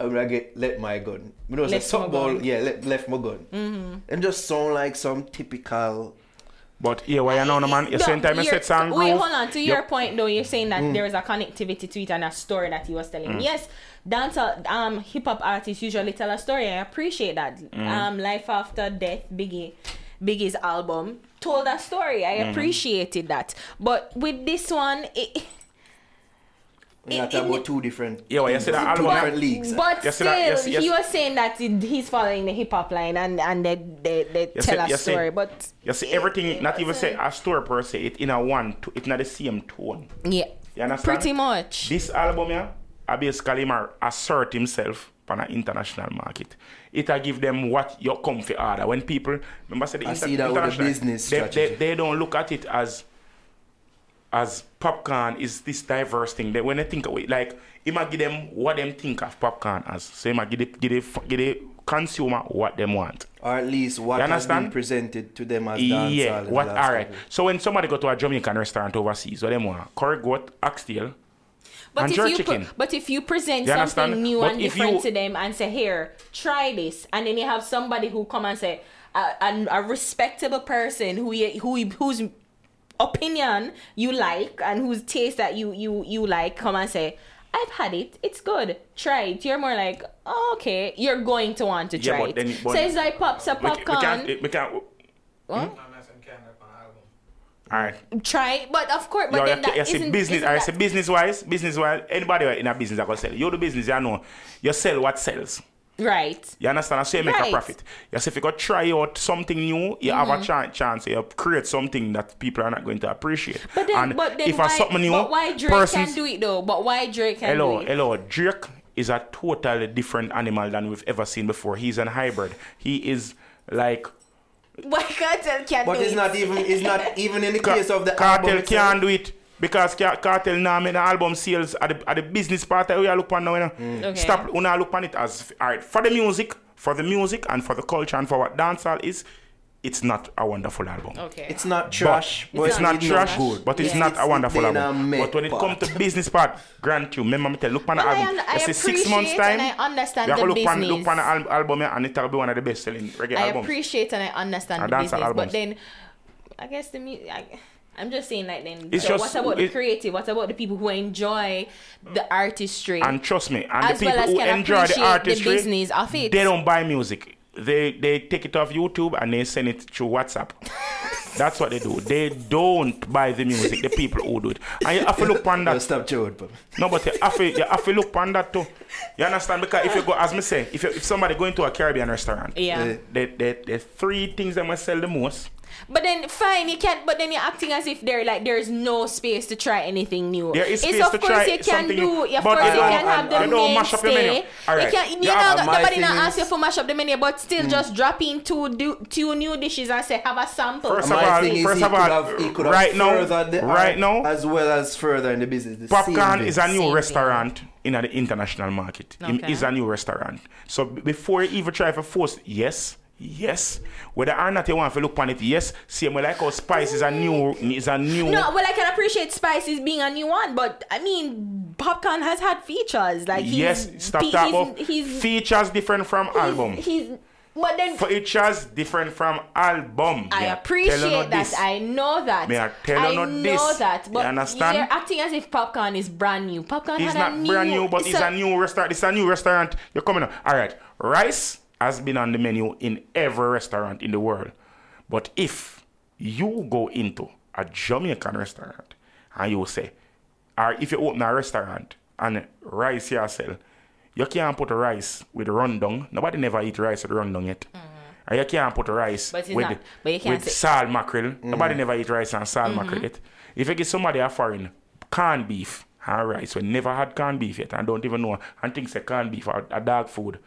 S3: I would I get let my gun. You know, say
S5: Left
S3: something
S5: my gun.
S3: about- yeah, let, left my gun. Mm-hmm. And just sound like some typical
S4: But yeah, why you know, no, man? You same time you
S5: you're-
S4: said song
S5: Wait,
S4: groove.
S5: hold on. To
S4: you-
S5: your point, though, you're saying
S3: Mm.
S5: that there is a connectivity to it and a story that he was telling.
S4: Mm.
S5: Yes, dance, um, hip hop artists usually tell a story. I appreciate that.
S4: Mm.
S5: Um, Life After Death, Biggie, Biggie's album told a story. I
S4: Mm.
S5: appreciated that. But with this one, it,
S3: We're not
S5: It- it-
S3: about two different
S4: Yeah, well, you
S3: things,
S4: said that
S3: two
S4: album-
S3: different leagues.
S5: but
S4: Yes,
S5: still,
S4: sir, yes,
S5: he
S4: yes.
S5: was saying that he- he's following the hip hop line and and they they, they
S4: Yes,
S5: tell
S4: sir,
S5: a
S4: yes, sir.
S5: story. But
S4: You see everything, not even say a story per se. It in a one, to, it's not the same tone.
S5: yeah,
S4: You understand?
S5: pretty much.
S4: This album, yeah, a basically mar- assert himself on an international market. It'll give them what your comfy order. When people remember say the
S3: I
S4: inter-
S3: see that with the
S4: international,
S3: business
S4: they, they,
S3: strategy.
S4: they don't look at it as as popcorn is this diverse thing. They, when they think of it, like it might give them what them think of popcorn as. So it might give the, give the, give the consumer what them want.
S3: Or at least what
S4: You
S3: has been
S4: understand?
S3: presented to them as dancehall.
S4: Yeah,
S3: in the
S4: what?
S3: last
S4: All right.
S3: couple.
S4: So when somebody go to a Jamaican restaurant overseas, what them want? Curry goat, oxtail.
S5: But
S4: And
S5: if
S4: jerk
S5: you
S4: chicken.
S5: pre- but if you present
S4: You understand?
S5: something new
S4: But
S5: and
S4: if
S5: different
S4: you-
S5: to them and say here try this and then you have somebody who come and say a, a, a respectable person who you- who you- whose opinion you like and whose taste that you you you like come and say I've had it it's good try it you're more like "Oh, okay you're going to want to
S4: Yeah,
S5: try
S4: but
S5: it
S4: then- but-
S5: so it's like pops a
S4: We, ca- we
S5: popcorn
S4: can't. We can't.
S5: What?
S4: Hmm? All right.
S5: try it but of course but
S4: Yo,
S5: then
S4: you,
S5: that
S4: you see
S5: isn't,
S4: business.
S5: isn't
S4: I
S5: that-
S4: say business wise, business wise. Anybody who in a business that can sell. You do business, you know. You sell what sells.
S5: right
S4: You understand? So you make
S5: Right. Mm-hmm.
S4: a profit. You see, if you go try out something new, you have a chan- chance. You create something that people are not going to appreciate.
S5: But then,
S4: and
S5: but then
S4: if
S5: why,
S4: a something new,
S5: but why Drake can
S4: persons-
S5: do it though? But why Drake can
S4: Hello,
S5: do it?
S4: hello. Drake is a totally different animal than we've ever seen before. He's an hybrid. He is like
S5: Why Cartel can
S3: But
S5: do
S3: it's
S5: it?
S3: not even it's not even in the
S4: Ca-
S3: case of the
S4: cartel
S3: album itself.
S4: can't do it because ca- cartel now make the album sales at the, at the business part that we are look on now. You know?
S3: Mm.
S5: Okay.
S4: Stop. We now look on it as all right for the music, for the music, and for the culture and for what dancehall is. It's not a wonderful album.
S5: okay.
S3: It's not
S4: But
S3: trash. but
S4: it's not
S3: it's
S4: trash,
S3: Good.
S4: but it's
S5: Yeah.
S4: not
S3: It's-
S4: a wonderful
S3: it's been
S4: album.
S3: a
S4: But when it
S3: meh
S4: comes to
S3: part.
S4: business part, grant you, remember me tell look on the
S5: Well, I
S4: album.
S5: un- I
S4: you see six
S5: appreciate
S4: months
S5: and
S4: time.
S5: I understand
S4: we have
S5: the
S4: to look on look
S5: business.
S4: on the al- album yeah, and it'll be one of the best selling reggae
S5: I
S4: albums.
S5: appreciate and I understand
S4: And
S5: the
S4: dancehall
S5: business,
S4: albums.
S5: but then I guess the music. I, I'm just saying, like then.
S4: It's
S5: so
S4: just-
S5: what about
S4: it-
S5: the creative? What about the people who enjoy the artistry?
S4: And trust me, and
S5: As
S4: the
S5: well
S4: people
S5: as
S4: who
S5: can
S4: enjoy the
S5: appreciate the
S4: artistry,
S5: business of it.
S4: they don't buy music. They they take it off YouTube and they send it through WhatsApp. That's what they do. They don't buy the music. The people who do it, and you have to look on
S3: No,
S4: that.
S3: stop Joe. but-
S4: No, but you have to, you have to look on that too. You understand? Because if you go, as me say, if you, if somebody go into a Caribbean restaurant,
S5: yeah.
S3: Eh,
S4: they, they, the three things that must sell the most.
S5: But then, fine, you can't. But then you're acting as if there, like, there's no space to try anything new.
S4: There is
S5: It's
S4: space
S5: of
S4: to
S5: course
S4: try
S5: you can
S4: something new,
S5: do. Of
S4: but
S5: course
S4: you
S5: you
S4: don't-
S5: can have
S4: and-
S5: the
S4: and don't mash up your menu.
S5: mainstay.
S4: All
S5: You
S4: right.
S5: can. You
S4: Yeah,
S5: know,
S3: but my
S5: nobody
S3: thing
S5: not
S3: is-
S5: ask you for mash up the menu, but still
S4: Mm.
S5: just drop in two do, two new dishes and say have a sample.
S4: First
S3: My
S4: of all-
S3: thing is
S4: first
S3: he
S4: of
S3: could
S4: all,
S3: have, he could have
S4: right now-
S3: furthered the
S4: right
S3: art
S4: now-
S3: as well as further in the business. The same
S4: Popcorn
S3: thing.
S4: is a new
S5: Same
S4: restaurant in the international market. It
S5: Okay.
S4: is a new restaurant. So b- before you even try for force, yes, yes. Whether or not you want to look on it, yes. Same way like how spice is a new is a new
S5: Mm. No, well, I can appreciate Spices being a new one, but I mean, Popcorn has had features. Like, he's,
S4: yes. Stop
S5: he-
S4: that
S5: he's-
S4: off.
S5: He's,
S4: Features different from album.
S5: He's, he's but then
S4: Features different from
S5: I
S4: album. Me a tell you
S5: appreciate
S4: no
S5: that.
S4: this.
S5: I know that.
S4: Me a tell you
S5: I
S4: no
S5: know
S4: this.
S5: that. But
S4: You understand?
S5: you're acting as if popcorn is brand new. Popcorn
S4: It's
S5: had a
S4: not
S5: new,
S4: brand new, but it's,
S5: so-
S4: a new restaurant. It's a new restaurant. You're coming up. All right. Rice has been on the menu in every restaurant in the world. But if you go into a Jamaican restaurant and you say, or if you open a restaurant and rice you sell, you can't put rice with rundown. Nobody never eat rice with rundown yet. And you can't put rice
S5: Mm-hmm. But it's
S4: with,
S5: not- but you can't
S4: with
S5: say-
S4: sal mackerel. Nobody never eat rice and sal mackerel yet. If you give somebody a foreign canned beef and rice, we never had canned beef yet and don't even know, and think say canned beef or a dog food.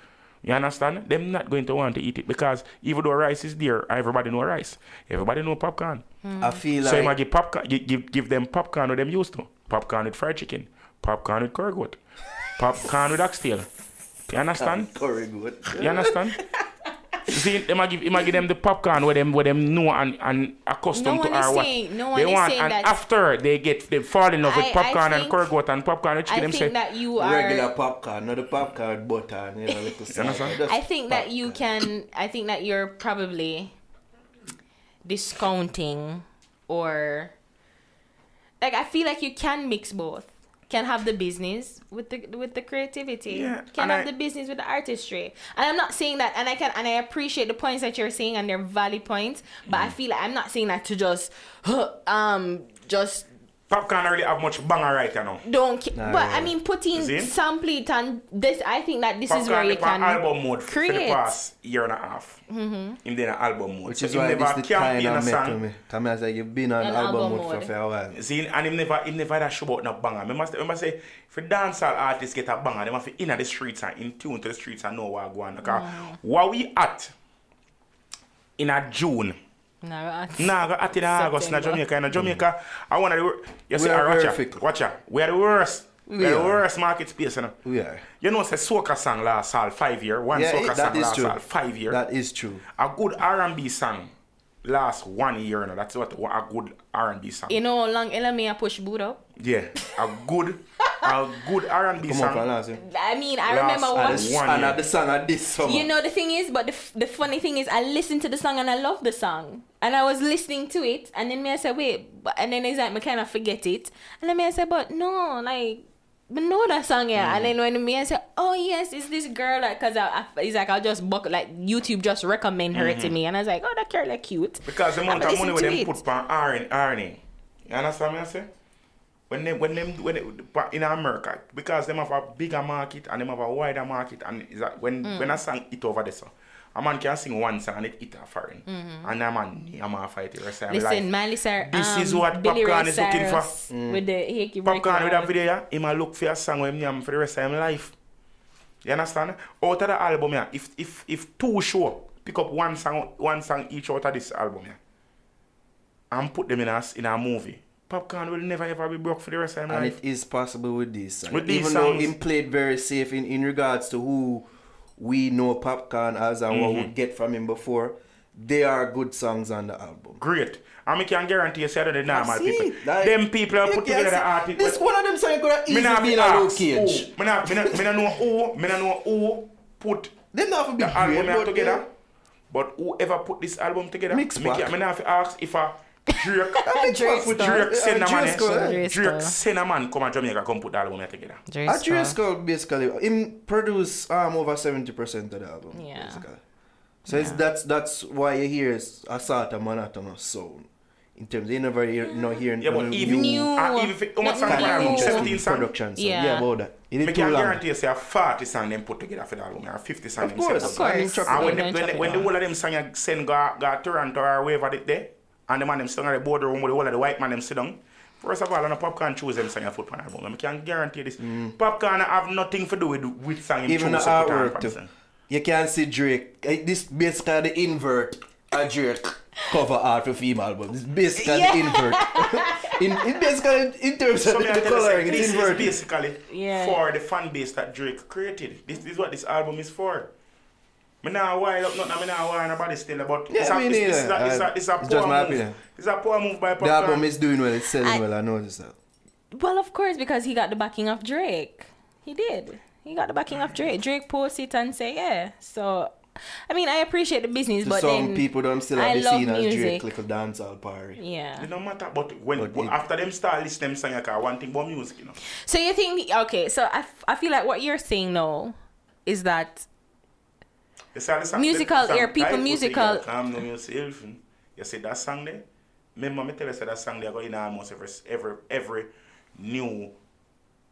S4: You understand? Them not going to want to eat it because even though rice is there, everybody know rice. Everybody know popcorn.
S3: I feel
S4: So you might
S3: Mm. like
S4: give popcorn, give, give give them popcorn what them used to. Popcorn with fried chicken, popcorn with curry goat, popcorn with oxtail. You understand?
S3: curry good.
S4: You understand? See, they might give, they might give them the popcorn where them, where them know and, and accustomed
S5: No
S4: to
S5: one is
S4: our what
S5: saying- no one
S4: they
S5: is
S4: want.
S5: saying
S4: And
S5: that-
S4: after they get, they fall in love
S5: I- I
S4: with popcorn and
S5: think-
S4: curry goat and popcorn with
S5: I
S4: chicken. them
S5: think
S4: say,
S5: that you are.
S3: Regular popcorn, not the popcorn with butter and you know, little
S4: understand?
S3: salt. Just
S5: I think that you
S3: popcorn.
S5: can. I think that you're probably discounting or like I feel like you can mix both. Can have the business with the with the creativity.
S4: Yeah,
S5: Can
S4: and
S5: have
S4: I-
S5: the business with the artistry. And I'm not saying that. And I can. And I appreciate the points that you're saying, and
S4: Mm.
S5: they're valid points. But I feel like I'm not saying that to just um just
S4: Popcorn don't really have much banger right now.
S5: Don't. Ki- but I mean, putting
S4: See?
S5: sample it and this. I think that this
S4: Popcorn
S5: is where you
S4: dip on
S5: can
S4: album mode for the
S5: create.
S4: past year and a half. Mm-hmm. In the album mode,
S3: Which
S4: So
S3: is
S4: him
S3: why this the
S4: can't be
S3: kind
S4: in a
S3: of met
S4: song.
S3: to me. Come as like you've been on
S5: An
S3: album
S5: album
S3: mode
S5: mode.
S3: for- for a while.
S4: See, and him never, him never had a show about no banger. Remember, remember say, if a dancehall artist get a banger, they must be in the streets and in tune to the streets and know what going on. Because what we at in a June,
S5: Nah, that's-
S4: nah, go at in a August in a
S5: September.
S4: Jamaica, in a Jamaica, I want to, you see,
S3: We are
S4: ah, watch
S3: very
S4: out,
S3: fickle.
S4: watch out, we are the worst. We are the
S3: are.
S4: worst market space. You know,
S3: We are.
S4: you know say soca song last all five year, one
S3: Yeah,
S4: soca
S3: it, that
S4: song
S3: is
S4: last
S3: true.
S4: all five year
S3: That is true.
S4: a good R&B song last one year. Now. That's what, what a good R&B song.
S5: You know how long Elamia push boot up?
S4: yeah, a good, a good R&B
S3: Come on,
S4: song.
S3: Palace.
S5: I mean, I
S4: Last
S5: remember
S4: album.
S5: what.
S3: And
S4: One year.
S3: the song of this summer.
S5: You know the thing is, but the, f- the funny thing is, I listened to the song and I love the song, and I was listening to it, and then me I said wait, but, and then it's like me kind of forget it, and then me I said but no, like me know that song yeah, and then when me I said oh yes, it's this girl like cause I, I it's like I just book like YouTube just recommend her to me, and I was like oh that girl like cute
S4: Because the amount
S5: I'ma
S4: of money
S5: listen
S4: when
S5: to
S4: them
S5: it.
S4: put on R and R and you understand what I say? When them when them when they, in America, because them have a bigger market and them have a wider market, and is that when
S5: Mm.
S4: when I sang it over there, so a man can sing one song and it hit a foreign, and a man I'm a fight the rest of my life.
S5: Mm-hmm. Listen, Miley Cyrus.
S4: This
S5: um,
S4: is what
S5: Billy Ray
S4: popcorn is looking for.
S5: Cyrus With the hickey
S4: Popcorn with
S5: breaking
S4: that video, yeah, he might look for a song with him for the rest of his life. You understand? Out of the album, yeah, if if if two show, pick up one song one song each out of this album, yeah, and put them in a, in a movie. Popcorn will never ever be broke for the rest of his
S3: and
S4: life.
S3: it is possible with this song.
S4: With these
S3: Even though
S4: songs.
S3: him played very safe in, in regards to who we know Popcorn as and what
S4: Mm-hmm.
S3: we get from him before, they are good songs on the album.
S4: Great. And I can guarantee you say that the normal
S3: See,
S4: Ah, people.
S3: like,
S4: them people are
S3: you
S4: put
S3: can
S4: together
S3: see-
S4: the artist.
S3: This one of them songs could have
S4: me
S3: easily
S4: not
S3: been
S4: be
S3: a low
S4: asked
S3: cage.
S4: who. Me not, me not, me not know who. Me not know who put
S3: They not for be
S4: the album
S3: great, but
S4: together.
S3: they-
S4: But whoever put this album together,
S3: Mix
S4: me
S3: pack.
S4: can't- me not have to ask if a Drake,
S3: Big
S5: Drake
S3: fuck with
S5: Star.
S4: Drake send a man,
S3: Drake Skull,
S4: eh?
S3: eh?
S5: Drake
S4: Drake
S5: Star.
S4: send a man come and Jamaica come put the album together.
S5: Drake
S3: Uh, Drake Skull basically him produce um over seventy percent of the album.
S5: Yeah.
S3: Basically. So it's, that's that's why you hear is a sort of monotonous sound. In terms you never hear no hearing
S4: Yeah, but
S3: no
S4: even
S5: New.
S4: and even if it- how much
S5: Not
S4: song on the
S5: new.
S4: album? Seventeen songs.
S3: production. So.
S5: Yeah.
S3: Yeah. about that. It
S4: Me
S3: is too
S4: can
S3: long.
S4: guarantee you say a forty song them put together for the album, or fifty song
S3: Of
S4: them send
S3: course.
S4: up.
S5: Of course.
S3: And
S4: And
S5: They
S4: when,
S3: chocolate.
S4: the,
S5: don't chop
S4: when, the,
S5: it
S4: when the
S5: down.
S4: whole of them sang a- send go, go Toronto or wherever they there, and the man them sitting at the boardroom with the whole of the white man them sit down, first of all, on a popcorn choose them sing a football album. I can guarantee this. Popcorn have nothing to do with with song him
S3: Mm. Even the
S4: choose to put on
S3: artwork too.
S4: person.
S3: You can see Drake. eh, This basically the invert a Drake cover art for female album. It's basically the invert. in, in basically in terms
S4: So
S3: of
S4: me I
S3: the, the
S4: tell you, say,
S3: coloring,
S4: this
S3: it's
S4: is
S3: inverted.
S4: basically
S5: Yeah.
S4: for the fan base that Drake created. This, this is what this album is for. Me nah wild up nothing, me nah wild nobody still about
S3: Yeah,
S4: it's, a,
S3: me
S4: it's, it's,
S3: neither.
S4: a, it's, a,
S3: I-
S4: it's a
S3: it's
S4: poor
S3: just my
S4: move.
S3: opinion.
S4: It's a poor move by
S3: The album
S4: Popcorn.
S3: is doing well. It's selling
S5: I-
S3: well. I noticed that.
S5: Well, of course, because he got the backing of Drake. He did. He got the backing of Drake. Drake posts it and say, yeah. So, I mean, I appreciate the business,
S3: To
S5: but
S3: some
S5: then
S3: people, them still
S5: I
S3: have
S5: love
S3: seen as
S5: music.
S3: Drake little dancehall party.
S5: Yeah.
S4: It don't matter, but when
S3: But
S4: but
S3: it-
S4: after them start listening them song, I can one thing about music, you know.
S5: So you think okay? So I, f- I feel like what you're saying now is that
S4: They say the song-
S5: Musical
S4: the song
S5: ear, people
S4: title,
S5: musical-
S4: you Calm down yourself. and You see that song there? Remember me tell you say that song there go in almost every every every new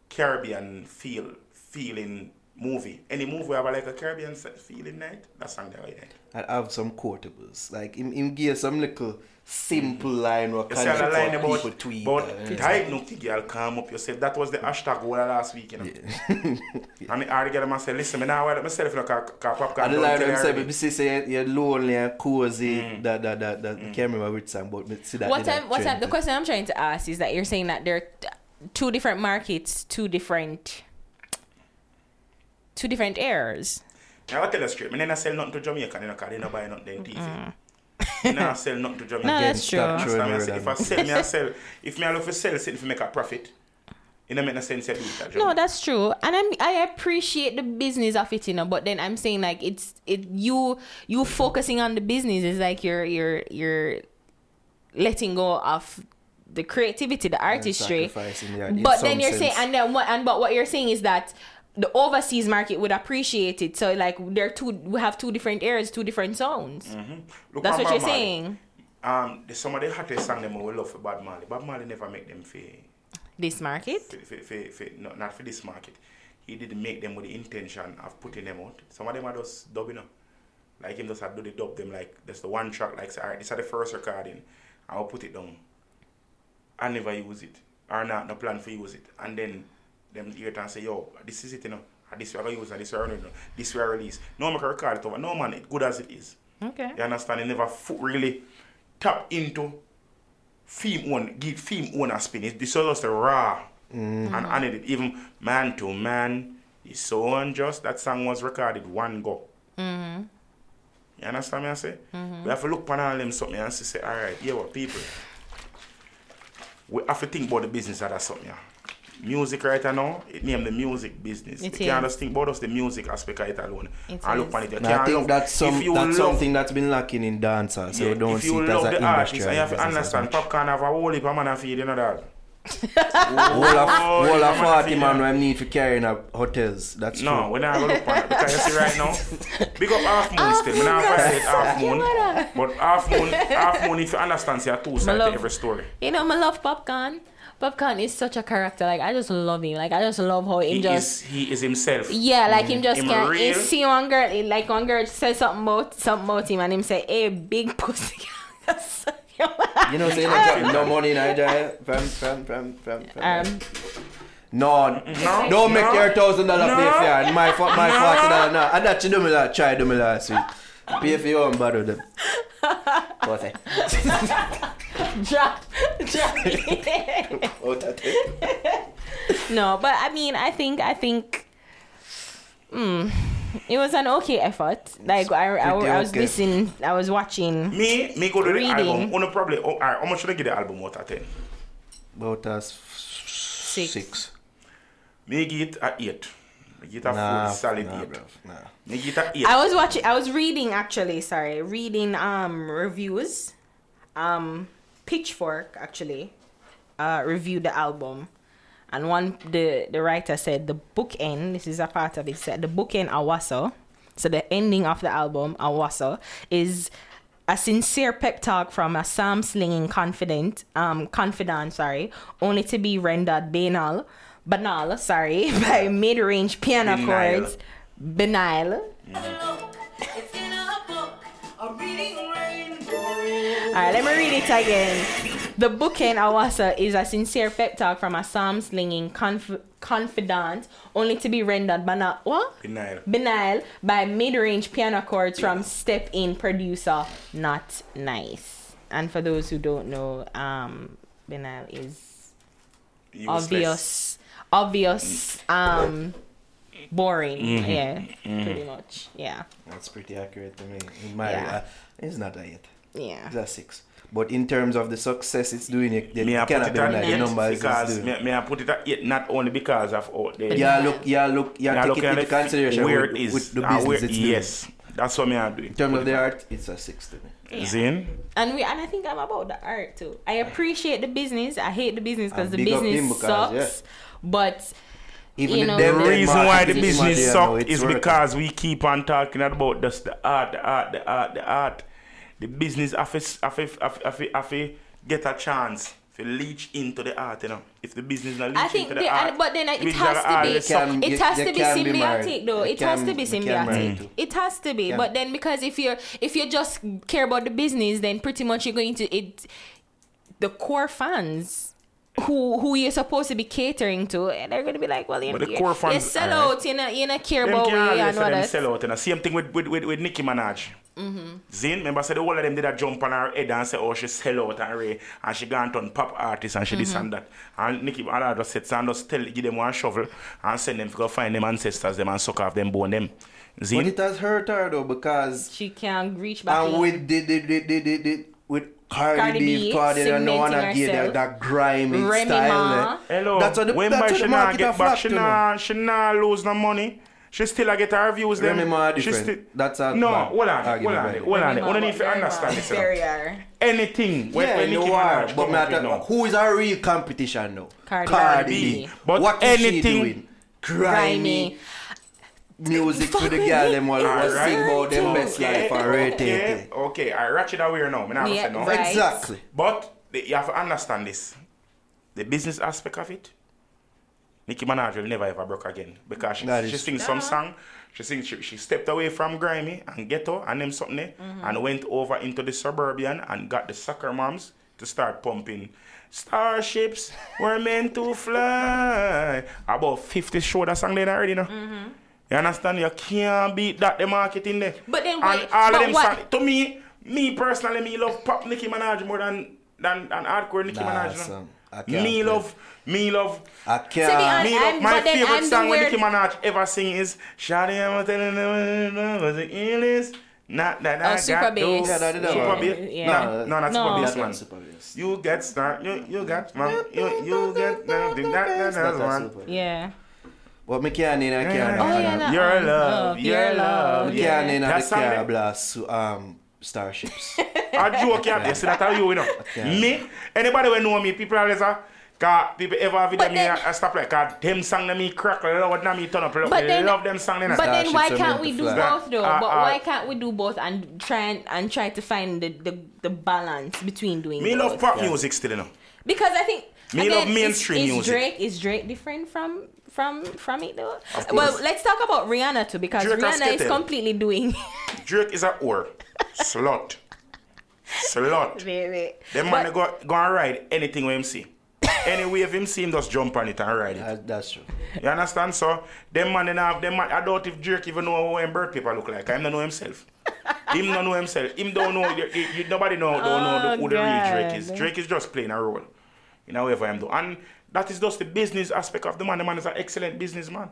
S4: Caribbean feel feeling movie. Any movie have like a Caribbean se- feeling night, that song there go in it.
S3: I have some quotables. Like him, him give some little simple line or
S4: You
S3: kind
S4: see the
S3: of
S4: line
S3: people
S4: about
S3: tweet.
S4: about
S3: and-
S4: tight uh, no think you'll calm up yourself. That was the hashtag whole of last week, you know. And I already get them and say, listen, me now wild up myself, you know, cause, cause popcorn.
S3: And the
S4: don't
S3: line
S4: tell you
S3: them say,
S4: already."
S3: "Me see say you're lonely and cozy."
S4: Mm.
S3: That that that that. I can't remember which song, but me see that.
S5: what
S3: in that
S5: time? What time?
S3: trend.
S5: The question I'm trying to ask is that you're saying that there are t- two different markets, two different, two different airs.
S4: I will tell you straight, me then I sell nothing to Jamaica, you know, cause they don't buy nothing to TV. Me nah sell nothing to Jamaica.
S5: No, that's
S3: Stop
S5: true.
S3: throwing
S4: Understand me? I
S3: word
S4: say,
S3: at
S4: if I
S3: me.
S4: sell, me I sell. If me I look for sell, sell if you make a profit, it don't make no sense to do it. at
S5: No,
S4: Jamaica.
S5: that's true, and I'm, I appreciate the business of it, you know. But then I'm saying like it's it you you focusing on the business is like you're you're you're letting go of the creativity, the artistry.
S3: sacrificing, yeah, in
S5: but
S3: some
S5: then you're saying,
S3: sense.
S5: and then what? And but what you're saying is that the overseas market would appreciate it. So like there are two, we have two different eras, two different sounds.
S3: Mm-hmm.
S4: Look
S5: That's
S4: at
S5: what you're
S4: Bob Marley.
S5: saying.
S4: um, the, some of the hottest song them I will love for Bob Marley. Bob Marley never make them for,
S5: This market.
S4: for, for, for, for no, not for this market. He didn't make them with the intention of putting them out. Some of them are just dubbing up. Like him just had do the dub them like that's the one track like say, alright, this is the first recording. I'll put it down. I never use it. Or not no plan for use it. And then them hear it and say, yo, this is it, you know. And This way I gonna use and this way I gonna do. This way I release. No man can record it over. No man, it good as it is.
S5: Okay.
S4: You understand? They never fo- really tap into theme one, give theme one a spin. It- This is just a raw
S5: Mm.
S4: and unedited. Even man to man is so unjust. That song was recorded one go.
S5: Mm-hmm.
S4: You understand me? I say we have to look upon all them something and say, all right, yeah, what people. We have to think about the business that are something. yeah. Music right now, it name the music business.
S5: It
S4: you can't
S5: is.
S4: just think about us the music aspect of it alone.
S5: It
S4: and look
S5: is.
S4: upon it. You
S3: And I
S4: can't
S3: think
S4: love-
S3: that's, some,
S4: if you
S3: that's
S4: love-
S3: something that's been lacking in dancers. So
S4: yeah,
S3: you don't
S4: if
S3: see
S4: you
S3: it as
S4: love
S3: an
S4: the
S3: industry.
S4: artist, I have to understand. Popcorn have a whole heap of man and feed, you know that.
S3: All of,
S4: Oh,
S3: all
S4: yeah,
S3: of
S4: man,
S3: 40
S4: yeah.
S3: man we need for carrying up hotels. That's
S4: No,
S3: true.
S4: we're not gonna look on it because you see right now, big up half moon still. We're not violate half moon, but half moon, half moon. If you understand, see, a two sides to
S5: love-
S4: every story.
S5: You know, I love Popcorn. Popcorn is such a character. Like, I just love him. Like, I just love how him
S4: He
S5: just.
S4: is he is himself.
S5: Yeah, like him just
S4: Him
S5: can't. He
S4: real.
S5: see one girl, he- like one girl say something about something about him, and him say, "Hey, big pussy."
S3: You know, so you don't get no money in Nigeria. Fam, fam, fam, fam, fam.
S5: um,
S3: No,
S4: No,
S3: don't make
S4: no,
S3: your thousand dollar pay
S4: no.
S3: for your- my fo- my forty dollar now. And that you do me that try do me last week. Pay for your own bottle them. What eh?
S5: drop, drop.
S3: Out of it.
S5: no, but I mean, I think, I think, mm, it was an okay effort. Like I, I,
S3: pretty
S5: I was
S3: okay.
S5: listening, I was watching.
S4: Me, me go to the
S5: Reading.
S4: album. Uno probably. Oh, all right, how much should I give the album out of ten?
S3: About us six. six.
S4: Me give it a eight. Me give it a
S3: Nah,
S4: full solid
S3: nah,
S4: eight.
S3: bruv, nah.
S4: Me give it a eight.
S5: I was watching. I was reading actually. Sorry, reading um reviews. Um, Pitchfork actually uh reviewed the album, and one the the writer said the bookend. This is a part of it. Said the bookend Awaso. So the ending of the album Awaso is. A sincere pep talk from a psalm slinging confident, um, confidant, sorry, only to be rendered banal, banal, sorry, by mid range piano
S4: Banal.
S5: chords, banal,
S6: It's in a book, a reading rainbow.
S5: All right, let me read it again. The bookend Awasa is a sincere pep talk from a psalm slinging conf- confidant, only to be rendered banal, what?
S4: Benign.
S5: Benign by mid range piano chords from step in producer Not Nice. And for those who don't know, um, Benign is
S4: Useless.
S5: obvious, obvious, um, boring. Yeah, pretty much. Yeah,
S3: That's pretty accurate to me. In my
S5: Yeah.
S3: uh, it's not a eight.
S5: yeah.
S3: It's a six. But in terms of the success it's doing, it, it
S4: Me I put
S3: cannot
S4: it
S3: be
S4: at
S3: like the
S4: eight
S3: numbers it's
S4: because
S3: doing.
S4: me, me I put it at eight not only because of out there.
S3: Yeah, look, yeah, look, yeah,
S4: Yeah,
S3: take
S4: look
S3: it
S4: at
S3: into
S4: the-
S3: consideration
S4: where
S3: with,
S4: it is.
S3: with the
S4: and
S3: business
S4: where-
S3: it's doing.
S4: yes, that's what me I do.
S3: In terms of the art, it's a six to me.
S4: Zin,
S5: and we and I think I'm about the art too. I appreciate the business. I hate the business because
S3: And
S5: the
S3: big up him
S5: business
S3: because,
S5: sucks.
S3: yeah.
S5: But
S3: Even
S5: You
S3: the
S5: know-
S4: the
S3: them dead
S4: reason why the
S3: market
S4: business
S3: material,
S4: sucks
S3: it's
S4: is
S3: working.
S4: because we keep on talking about just the art, the art, the art, the art. The business have to, have to, have to, have to, have to get a chance to leach into the art, you know. If the business not leach
S5: I think,
S4: into the
S5: they,
S4: art,
S5: and- but then I- it
S4: business
S5: has
S4: are the art,
S5: to be,
S4: they suck.
S3: can-
S5: it
S3: you-
S5: has
S3: they
S5: to be
S3: can be
S5: symbiotic
S3: married.
S5: though.
S3: They
S5: It has to
S3: can-
S5: be
S3: they can marry
S5: symbiotic.
S3: too.
S5: It has to be.
S3: Can.
S5: But then because if you're if you're just care about the business, then pretty much you're going to it. The core fans. Who who you're supposed to be catering to, and they're gonna be like, well, you
S4: But the
S5: you-
S4: core
S5: you
S4: fans-
S5: sell
S4: alright.
S5: out, you know, you know, care
S4: Them
S5: about we
S4: can't always
S5: and
S4: say
S5: all
S4: them
S5: that.
S4: sell out, you know. Same thing with, with, with, with Nicki Minaj.
S5: Mm-hmm.
S4: Zin, remember I said the whole of them did a jump on her head and say, oh, she sell out and Ray, and she gone on pop artist and she this and
S5: Mm-hmm.
S4: that. And Nicki Minaj just said, and just tell, give them one shovel and send them to go find them ancestors them and suck off them bone them.
S3: But
S4: Zin,
S3: it has hurt her though because
S5: She can't reach back.
S3: and
S5: in.
S3: with the, the, the, the, the, the with Cardi,
S5: Cardi
S3: B,
S5: B
S3: Cardi and no one
S5: cementing
S3: again that,
S5: herself.
S3: that grimy
S5: Remy Ma.
S3: style. eh.
S4: hello.
S3: That's what the,
S4: when
S3: that's
S4: by
S3: what
S4: she
S3: the
S4: not
S3: market
S4: get
S3: have
S4: back,
S3: flopped
S4: she
S3: to now.
S4: not, she not lose no money. She still a get her views them.
S3: Remy Ma
S4: She
S3: different.
S4: still-
S3: That's a
S4: No,
S3: bad
S4: hold on, hold
S3: argument,
S4: on,
S3: right?
S4: hold on.
S5: Remy Ma
S4: Only if you
S5: got very
S4: understand
S5: bad
S4: this. you know.
S5: barrier.
S4: Anything. when-
S3: yeah,
S4: when
S3: you
S4: Nicki
S3: are.
S4: Minaj
S3: uh, But
S4: come
S3: me
S4: out with
S3: atta-
S4: now.
S3: who is our real competition now?
S5: Cardi B.
S4: But
S3: what is she
S4: anything-
S3: doing?
S5: grimy.
S3: Grimy. music
S5: Fuck
S3: for the
S5: with
S3: girl
S5: me.
S3: them while was
S5: Alright.
S3: sing about them best life and rate
S4: okay,
S3: it.
S4: okay, I ratchet away now. Me nah
S5: Yeah,
S4: say no.
S5: right.
S3: Exactly.
S4: But the, you have to understand this. The business aspect of it, Nicki Minaj will never ever broke again because she,
S3: That is-
S4: she sings some song. She sings. She, she stepped away from grimy and ghetto and them something eh,
S5: Mm-hmm.
S4: and went over into the suburban and got the soccer moms to start pumping. Starships were meant to fly. About 50 show that song they already know.
S5: Mm-hmm.
S4: You understand? You can't beat that the marketing there.
S5: But then
S4: And
S5: wait,
S4: all
S5: but
S4: of them
S5: what-
S4: song- to me, me personally, me love pop Nicki Minaj more than than, than hardcore Nicki
S3: Nah,
S4: Minaj. no.
S3: son, I can't
S4: Me
S3: play.
S4: love, me love,
S3: I
S5: To be
S3: can't.
S5: honest-
S4: me
S5: And-
S4: love. My
S5: but then
S4: favorite
S5: I'm the
S4: song when
S5: weird-
S4: Nicki Minaj ever sing is "Shawty, I'm telling them was it illness." Not that I
S5: Oh, Super
S4: got
S5: Bass.
S4: those.
S5: Yeah,
S3: that is that
S4: Super
S3: one.
S4: Bass.
S5: Yeah.
S4: No, no, that's
S5: No.
S4: Super
S3: That
S4: Bass
S3: one
S4: one.
S3: super bass.
S4: You get start, you you got man, you you get nothing. That that
S3: That's
S4: that's
S3: a
S4: one.
S3: super bass.
S5: Yeah.
S3: But me can't in, I can't.
S4: Oh,
S3: in.
S5: yeah, that
S4: Your
S5: one. Oh.
S4: love, your love.
S3: Me can't in at
S4: That's
S3: the
S4: something-
S3: car blast to, um starships.
S4: I joke you have to say that how you, you know. Me, anybody who know me, people always say, Cause people ever have video
S5: But
S4: me,
S5: then-
S4: I, I stop like, cause them song that me crack, loud that me turn up, loud,
S5: But
S4: they
S5: then-
S4: love them song. They
S5: But
S4: but,
S5: then why
S3: Starships are meant
S5: can't we
S3: to
S5: do
S3: fly.
S5: both though?
S4: Uh,
S5: but
S4: uh,
S5: why can't we do both and try and, and try to find the, the, the balance between doing
S4: me love
S5: both?
S4: pop music still, you know.
S5: Because I think
S4: Me
S5: again,
S4: love
S5: is-
S4: mainstream
S5: is,
S4: music.
S5: Drake is Drake different from from from it though?
S4: Of
S5: Well,
S4: course.
S5: let's talk about Rihanna too because
S4: Drake has
S5: Rihanna is
S4: skittle.
S5: completely doing.
S4: Drake is a whore. Slut. Slut.
S5: Very.
S4: Them man they go, go and ride anything with him see. Any wave him see him just jump on it and ride it.
S3: That- That's true.
S4: You understand? So them man they not have them man I doubt if Drake even know how him birth paper look like. Him don't know himself. him don't know himself. Him don't know you, you- you- nobody know don't know the- who the real Drake is.
S5: God.
S4: Drake is just playing a role. You know whatever him do. And that is just the business aspect of the man. The man is an excellent businessman.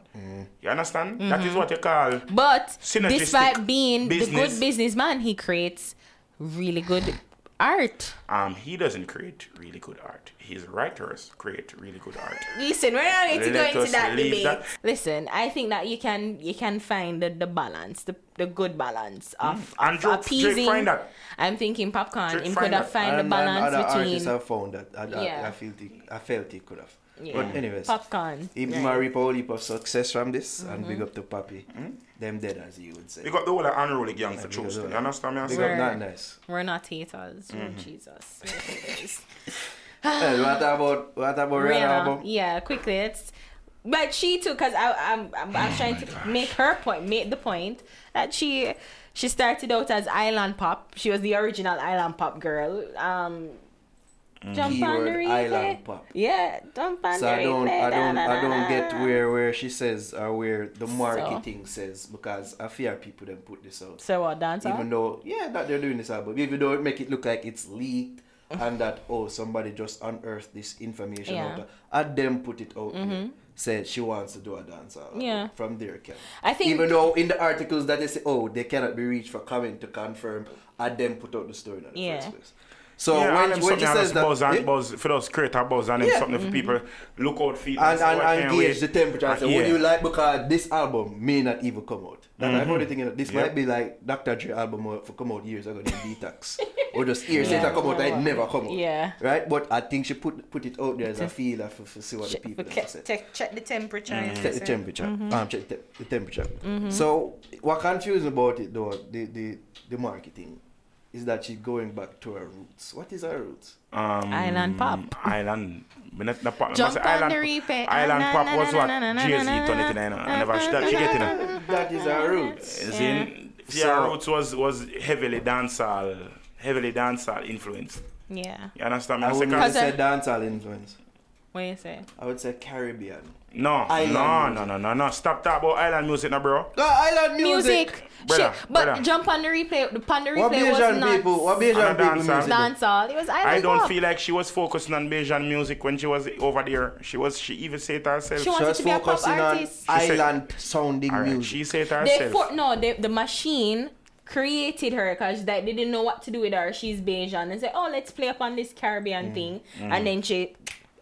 S4: You understand? That is what you call
S5: But
S4: Synergistic
S5: despite being the
S4: business.
S5: good businessman, he creates really good art.
S4: um he doesn't create really good art. His writers create really good art.
S5: Listen, we're not going to
S4: Let
S5: go
S4: us
S5: into that
S4: leave
S5: debate.
S4: that.
S5: Listen, I think that you can you can find the, the balance, the, the good balance of,
S4: Mm. And
S5: of
S4: Drake- Drake
S5: appeasing.
S4: find that.
S5: I'm thinking popcorn.
S4: Drake
S5: him
S4: find
S5: could have
S4: that.
S5: find the
S3: And- and
S5: balance
S3: other artists
S5: between
S3: have found that. I, I,
S5: Yeah.
S3: I felt it. I felt it could have.
S5: Yeah.
S3: But anyways,
S5: popcorn.
S3: he
S5: Right.
S3: might reap a whole heap of success from this,
S5: Mm-hmm.
S3: and big up to Papi. Them dead as he would say.
S4: You got the whole unruly gang for
S3: Big up
S4: choose.
S3: to
S4: You
S3: them.
S4: understand me? I
S3: Big
S4: said?
S3: up, not nice.
S5: We're not haters. Oh,
S4: Mm-hmm.
S5: Jesus.
S3: Well, what about what about Rihanna
S5: Rihanna.
S3: album?
S5: Yeah, quickly. It's, but she too, because I'm I'm,
S4: Oh
S5: I'm trying to make her point, make the point that she she started out as island pop. She was the original island pop girl. Um,
S4: Mm.
S5: jump on the
S3: Keyword,
S5: relay.
S3: island pop.
S5: eh? Yeah, jump on
S3: So
S5: the
S3: I don't,
S5: relay,
S3: I don't,
S5: eh, da, da,
S3: I don't
S5: da,
S3: get
S5: da.
S3: where where she says or where the marketing says because I fear people then put this out.
S5: So what dancer?
S3: even though yeah that they're doing this album even though it make it look like it's leaked and that oh somebody just unearthed this information
S5: Yeah. Mm-hmm.
S3: out there. and them put it out there, said she wants to do a dance album
S5: Yeah.
S3: from there can
S5: I think-
S3: even though in the articles that they say oh they cannot be reached for comment to confirm and them put out the story in the
S5: Yeah.
S3: first place so
S4: yeah,
S3: when,
S4: and
S3: when
S4: when
S3: she
S4: something
S3: says
S4: says
S3: that eh?
S4: buzz and
S3: yeah,
S4: buzz for those creator buzz and then
S3: Yeah. Mm-hmm.
S4: something for people look out for
S3: and, and,
S4: I
S3: and
S4: can't
S3: gauge
S4: wait.
S3: the temperature and
S4: Uh,
S3: say
S4: yeah.
S3: would you like because this album may not even come out that I'm already thinking that this
S4: Yeah.
S3: might be like Dr. Dre album or- for come out years ago in detox or just years later come out that it never come out
S5: Yeah.
S3: right but I think she put put it out there as a feeler for, for see what the people have to say
S5: check, check the temperature.
S4: Mm.
S3: check the temperature. Um, check the, the temperature. So what confused me about it though, the, the the marketing, is that she's going back to her roots. What is her roots?
S4: Um,
S5: Island pop.
S4: Island. Me not- not pop.
S5: Jump
S4: I say
S5: on
S4: island,
S5: the replay.
S4: Island
S5: Ah, na,
S4: pop
S5: na,
S4: was
S5: na,
S4: what
S5: na, na, na,
S4: GSE
S5: na,
S4: turned
S5: na,
S4: it in. I know. I
S5: na,
S4: never
S5: na,
S4: she that she
S5: na,
S4: get
S5: na,
S4: in.
S3: That is her roots.
S4: As in,
S3: So-
S4: yeah, roots was was heavily dancehall, heavily dancehall influenced.
S5: Yeah.
S4: You understand me?
S3: I
S4: I say,
S3: wouldn't
S4: "Cause-
S3: really say dancehall influence.
S5: What you say?
S3: I would say Caribbean.
S4: No,
S3: Island
S4: no,
S3: music.
S4: no, no, no, no. Stop talking about island music, now, bro.
S3: No, island music.
S5: Music.
S4: Brother,
S5: Shit. But
S4: brother.
S5: jump on the replay. The on the replay
S3: What
S5: was
S3: Asian
S5: not
S3: people? What Asian
S4: And a
S3: people
S4: dancer.
S3: music?
S5: dance all. It was island
S4: I don't
S5: pop.
S4: feel like she was focusing on Bayesian music when she was over there. She was. She even said it herself.
S5: She wanted
S3: Just
S5: to be a pop
S3: focusing on
S5: artist.
S4: She said-
S3: island sounding
S4: All right,
S3: music.
S4: she said it herself.
S5: They for, no, they, the machine created her because they didn't know what to do with her. She's Bayesian and said, "Oh, let's play upon this Caribbean
S3: Mm,
S5: thing," and then she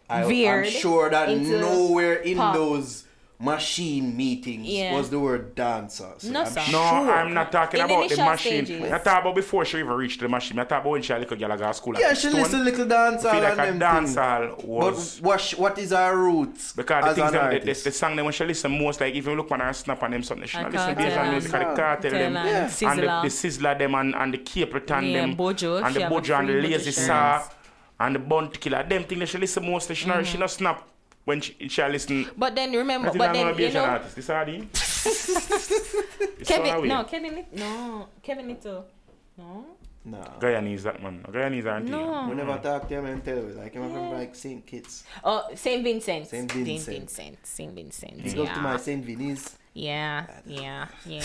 S3: I, am
S5: veered
S3: sure that
S5: into
S3: nowhere in
S5: pop.
S3: those machine meetings
S5: Yeah.
S3: was the word dancer. So
S5: No,
S3: I'm
S5: sir.
S4: No,
S3: sure-
S4: I'm not talking
S5: In the
S4: about the
S5: initial
S4: machine.
S5: stages.
S4: I talk about before she even reached the machine. I talk about when she a little girl a go to school.
S3: Yeah,
S4: at
S3: she
S4: Stone.
S3: listen little dancer
S4: feel like
S3: and
S4: a
S3: them
S4: dancehall
S3: thing.
S4: was-
S3: But what, sh- what is her roots?
S4: Because the
S3: as
S4: things
S3: an
S4: them, the, the,
S3: artist?
S4: the song them when she listen most, like even look on her snap and them something, she
S5: I
S4: not listen
S5: can't
S4: to Asian
S5: tell
S4: music,
S5: her.
S4: and the cartel
S5: Tell
S4: them,
S5: her.
S4: and the,
S5: Yeah.
S4: the sizzler them, and, and the capleton
S5: Yeah,
S4: them,
S5: Bojo,
S4: and
S5: she
S4: the
S5: have a
S4: bojo and the
S5: free Bojo
S4: lazy
S5: shirt.
S4: saw, and the bunt killer. Them things that she listen most, she not she not snap when she, she a listen.
S5: But then remember,
S4: Nothing
S5: Mm-hmm. but
S4: wrong
S5: then
S4: with being
S5: you
S4: an
S5: know,
S4: artist. This are the- It's so
S5: Kevin,
S4: weird.
S5: no, Kevin, Lit- no, Kevin Little, no,
S3: Nah.
S4: Guyanese that man. Guyanese aren't
S5: No.
S3: We
S4: Mm.
S3: never talk to him and tell me. Like, I'm from like St. Kitts.
S5: oh, Saint Vincent,
S3: Saint Vincent.
S5: Vincent, Saint Vincent,
S3: Let's go to my
S5: yeah.
S3: St. Vinny's.
S5: Yeah, yeah, yeah.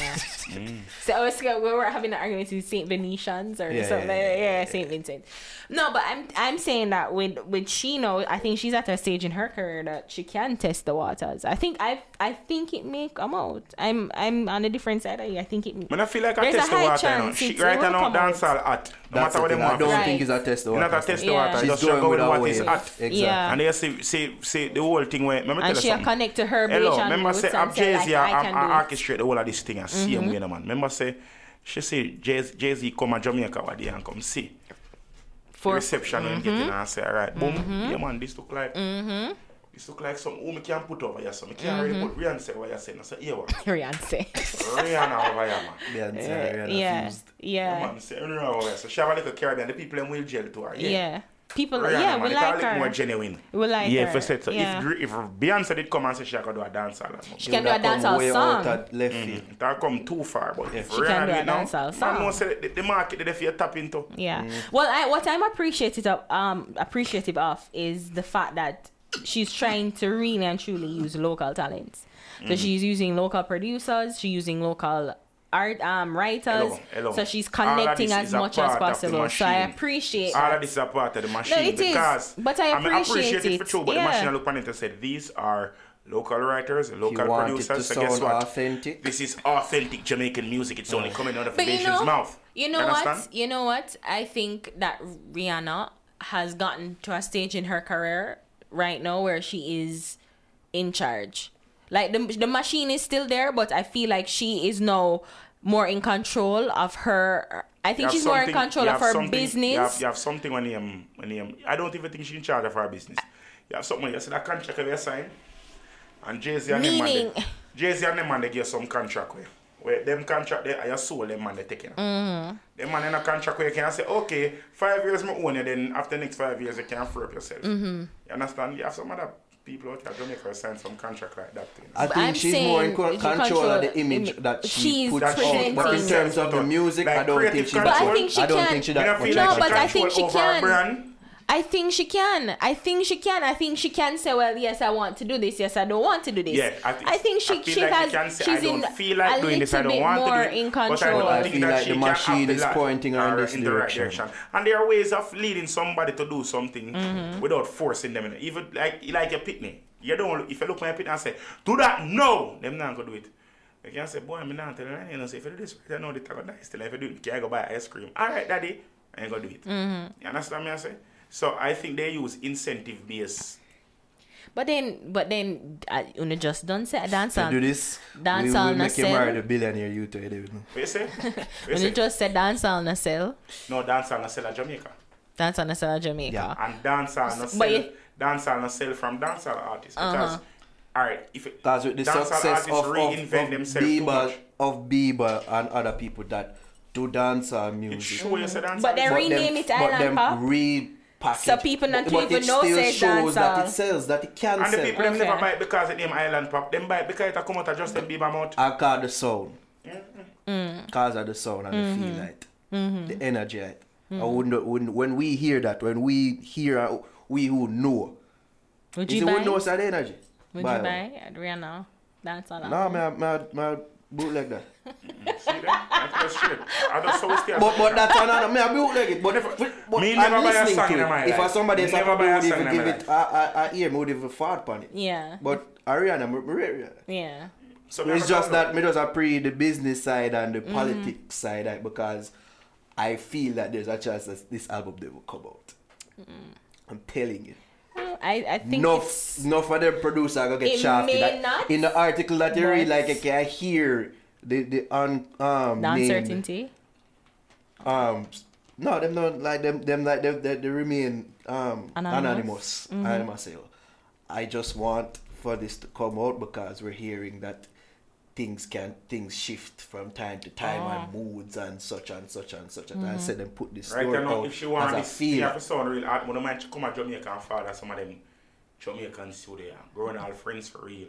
S5: so I was, we were having an argument with Saint Venetians or
S3: Yeah,
S5: something.
S3: yeah,
S5: Yeah,
S3: yeah,
S5: Saint Vincent. No, but I'm I'm saying that with with Shino, I think she's at a stage in her career that she can test the waters. I think I I think it may come out. I'm I'm on a different side of you. I think it.
S4: When I feel like I
S5: There's a
S4: test the
S5: high
S4: water, you know.
S5: chance
S4: she
S5: it's-
S4: right
S5: it will
S4: now
S5: come out.
S4: dance all at. No
S3: That's
S4: matter what
S3: the thing.
S4: they
S3: I
S4: want.
S3: don't
S5: Right.
S3: think it's a test of
S4: You're not a
S3: water.
S4: test the
S5: Yeah.
S4: water.
S5: She's
S4: Just
S3: going
S4: check out
S3: with her
S4: what is
S3: ways.
S4: at.
S3: Exactly.
S5: Yeah.
S4: And they see, see, see the whole thing where. Remember
S5: And
S4: tell
S5: she
S4: you
S5: a
S4: something.
S5: connect to her
S4: Hello,
S5: Bayesian
S4: remember
S5: roots
S4: say
S5: and
S4: I'm
S5: say,
S4: Jay
S5: like,
S4: Z.
S5: I can
S4: I'm
S5: do
S4: I
S5: it. Mm-hmm.
S4: orchestrate the whole of this thing and see him way, no, man. Remember say she say Jay Jay Z come a Jamaica one day and come see the
S5: For Mm-hmm.
S4: reception when get in and say, all right, boom, yeah, man, this look like. This look like something who me can put over here, so me can't really
S5: Mm-hmm.
S4: put Rihanna over here. say, And I say, yeah, what?
S5: Beyonce.
S4: Rihanna over here, man.
S5: yeah,
S3: Yeah,
S4: Yeah,
S5: yeah,
S4: man, say, Rihanna over here. So she have a little Caribbean, the people them will gel to her. Yeah.
S5: yeah. People,
S4: Rihanna,
S5: yeah,
S4: man,
S5: we
S4: it
S5: like
S4: a little more
S5: her.
S4: genuine.
S5: We like
S4: yeah,
S5: her.
S4: if I said so,
S5: Yeah.
S4: if, Gr- if Beyonce did come and say she could do a dance all that,
S5: She can do a dancehall song.
S3: left
S4: Mm.
S3: field.
S4: that come too far, but if
S3: She
S5: can
S4: Rihanna
S5: do a
S4: did now,
S5: dancehall
S4: Man,
S5: song.
S4: no, say the, the market that you tap into.
S5: Yeah.
S4: Mm.
S5: Well, I, what I'm appreciative of, um, appreciative of is the fact that she's trying to really and truly use local talents. So
S4: Mm-hmm.
S5: she's using local producers. She's using local art um writers.
S4: Hello, hello.
S5: So she's
S4: All of
S5: connecting
S4: this
S5: as
S4: is a
S5: much as
S4: part of the
S5: possible. So I
S4: machine.
S5: appreciate.
S4: All
S5: that.
S4: of this is a part of the machine
S5: it is,
S4: because
S5: but I
S4: mean, appreciate
S5: appreciate
S4: it for
S5: it,
S4: true. But
S5: yeah.
S4: the machine I look on it and said these are local writers, local
S3: want it
S4: producers.
S3: to
S4: so guess
S3: sound
S4: what?
S3: authentic.
S4: This is authentic Jamaican music. It's only coming out of the nation's mouth.
S5: You know
S4: understand?
S5: what? You know what? I think that Rihanna has gotten to a stage in her career right now where she is in charge. Like the the machine is still there, but I feel like she is now more in control of her. I
S4: You
S5: think
S4: have
S5: she's more in
S4: something-
S5: control
S4: you
S5: of
S4: have
S5: her
S4: something-
S5: business.
S4: You have, you have something when him, when him. I don't even think she's in charge of her business. You have something. You see that contract where you sign, and Jay Z and them man,
S5: Meaning-
S4: Jay Z and them man they give some contract where, where them contract they I sold them man they taking. Mm.
S5: Mm-hmm.
S4: Them man in a contract where you can say okay, five years me own it, then after next five years you can free up yourself.
S5: Mm-hmm.
S4: You understand? You have some other people out there Jamaica sign some contract like that. You know?
S3: I think
S5: I'm
S3: she's more
S5: saying
S3: in co-
S5: you
S3: control,
S5: control
S3: of the image
S5: imi-
S3: that she
S5: She's
S3: puts out. But in
S5: presenting-
S3: terms of the music,
S4: Like
S3: I don't think
S4: creative
S3: she's.
S4: control.
S5: But I think she
S3: I don't
S5: can.
S3: think she
S4: You
S3: that
S4: don't
S3: much.
S4: feel
S5: No,
S4: like she
S5: but I think
S4: control
S5: she
S4: over her
S5: can.
S4: brand?
S5: I think she can. I think she can. I think she can say, "Well, yes, I want to do this. Yes, I don't want to do this."
S4: Yeah, I, think,
S5: think she
S4: I feel
S5: she
S4: like
S5: has
S4: you can say,
S5: she's
S4: I don't
S5: in
S4: feel like
S5: a
S4: doing this. I
S5: little
S4: don't
S5: bit
S4: want
S5: more
S4: to do it,
S5: in
S4: but
S5: control.
S4: I, don't
S3: I feel
S4: think that
S3: like
S4: she
S3: the
S4: can have
S3: machine
S4: the
S3: is
S4: light
S3: pointing her in
S4: or
S3: this
S4: the right
S3: direction.
S4: And there are ways of leading somebody to do something
S5: Mm-hmm.
S4: without forcing them. in it. Even like like your pitney, you don't. If you look at your pitney and say, "Do that," no, them not gonna do it. You can say, "Boy, I'm not telling you." You know, say, "If you do this, right, I know the taco nice. Till if you do, it, can I go buy ice cream?" All right, daddy, I ain't gonna do it.
S5: Mm-hmm.
S4: You understand me? I say. So I think they use incentive based.
S5: But then, but then, uh, you know, just don't say dance
S3: To
S5: on.
S3: do this,
S5: Dance
S3: we
S5: all
S3: will make you
S5: myself.
S3: marry the billionaire you today. David.
S4: What you say? What you
S5: When you
S4: say?
S5: just say dance on a cell,
S4: No dance and sell at Jamaica.
S5: dance on a cell of Jamaica.
S4: and dancehall no
S5: But
S4: sell,
S5: you- Uh-huh.
S4: dancehall no sell from dancehall artists because all right if it,
S3: That's with the
S4: dancehall
S3: success
S4: artists
S3: of, of, of
S4: reinvent themselves too
S3: Bieber,
S4: much.
S3: of Bieber and other people that do dance and music.
S4: It show you say dancehall
S5: But
S4: is-
S5: there
S3: But
S5: rename it
S3: but
S5: Island
S3: them
S5: Pop.
S3: repackage-
S5: So people not
S3: but- but
S5: even
S3: it
S5: know
S3: still
S5: say
S3: shows that it
S5: dancehall.
S3: sells, that it can
S4: and the
S3: sell.
S4: people them
S5: Okay.
S4: never buy it because it name Island Pop. Them buy it because it come out of Justin Bieber mouth.
S3: I call the sound.
S5: Mm.
S3: Cause of the sound and
S5: Mm-hmm.
S3: the feel light. The energy light. I wouldn't when when we hear that, when we hear uh, we who know.
S5: Would
S3: You see,
S5: you
S3: we
S5: buy?
S3: know
S5: Would
S3: it's that energy.
S5: you
S3: Buy one.
S5: buy at Rihanna dance on?
S3: Nah, my my my bootleg that.
S4: See them? That's just straight. I just so still.
S3: But but that's another. Me I bootleg it. But if but
S4: Me
S3: I'm
S4: never buy a
S3: listening
S4: song
S3: to
S4: in my
S3: it. If I
S4: life.
S3: somebody else I
S4: Never buy a
S3: would
S4: song
S3: even
S4: in
S3: give
S4: my
S3: it. I I I hear me would even fart on it.
S5: Yeah.
S3: But Ariana, me- me rate Rihanna.
S5: yeah.
S4: So
S3: It's
S4: never
S3: just
S4: download.
S3: that me just appreciate the business side and
S5: Mm-hmm.
S3: the politics side like, because I feel that there's a chance that this album they will come out. I'm telling you.
S5: I, I Mm-hmm. think
S3: No,
S5: it's,
S3: no for their producer gonna get
S5: It
S3: shafted.
S5: may
S3: Like,
S5: not,
S3: in the article that you read,
S5: but-
S3: like I can hear the the un um
S5: the
S3: named,
S5: uncertainty.
S3: um no them not like them them like them they, they remain um
S5: Anonymous. Mm-hmm.
S3: anonymous anonymous. yo. I just want for this to come out because we're hearing that things can things shift from time to time
S5: Ah.
S3: and moods and such and such and such. And I
S5: Mm-hmm.
S3: said them put this
S4: Right,
S3: story
S4: I know
S3: out
S4: if she want
S3: as a
S4: this, she have
S3: feel.
S4: to sound real hard. When a man come at Jamaica and father, some of them Jamaicans who they are, growing all friends for real.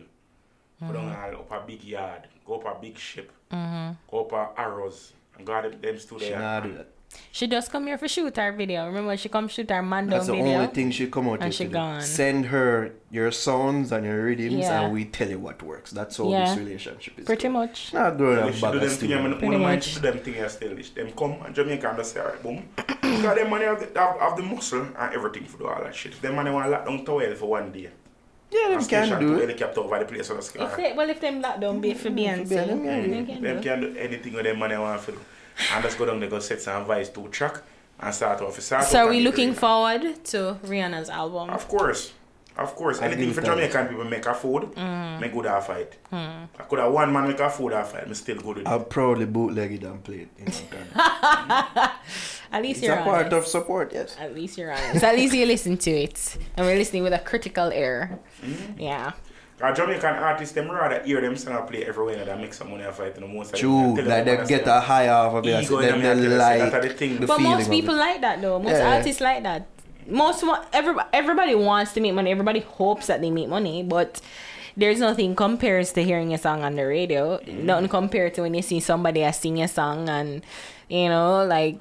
S4: Go down
S3: Mm-hmm.
S4: all up a big yard, go up a big ship, go up a arrows, and go at them, them still
S3: She
S4: there.
S3: nah do that.
S5: She just come here for shoot her video. Remember, she come shoot her man down
S3: That's the
S5: video.
S3: only thing she come out
S5: And
S3: with
S5: she
S3: today.
S5: gone.
S3: Send her your sounds and your rhythms,
S5: Yeah.
S3: and we tell you what works. That's how
S5: Yeah.
S3: this relationship is.
S5: Pretty
S3: going.
S5: much.
S3: Not growing
S4: They
S3: up
S4: should do
S3: bad
S4: them
S3: as
S4: thing, I
S3: stupid.
S4: mean,
S5: Pretty
S4: one man
S5: much.
S4: should do them thing and still. Them come and Jamaica and just say, alright, boom. Because them money have, the- have, have the muscle and everything for do all that shit. Them money want to lock down towel for one day.
S3: Yeah, them
S4: And
S3: can
S4: station
S3: do
S4: towel
S3: it.
S4: kept over the place on the sky.
S5: If they, well, if them lock down, be for Beyonce.
S3: Mm, Yeah, them can do it.
S4: Them
S5: They can
S4: can do anything with them money want to do. And just go down there, go set some vice to track and start off. Start
S5: do. So
S4: off
S5: we
S4: and
S5: looking
S4: everything.
S5: forward to Rihanna's album.
S4: Of course. Of course. Anything
S3: agree
S4: for
S3: with that.
S4: Jamaican people make a food, me good half fight. I could have one man make a food half fight, me still good with it.
S3: I'll probably bootleg it and play it. In some time.
S5: At least
S3: it's
S5: you're
S3: a part
S5: honest.
S3: of support, yes.
S5: At least you're honest. At least you listen to it, and we're listening with a critical ear. Yeah.
S4: A Jamaican artist, them rather hear themselves play everywhere than make some money and fight in the most. of them.
S3: True,
S4: Tell them
S3: like they
S4: what I
S3: get
S4: say.
S3: a high off of it.
S4: Ego in
S3: Them they
S4: America, they say
S3: like
S4: that are the thing.
S3: the
S5: But
S3: feeling
S5: most
S3: of
S5: people
S3: it.
S5: like that though. Most
S3: Yeah, yeah.
S5: artists like that. Most wa- everybody, everybody wants to make money. Everybody hopes that they make money, but there's nothing compares to hearing a song on the radio.
S3: Mm.
S5: Nothing compared to when you see somebody else sing a song and you know like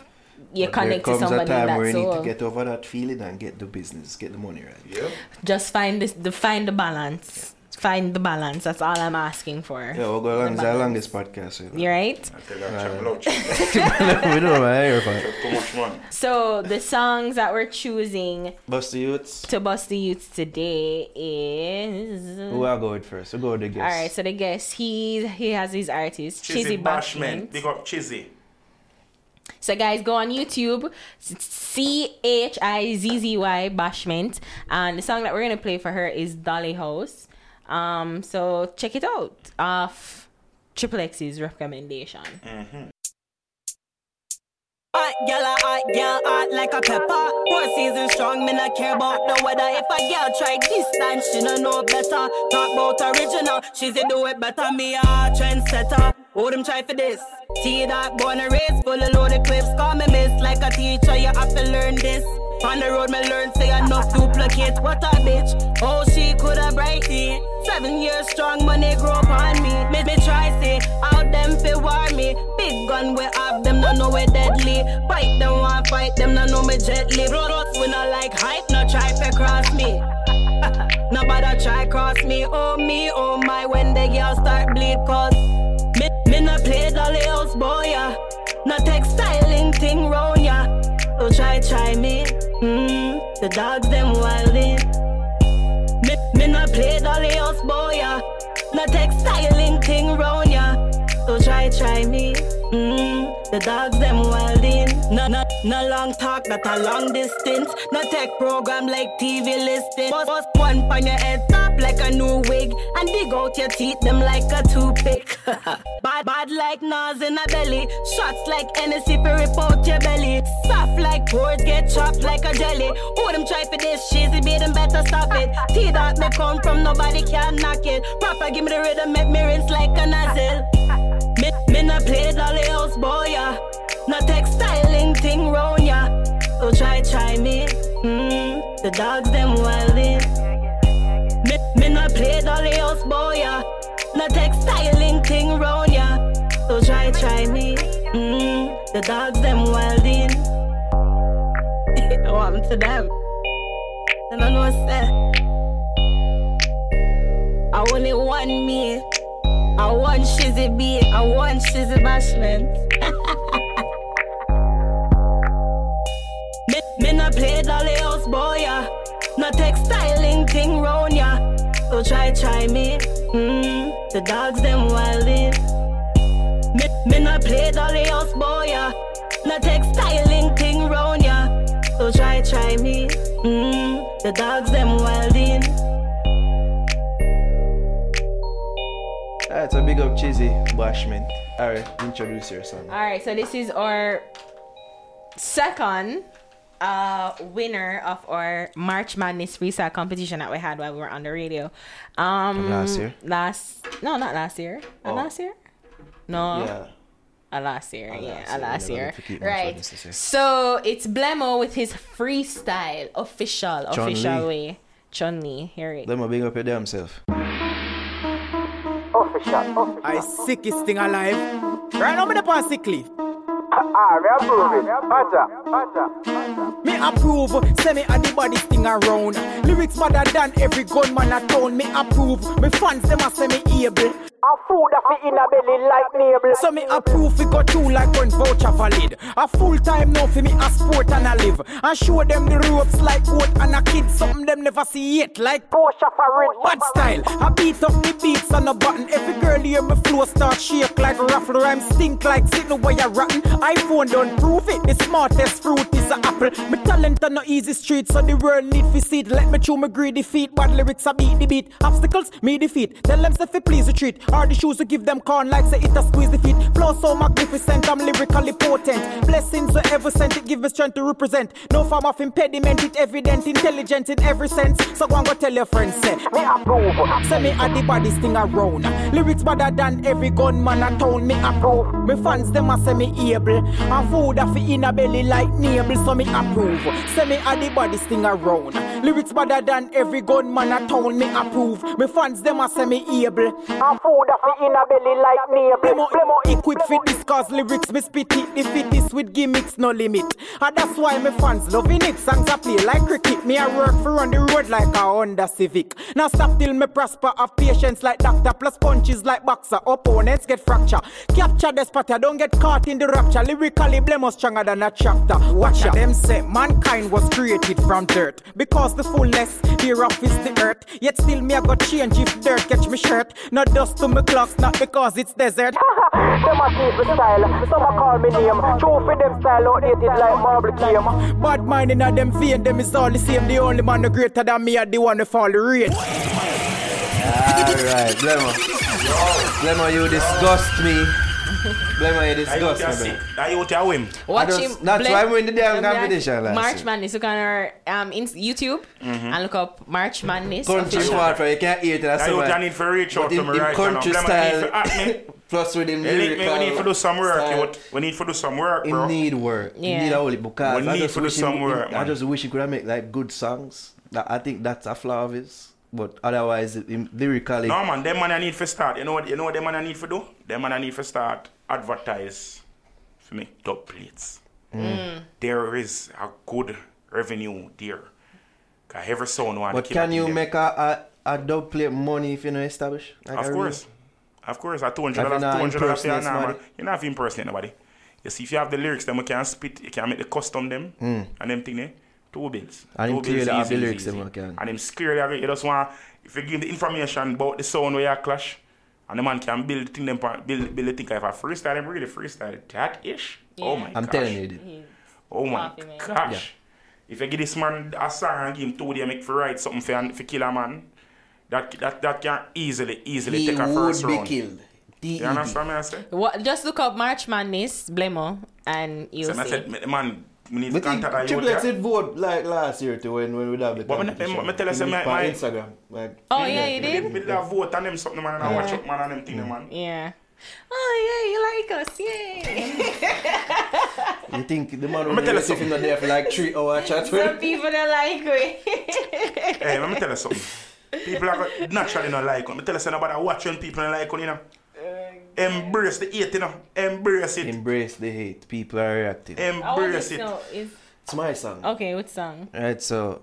S5: you
S3: But
S5: connect to
S3: There
S5: somebody
S3: comes a time where
S5: that's
S3: you need to
S5: so.
S3: get over that feeling and get the business, get the money right.
S4: Yeah.
S5: Just find this, the find the balance. Find the balance. That's all I'm asking for.
S3: Yeah, we'll go
S5: The
S3: along. It's the
S5: balance.
S3: longest podcast. You know.
S5: You right?
S4: I tell them, "Chop loud, chop loud,
S3: we don't know, man.
S4: too much money.
S5: So the songs that we're choosing
S3: Buster Youths,
S5: to bust the youths today is
S3: who are going first? We'll go with the guest.
S5: All right, so the guest he he has his artist Chizzy
S4: Chizzy
S5: Bashment.
S4: Bashment. Big up Chizzy.
S5: So guys, go on YouTube, C H I Z Z Y Bashment, and the song that we're gonna play for her is Dolly House. Um, so check it out off Triple X's recommendation.
S7: Hot gal a hot gal hot like a pepper. Four seasons strong, me not care about the weather. If a gal try distance, she don't know better. Talk about original, she's a do it better. Me a trendsetter. Who them try for this? T that born and raised, full of loaded clips. Call me miss like a teacher, you have to learn this. On the road, me learn say enough duplicate. What a bitch! Oh, she coulda bright it. Seven years strong, money grow on me. Me me try say all them fi war me. Big gun we have them, no know we deadly. Fight them, want fight them, no know me gently. Road out, we not like hype, no try fi cross me. Nobody try cross me, oh me, oh my. When the girl start bleed, cause me, me no play dolly house boy, yeah. No textiling thing round ya. So try, try me. Mm, the dogs them wildin'. Me, me no play dolly house boy, yeah. No textiling thing round ya. So try, try me. Mm, the dogs them wildin'. No, no, no long talk, that a long distance. No tech program like TV listing. Bust, bust one on your head top like a new wig, and dig out your teeth them like a toothpick. bad, bad like Nas in a belly. Shots like Hennessy for rip out your belly. Soft like boards get chopped like a jelly. Who them try for this cheesy beat them better stop it. Tea that me come from nobody can knock it. Proper give me the rhythm, make me rinse like a nozzle. Me, me not play dolly house boy, yeah. No textiling thing round ya. So try, try me. Mm, the dogs them wildin'. Me, me not play dolly house boy, yeah. No textiling thing round ya. So try, try me. Mm, the dogs them wildin'. what happened to them? I don't know what I I only want me. I want Shizzy B. I want Shizzy Bashment. me, me not play dolly house boy, yeah. No textiling thing round ya. So try, try me. Mm, the dogs them wildin'. Me, me not play dolly house boy, yeah. No textiling thing round ya. So try, try me. Mm, the dogs them wildin'.
S3: Alright, so big up Chizzy Bashment. Alright, introduce your son.
S5: All right, so this is our second uh, winner of our March Madness freestyle competition that we had while we were on the radio. Um,
S3: last year?
S5: Last no, not last year. Uh,
S3: Oh.
S5: Last year? No,
S3: Yeah. Oh,
S5: uh, last year. yeah,
S3: year.
S5: uh, last
S3: We're
S5: year.
S3: gonna keep March
S5: Right.
S3: Madness this year.
S5: So it's Blemo with his freestyle official
S3: Chun
S5: official
S3: Lee.
S5: way. Chun Lee, hear it.
S3: Let me big up your damn self.
S8: I sickest thing alive. Right now, me the past sick leave. Me approve, say me a the body thing around. Lyrics better than every gunman at town. Me approve, me fans them a say me able. A food that fi in a belly like navel. So me approve fi go through like one voucher valid. A full time now fi me a sport and a live. And show them the ropes like goat and a kid. Something them never see yet like Porsche for red. Bad style, I beat up the beats on a button. Every girl hear me flow start shake like raffle rhyme. Stink like sitting where you rotten. iPhone don't prove it. The smartest fruit is a apple. Me talent on no easy street, so the world need fi see it. Let me chew my greedy feet. Bad lyrics I beat the beat. Obstacles me defeat. Tell them if you please retreat. All the shoes to give them corn like say it a squeeze the feet. Flow so magnificent, I'm lyrically potent. Blessings so ever sent, it give me strength to represent. No form of impediment, it evident, intelligent in every sense. So go and go tell your friends, say me approve. Say me a the baddest thing around. Lyrics better than every gunman at town. Me approve. Me fans them a say me able. And food a fi in a belly like navel, so me approve. Say me a the baddest thing around. Lyrics better than every gunman at town. Me approve. Me fans them a say me able. And food a fi in a belly like navel. Them a- them a equipped fit this cause lyrics me spit it the fittest with gimmicks no limit. And that's why me fans loving it. Songs I play like cricket. Me I work for on the road like a Honda Civic. Now stop till me prosper. Have patience like doctor. Plus punches like boxer. Opponents get fracture. Capture the spotter. Don't get caught in the rapture. Lyrically blame us stronger than a chapter. Watch ya. Them say mankind was created from dirt. Because the fullness thereof is the earth. Yet still me I got change if dirt catch me shirt. No dust to me clocks. Not because it's desert. them a sleep with style. Some a call me name. True for them style outdated like marble game. Bad mind inna them vein. Them is all the same. The only man no greater than me are the one who fall the rate.
S3: Alright, Blemo. Blemo, you disgust me. Blemo, you
S4: That youth are
S3: disgust me.
S4: sick.
S3: Blemo.
S4: That youth are whim.
S5: Watch
S3: just-
S5: him.
S3: that's
S5: blend-
S3: why we're in the damn
S5: blend that
S3: competition last
S5: March
S3: year. Mm-hmm.
S5: Madness. Look on our um, in YouTube and look up March Madness.
S3: Country
S5: official.
S3: far from you can't hear it in a
S4: That youth
S3: summer.
S4: I need for reach out
S3: But
S4: to
S3: in,
S4: me
S3: in
S4: right now.
S3: country
S4: Blame I need for- ah,
S3: style,
S4: me-
S3: plus with him
S4: Hey, link me,
S3: lyrical
S4: we need to do some work.
S3: style.
S4: youth. We need to do some work,
S3: He
S4: bro.
S3: need work. He
S5: Yeah.
S3: need all it because
S4: We
S3: I
S4: need
S3: just
S4: to do
S3: wish
S4: some
S3: him,
S4: work,
S3: I
S4: man.
S3: just wish he could have make like good songs. That I think that's a flaw of his. But otherwise, him, lyrically,
S4: No man, them man I need for start. You know what? You know what them man I need for do? Them man I need for start advertise for me top plates.
S3: Mm.
S4: There is a good revenue there. Cause every sound want.
S3: but
S4: keep
S3: can
S4: it
S3: you
S4: there.
S3: make a, a, a dub plate money if you know establish? Like a
S4: Of
S3: real-
S4: course, of course. At two hundred
S3: Have you
S4: dollars,
S3: not
S4: two hundred dollars, you
S3: impersonate
S4: man.
S3: somebody?
S4: You not have impersonate nobody. You see, if you have the lyrics, them we can spit. You can make the custom them and them thing there. Two bills.
S3: Hmm. And him
S4: two
S3: clearly have the
S4: easy,
S3: lyrics
S4: easy.
S3: them we can.
S4: And them clearly have it. You just want if you give the information about the sound where you clash, and the man can build the thing them pa- build build the thing. If I freestyle, them really freestyle that ish. Oh
S5: Yeah.
S4: my
S3: I'm
S4: gosh.
S3: telling you, dude.
S4: Oh my
S5: Coffee, man.
S4: gosh. If you give this man a song and give him two days make for write something for, for kill a man, that that that can easily, easily
S3: he
S4: take a
S3: would
S4: first
S3: be
S4: round.
S3: killed. E
S4: You understand me I say?
S5: What, just look up March Madness Blemo and you'll
S4: So I
S5: see.
S4: said, "Me- man, we need to
S3: But
S4: contact that youth
S3: Triple X
S4: there."
S3: did vote like last year too when, when we did the
S4: But me-
S3: competition.
S4: me- me tell
S3: He
S4: you say
S3: did
S4: my-
S3: for
S4: my-
S3: Instagram. Like,
S5: oh yeah, you did.
S4: Me did a vote on them something, man, and I watch up, man, and them thing, man.
S5: Yeah. Oh yeah, you like us, yeah.
S3: you think the man
S4: me
S3: would
S4: tell you
S3: if him not there for like three hour chat
S5: Some
S3: with
S5: people don't like we.
S4: Hey, let me tell you something. People are go- naturally not like it. Me tell you something about that watch when people don't like it, you know.
S5: Uh,
S4: Embrace the hate, you know. Embrace it.
S3: Embrace the hate. People are reacting.
S4: Eh.
S5: I want
S4: Embrace
S5: to
S4: it.
S5: know is
S3: It's my song.
S5: okay. What song?
S3: Right, so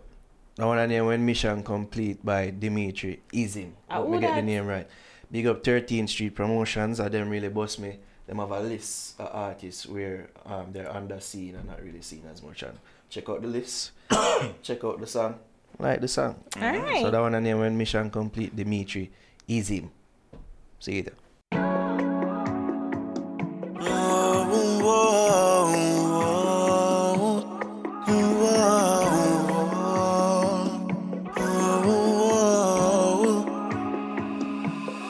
S3: I want to name when Mission Complete by Dimitri Isin.
S5: Ah,
S3: Hope
S5: who
S3: me get the
S5: dat?
S3: name right. Big up 13th Street Promotions. I them really bust me. Them have a list of artists where um, they're under seen and not really seen as much. And check out the list. check out the song. Like the song.
S5: All right.
S3: So that one I name when Mission Complete Dimitri Isin. See you there.
S9: Whoa, whoa, whoa, whoa.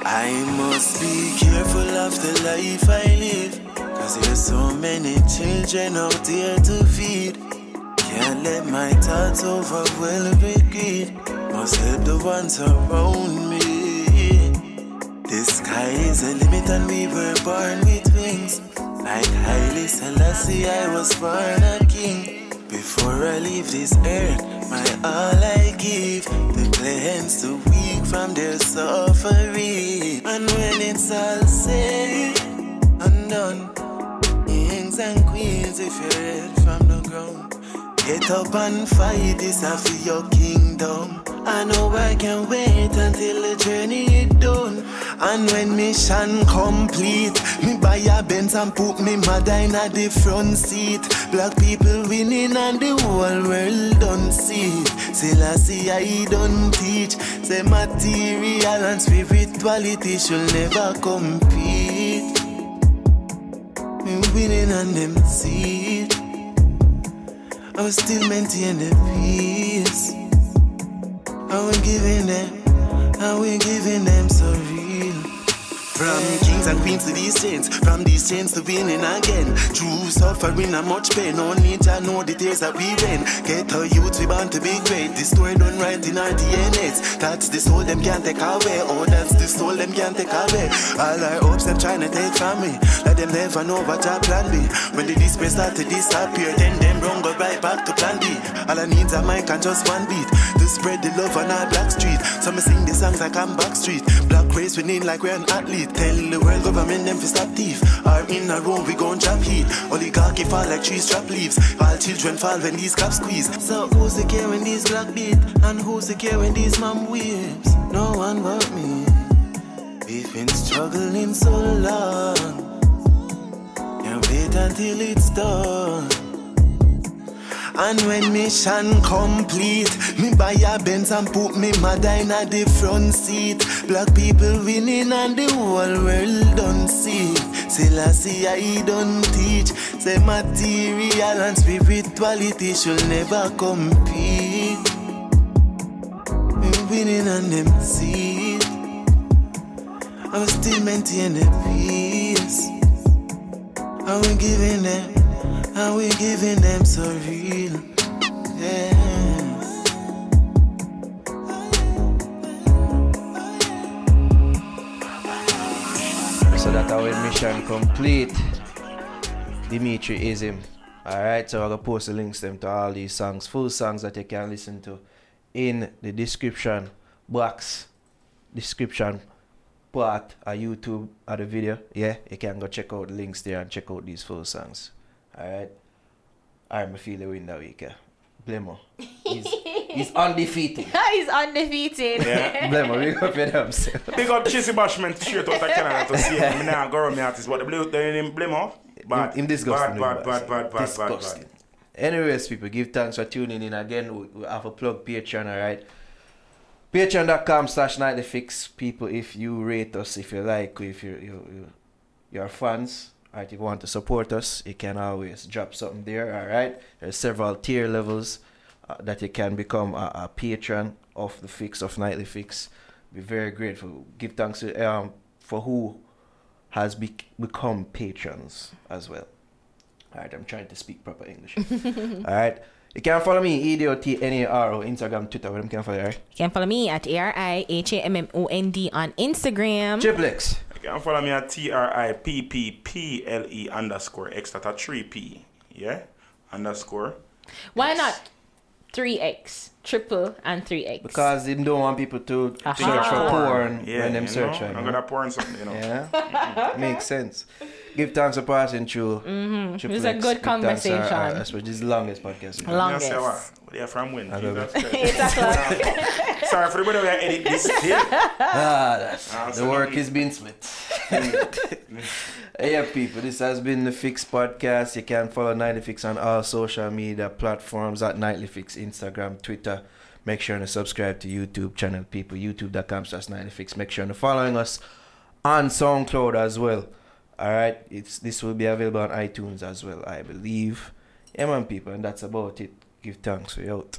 S8: I must be careful of the life I live. Cause there's so many children out there to feed. Can't let my thoughts overwhelm with greed. Must help the ones around me. The sky is a limit and we were born with wings. Like Haile Selassie, I was born a king. Before I leave this earth, my all I give to cleanse the weak from their suffering. And when it's all said and done, kings and queens, if you're head from the ground, get up and fight this after your kingdom. I know I can wait until the journey is done. And when mission complete, me buy a Benz and put me mother in a the front seat. Black people winning and the whole world don't see. Still I see I don't teach. Say material and spirituality should never compete. Me winning and them see it. I was still maintain the peace. I was giving them, I was giving them so real. From kings and queens to these chains, from these chains to winning again. True suffering and much pain, no need to know the days that we reign. Get our youth, we bound to be great. This story done right in our DNAs. That's the soul them can't take away. Oh, that's the soul them can't take away. All our hopes them trying to take from me. Let them never know what our plan be. When the despair start to disappear, then them wrong go right back to plan B. All I need is a mic and just one beat to spread the love on our black street. So me sing the songs like I'm backstreet. Black race we need like we're an athlete. Tell the world government them fi stop thief. Or in a room we gon' drop heat. Oligarchy fall like trees drop leaves. All children fall when these cops squeeze. So who's the care when these black beat? And who's the care when these mom whips? No one but me. We've been struggling so long. Can't wait until it's done. And when mission complete, me buy a Benz and put me mother in a the front seat. Black people winning and the whole world don't see. Still I see I don't teach. Say material and spirituality should never compete. Me winning and them see it. I was still maintain the peace. I was giving them, I was giving them so real. Yeah.
S3: So that our mission complete. Dimitri is him. Alright, so i will post the links them to all these songs, full songs that you can listen to in the description box. Description part of YouTube of the video. Yeah, you can go check out the links there and check out these full songs. Alright. I'm a feeling win that week, yeah. Blemo. He's, he's undefeated.
S5: He's undefeated.
S3: Blemo, big up your damn self.
S4: Big up Chissy Bashment straight out of Canada to see him. Me nah go around me artist, but the blue the name blame off. Bad.
S3: him, him disgusting.
S4: Bad, bad,
S3: man.
S4: bad, bad, bad, bad,
S3: disgusting.
S4: bad.
S3: Anyways, people, give thanks for tuning in again. We, we have a plug Patreon, alright. Patreon.com slash night the fix. People, if you rate us, if you like, if you you you you're fans, alright, if you want to support us, you can always drop something there, alright. There's several tier levels uh, that you can become a, a patron of the fix of nightly fix. Be very grateful. Give thanks to, um for who has bec become patrons as well. All right, I'm trying to speak proper English. All right, you can follow me E D O T N A R O Instagram, Twitter, where you can follow you, right?
S5: You can follow me at A R I H A M M O N D on Instagram.
S3: Triplex.
S4: You can follow me at T R I P P P L E underscore X that are three P. Yeah? Underscore.
S5: Why not three X? Triple and three X.
S3: Because they don't want people to
S5: Aha.
S3: search for porn
S4: Yeah.
S3: when them
S4: you
S3: search.
S4: know?
S3: right,
S4: I'm
S3: you know?
S4: gonna pour in something, you know.
S3: Yeah, makes sense. Give thanks for passing through. Mm-hmm.
S5: It was a good conversation.
S3: I suppose uh, this is the longest podcast. we've
S4: Yeah,
S5: longest.
S4: say what? Where you from when?
S3: love
S4: Jesus
S5: It's
S4: Christ.
S5: a clock.
S4: Sorry for the way that we edit this here.
S3: Ah, that's-
S4: Ah,
S3: the
S4: so
S3: work
S4: you-
S3: is being split. yeah, people, this has been the Fix Podcast. You can follow Nightly Fix on all social media platforms at Nightly Fix, Instagram, Twitter. Make sure to subscribe to YouTube channel, people. YouTube.com slash Nightly Fix. Make sure to following us on SoundCloud as well. All right, it's this will be available on iTunes as well, I believe. Yeah, man, people, and that's about it. Give thanks. We out.